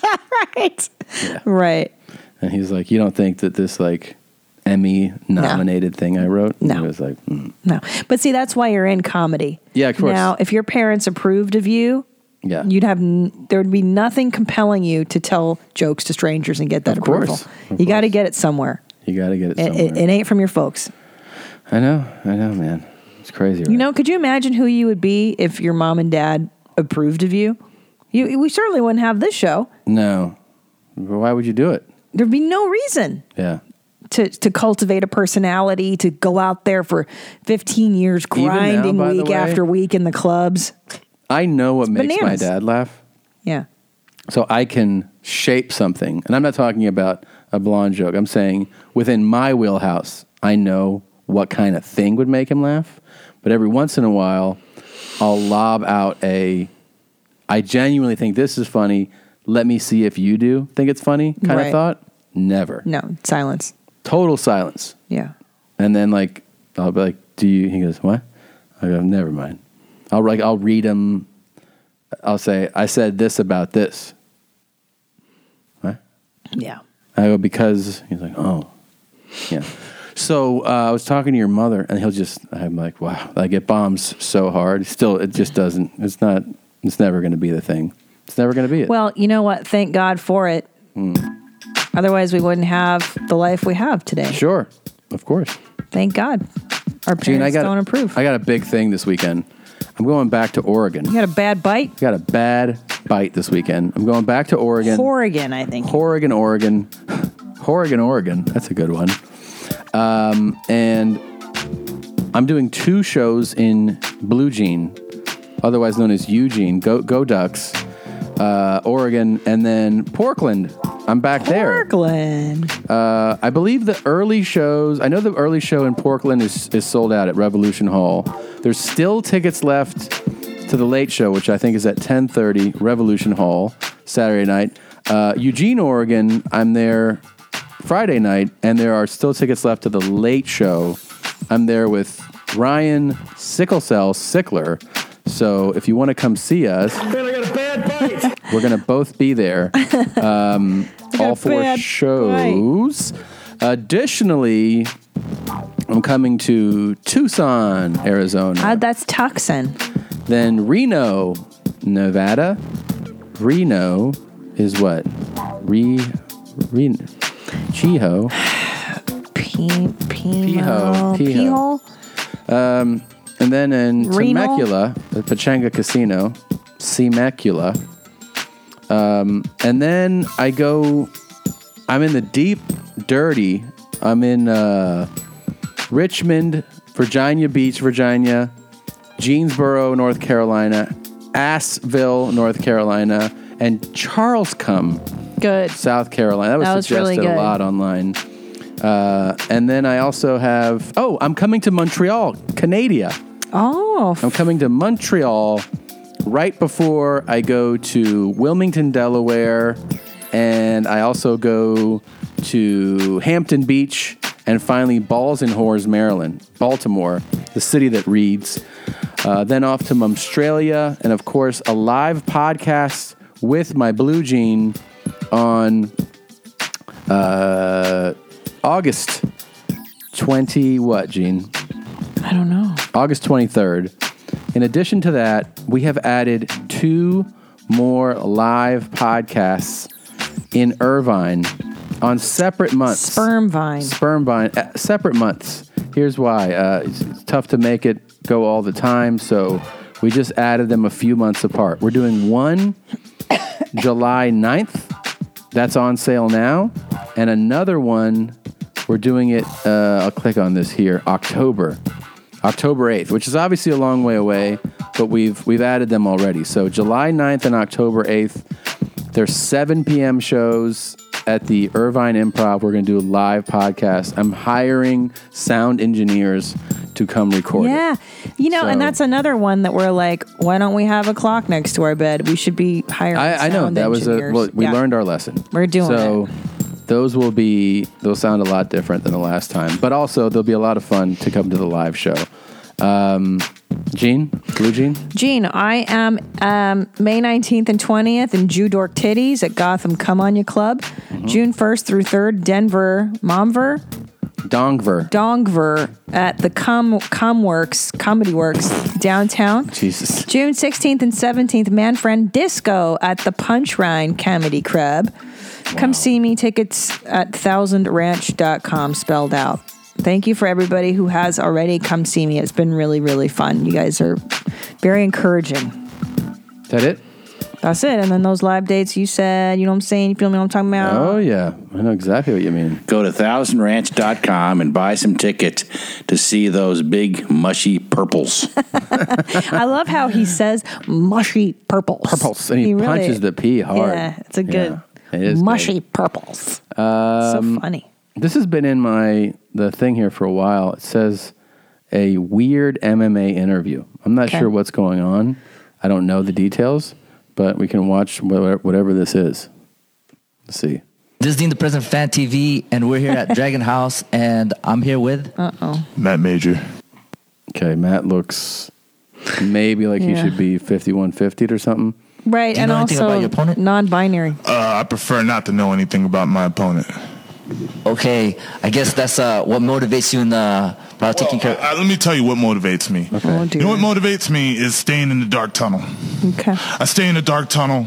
B: right. Right.
A: And he's like, "You don't think that this like Emmy nominated thing I wrote?" No. He was like, "Hmm."
B: No. But see, that's why you're in comedy.
A: "Yeah, of course."
B: Now, if your parents approved of you,
A: yeah.
B: you'd have n- there would be nothing compelling you to tell jokes to strangers and get that
A: Of course.
B: approval. you got to get it somewhere.
A: You got to get it
B: It,
A: somewhere.
B: it, it ain't from your folks.
A: I know, I know, man. It's crazy. Right?
B: You know, could you imagine who you would be if your mom and dad approved of you? You, we certainly wouldn't have this show.
A: no, But why would you do it?
B: There'd be no reason
A: Yeah,
B: to to cultivate a personality, to go out there for 15 years
A: Even now,
B: grinding
A: by the
B: week
A: way?
B: after week in the clubs.
A: I know what
B: It's
A: makes
B: bananas.
A: my dad laugh,
B: Yeah.
A: so I can shape something. And I'm not talking about a blonde joke. I'm saying within my wheelhouse, I know what kind of thing would make him laugh. But every once in a while, I'll lob out a. I genuinely think this is funny. Let me see if you do think it's funny. Kind
B: Right.
A: of thought. Never.
B: No, silence.
A: Total silence.
B: Yeah.
A: And then like I'll be like, "Do you?" He goes, "What?" I go, "Never mind." I'll like I'll read him. I'll say, "I said this about this."
B: Yeah.
A: I go because he's like, "Oh, yeah." So uh, I was talking to your mother, and he'll just I'm like, "Wow!" I get bombs so hard. Still, it just doesn't. It's not. It's never going to be the thing. It's never going to be it.
B: Well, you know what? Thank God for it.
A: Mm.
B: Otherwise, we wouldn't have the life we have today.
A: Sure, of course.
B: Thank God. Our parents
A: Gene, I got
B: don't approve.
A: I got a big thing this weekend. I'm going back to Oregon. You
B: got a bad bite.
A: got a bad bite this weekend. I'm going back to Oregon.
B: Oregon, I think.
A: Oregon, Oregon, Oregon, Oregon. That's a good one. Um, and I'm doing two shows in Blue Jean, otherwise known as Eugene. Go Go Ducks, uh, Oregon, and then Portland. I'm back there.
B: Portland.
A: Uh, I believe the early shows. I know the early show in Portland is is sold out at Revolution Hall. There's still tickets left to the late show, which I think is at 10:30 Revolution Hall Saturday night. Uh, Eugene, Oregon. I'm there Friday night, and there are still tickets left to the late show. I'm there with Ryan Sicklecell Sickler. So if you want to come see us,
G: Man, I got a bad bite.
A: we're going to both be there. Um, all four
G: bad
A: shows. Additionally, I'm coming to Tucson, Arizona.
B: Uh, that's Toxin.
A: Then Reno, Nevada. Reno is what? Re, re, Chiho.
B: P,
A: Piho.
B: Piho.
A: Um, and then in
B: Renal?
A: Temecula, the Pachanga Casino, Temecula. Um, and then I go, I'm in the deep, dirty. I'm in uh, Richmond, Virginia Beach, Virginia, Jeansboro, North Carolina, Asheville, North Carolina, and Charlescombe,
B: Good.
A: South Carolina. That was,
B: That was really
A: suggested a
B: good.
A: lot online. Uh, and then I also have, oh, I'm coming to Montreal, Canada.
B: Oh.
A: I'm coming to Montreal right before I go to Wilmington, Delaware, and I also go to Hampton Beach and finally Balls and Whores, Maryland, Baltimore, the city that reads. Uh, then off to Australia, and of course, a live podcast with my Blue Jean on uh, August 20, what, Gene?
B: I don't know.
A: August 23rd. In addition to that, we have added two more live podcasts in Irvine on separate months. Sperm
B: vine.
A: Sperm vine. uh, separate months. Here's why. Uh, it's, it's tough to make it go all the time, so we just added them a few months apart. We're doing one July 9th. That's on sale now. And another one, we're doing it, uh, I'll click on this here, October. October 8th, which is obviously a long way away, but we've we've added them already. So July 9th and October 8th, there's 7 p.m. shows at the Irvine Improv. We're going to do a live podcast. I'm hiring sound engineers to come record. it.
B: Yeah. You know, and
A: So-
B: that's another one that we're like, why don't we have a clock next to our bed? We should be hiring.
A: I, I know
B: sound
A: that was a
B: engineers.
A: well, we
B: Yeah.
A: learned our lesson.
B: We're doing
A: so. Those will be they'll sound a lot different than the last time, but also they'll be a lot of fun to come to the live show. Um, Gene, Blue Gene.
B: Gene, I am um, May 19th and 20th in Jew Dork Titties at Gotham Come On You Club.
A: Mm-hmm.
B: June 1st through 3rd, Denver, Momver,
A: Dongver.
B: Dongver at the Com Comworks, Comedy Works downtown.
A: Jesus.
B: June 16th and 17th, Man Friend Disco at the Punch Rhine Comedy Club. Come see me. Tickets at thousandranch.com spelled out. Thank you for everybody who has already come see me. It's been really, really fun. You guys are very encouraging.
A: Is that it?
B: That's it. And then those live dates you said, you know what I'm saying? You feel me what I'm talking about?
A: Oh yeah, I know exactly what you mean.
D: Go to thousandranch.com and buy some tickets to see those big mushy purples.
B: I love how he says mushy purples. Purples.
A: And he punches the P hard.
B: Yeah, it's a good
A: Yeah, it is
B: mushy purples.
A: Um,
B: so funny.
A: This has been in my the thing here for a while. It says a weird MMA interview. I'm not
B: Okay.
A: sure what's going on. I don't know the details, but we can watch whatever, whatever this is. Let's see.
V: This is Dean the President Fan TV, and we're here at Dragon House, and I'm here with. Uh oh.
A: Matt Major. Okay, Matt looks maybe like he
B: Yeah.
A: should be 5150 or something.
B: Right,
W: Do you
B: and
W: know anything about
B: also
W: your opponent?
B: non-binary.
W: Uh, I prefer not to know anything about my opponent.
V: Okay, I guess that's uh, what motivates you in the about taking care.
W: Uh, let me tell you what motivates me. you know what motivates me is staying in the dark tunnel.
B: Okay.
W: I stay in the dark tunnel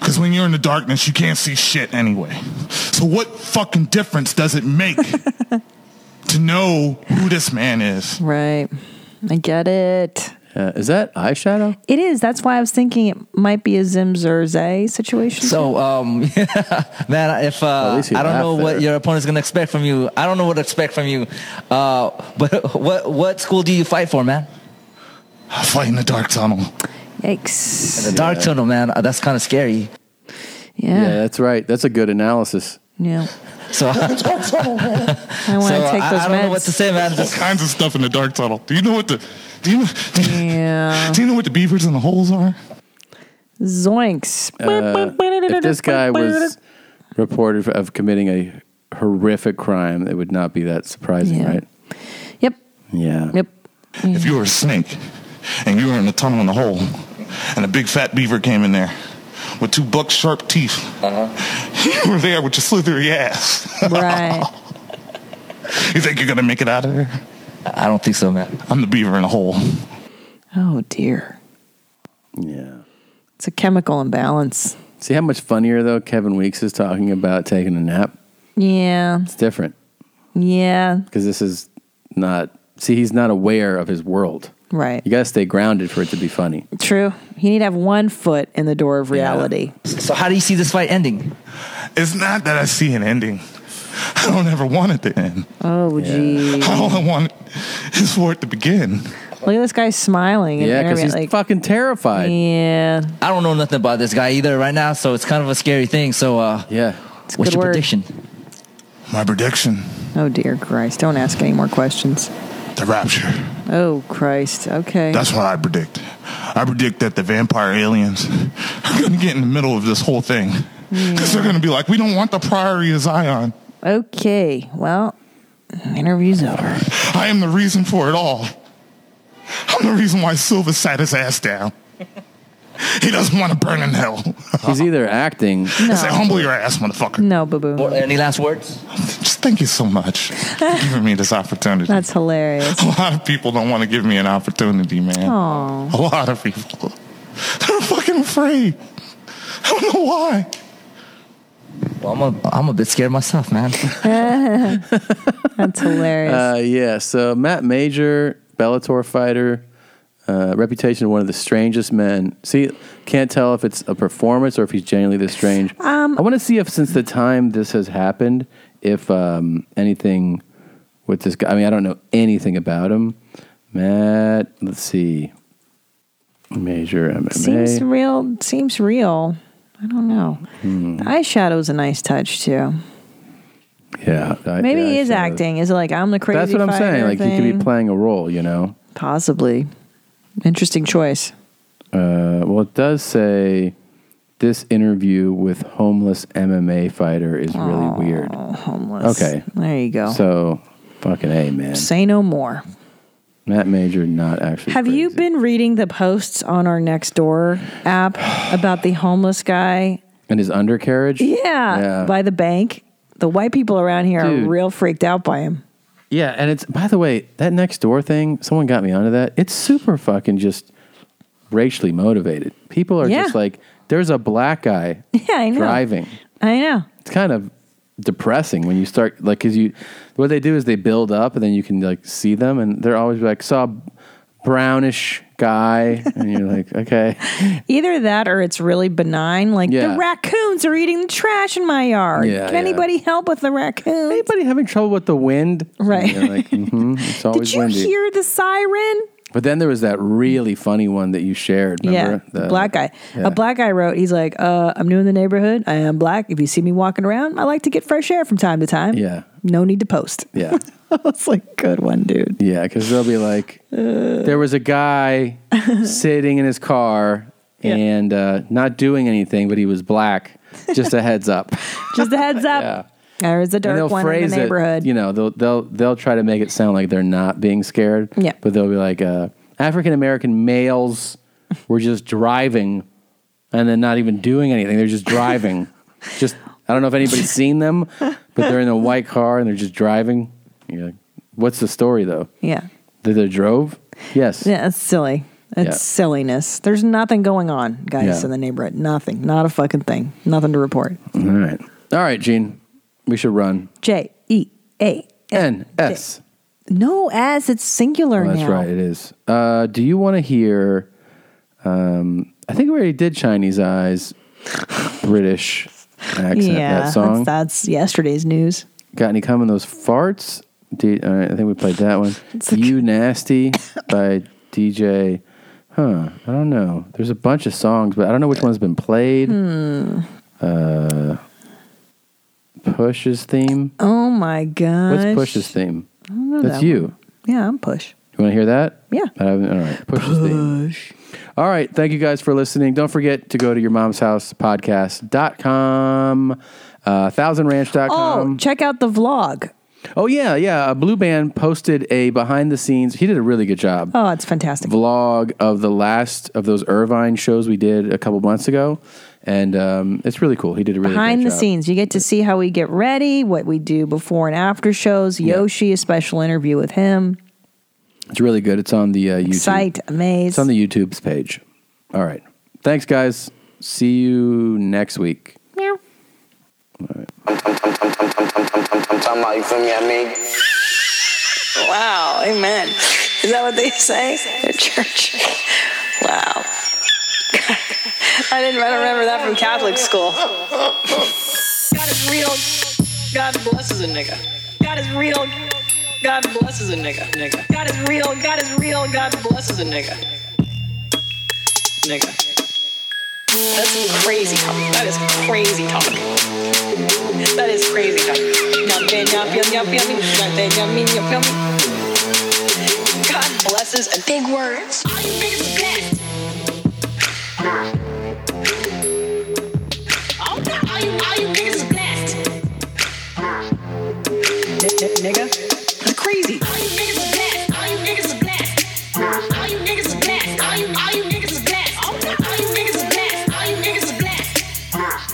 W: because when you're in the darkness, you can't see shit anyway. So what fucking difference does it make to know who this man is?
B: Right. I get it.
A: Uh, is that eyeshadow?
B: It is. That's why I was thinking it might be a Zim Zerze situation.
V: So, um, man, if uh,
A: least he
V: I don't know
A: laughed
V: what
A: there.
V: your opponent's gonna expect from you, I don't know what to expect from you. Uh, but what what school do you fight for, man?
W: I fight in the dark tunnel.
B: Yikes!
V: In the dark
A: Yeah.
V: tunnel, man. Uh, That's kind of scary.
B: Yeah.
A: that's right. That's a good analysis.
B: Yeah.
V: So
B: I want to take those meds.
W: to
V: say, man.
W: All kinds of stuff in the dark tunnel. Do you know what the do you know, do you,
B: Yeah.
W: do you know what the beavers in the holes are?
B: Zoinks.
A: Uh, if this guy was reported of committing a horrific crime, it would not be that surprising,
B: Yeah.
A: right?
B: Yep.
A: Yeah.
B: Yep.
W: If you were a snake and you were in a tunnel in a hole and a big fat beaver came in there with two buck sharp teeth, you were there with your slithery ass.
B: Right.
W: you think you're going to make it out of there?
V: I don't think so, man.
W: I'm the beaver in a hole.
B: Oh dear.
A: Yeah.
B: It's a chemical imbalance.
A: See how much funnier though Kevin Weeks is talking about taking a nap.
B: Yeah.
A: It's different
B: Yeah.
A: because this is not. See, he's not aware of his world.
B: Right.
A: You got to stay grounded for it to be funny.
B: True. You need to have one foot in the door of reality.
V: So how do you see this fight ending?
W: It's not that I see an ending. I don't ever want it to end.
B: Oh, gee.
W: All I want is for it to begin.
B: Look at this guy smiling. in the interview, like,
A: fucking terrified.
B: Yeah.
V: I don't know nothing about this guy either right now, so it's kind of a scary thing. So uh,
A: yeah.
V: What's
B: good
V: your
B: word.
V: prediction?
W: My prediction.
B: Oh dear Christ! Don't ask any more questions.
W: The rapture.
B: Oh Christ! Okay.
W: That's what I predict. I predict that the vampire aliens are going to get in the middle of this whole thing. Because they're going to be like, we don't want the Priory of Zion.
B: okay. Well, interview's over.
W: I am the reason for it all. I'm the reason why Silva sat his ass down. He doesn't want to burn in hell.
A: He's either acting.
W: I say, humble your ass, motherfucker.
B: No, boo boo.
V: Any last words?
W: Just thank you so much for giving me this opportunity.
B: That's hilarious.
W: A lot of people don't want to give me an opportunity, man.
B: Aw.
W: A lot of people. They're fucking afraid. I don't know why.
V: Well, I'm a, I'm a bit scared myself, man.
B: That's hilarious.
A: Uh, yeah. So Matt Major, Bellator fighter, uh, reputation of one of the strangest men. See, can't tell if it's a performance or if he's genuinely this strange. Um, I want to see if since the time this has happened, if um, anything with this guy. I mean, I don't know anything about him. Matt, let's see. Major MMA.
B: seems real. Seems real. I don't know.
A: Hmm,
B: The Eyeshadow's a nice touch too.
A: yeah. I-
B: Maybe
A: yeah,
B: he is
A: so-
B: acting. Is it like I'm the crazy?
A: That's what I'm
B: fighter
A: saying. Like he could
B: thing?
A: be playing a role, you know.
B: Possibly. Interesting choice.
A: Uh, well, it does say this interview with homeless MMA fighter is really weird.
B: Homeless.
A: Okay.
B: There you go.
A: So, fucking a man.
B: Say no more.
A: Matt Major not actually.
B: Have you been reading the posts on our next door app about the homeless guy?
A: and his undercarriage.
B: Yeah,
A: Yeah.
B: by the bank. The white people around here
A: Dude.
B: are real freaked out by him.
A: Yeah, and it's by the way that next door thing. Someone got me onto that. It's super fucking just racially motivated. People are
B: Yeah.
A: just like, there's a black guy
B: Yeah, I know.
A: driving.
B: I know.
A: It's kind of depressing when you start like because you what they do is they build up and then you can like see them and they're always like saw a brownish guy and you're like okay
B: Either that or it's really benign. Like
A: Yeah.
B: the raccoons are eating the trash in my yard.
A: Yeah,
B: Can
A: yeah.
B: anybody help with the raccoons?
A: Anybody having trouble with the wind?
B: Right.
A: And you're like mm-hmm, it's always
B: Did you
A: windy
B: hear the siren?
A: but then there was that really funny one that you shared remember
B: Yeah, the black guy. A black guy wrote, he's like, uh, I'm new in the neighborhood. I am black. If you see me walking around, I like to get fresh air from time to time.
A: Yeah.
B: No need to post.
A: yeah
B: it's like good one dude Uh.
A: yeah because they'll be like there was a guy sitting in his car and uh, not doing anything but he was black just a heads up
B: Just a heads up. There's a
A: And they'll
B: dark one in
A: phrase
B: the
A: it,
B: neighborhood.
A: you know, they'll they'll they'll try to make it sound like they're not being scared.
B: Yeah.
A: But they'll be like, uh, African American males were just driving and then not even doing anything. They're just driving. just I don't know if anybody's seen them, but they're in a white car and they're just driving. You're like, What's the story though?
B: Yeah.
A: That they drove? Yes.
B: Yeah, it's silly. It's
A: Yeah.
B: silliness. There's nothing going on, guys,
A: Yeah.
B: in the neighborhood. Nothing. Not a fucking thing. Nothing to report.
A: All right. All right, Gene. We should run.
B: J E A
A: N S.
B: No S. It's singular
A: Oh, that's
B: now.
A: right. It is. Uh, do you want to hear? Um, I think we already did Chinese eyes, British accent.
B: yeah,
A: that song.
B: That's, that's yesterday's news.
A: Got any coming? Those farts. D- all right, I think we played that one. you nasty by DJ. Huh. I don't know. There's a bunch of songs, but I don't know which one's been played.
B: Hmm.
A: Uh, Push's theme.
B: Oh my god.
A: What's Push's theme?
B: I don't know
A: That's
B: that
A: you.
B: one. Yeah, I'm Push.
A: You want to hear that?
B: Yeah.
A: I haven't- all right. Push, Push. All right. Thank you guys for listening. Don't forget to go to your mom's house podcast.com. Uh, thousandranch.com.
X: Oh, check out the vlog.
A: Oh yeah, yeah. A Blue Band posted a behind the scenes. He did a really good job.
X: Oh, it's fantastic.
A: Vlog of the last of those Irvine shows we did a couple months ago, and um, it's really cool. He did a really
X: Behind
A: great
X: the
A: job.
X: scenes, you get to see how we get ready, what we do before and after shows. Yoshi, a special interview with him.
A: It's really good. It's on the uh, YouTube
X: Site,
A: It's
X: amaze.
A: on the YouTube's page. All right. Thanks, guys. See you next week.
X: Meow.
R: talking about, you feel me? I mean,
B: Wow, amen. Is that what they say? Their church. Wow. I didn't I don't remember that from Catholic school. God is real. God blesses a nigga. God is real. God blesses a nigga. Nigga. God is real. God is real. God blesses a nigga. Nigga. That's some crazy talk. That is crazy talk. That is crazy talk. Now, then, now, feel me, now, feel me. Now, then, now, me, now, feel me. God blesses and big words. Nigga, that's crazy.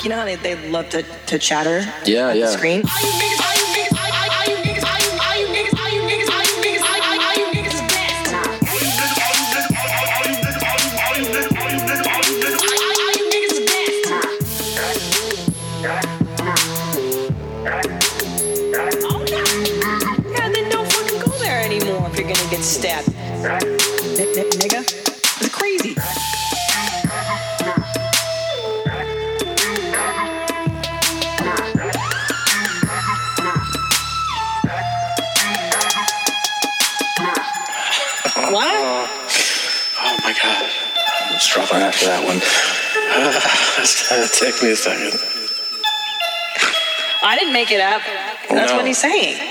B: You know how they, they love to, to chatter?
R: Yeah,
B: at
R: yeah.
B: The screen? God, then don't fucking go there anymore if you're gonna get stabbed. N- n- nigga, it's crazy. What?
Y: Oh my god. I'm struggling after that one. It's gonna take me a second.
B: I didn't make it up. That's
Y: No.
B: what he's saying.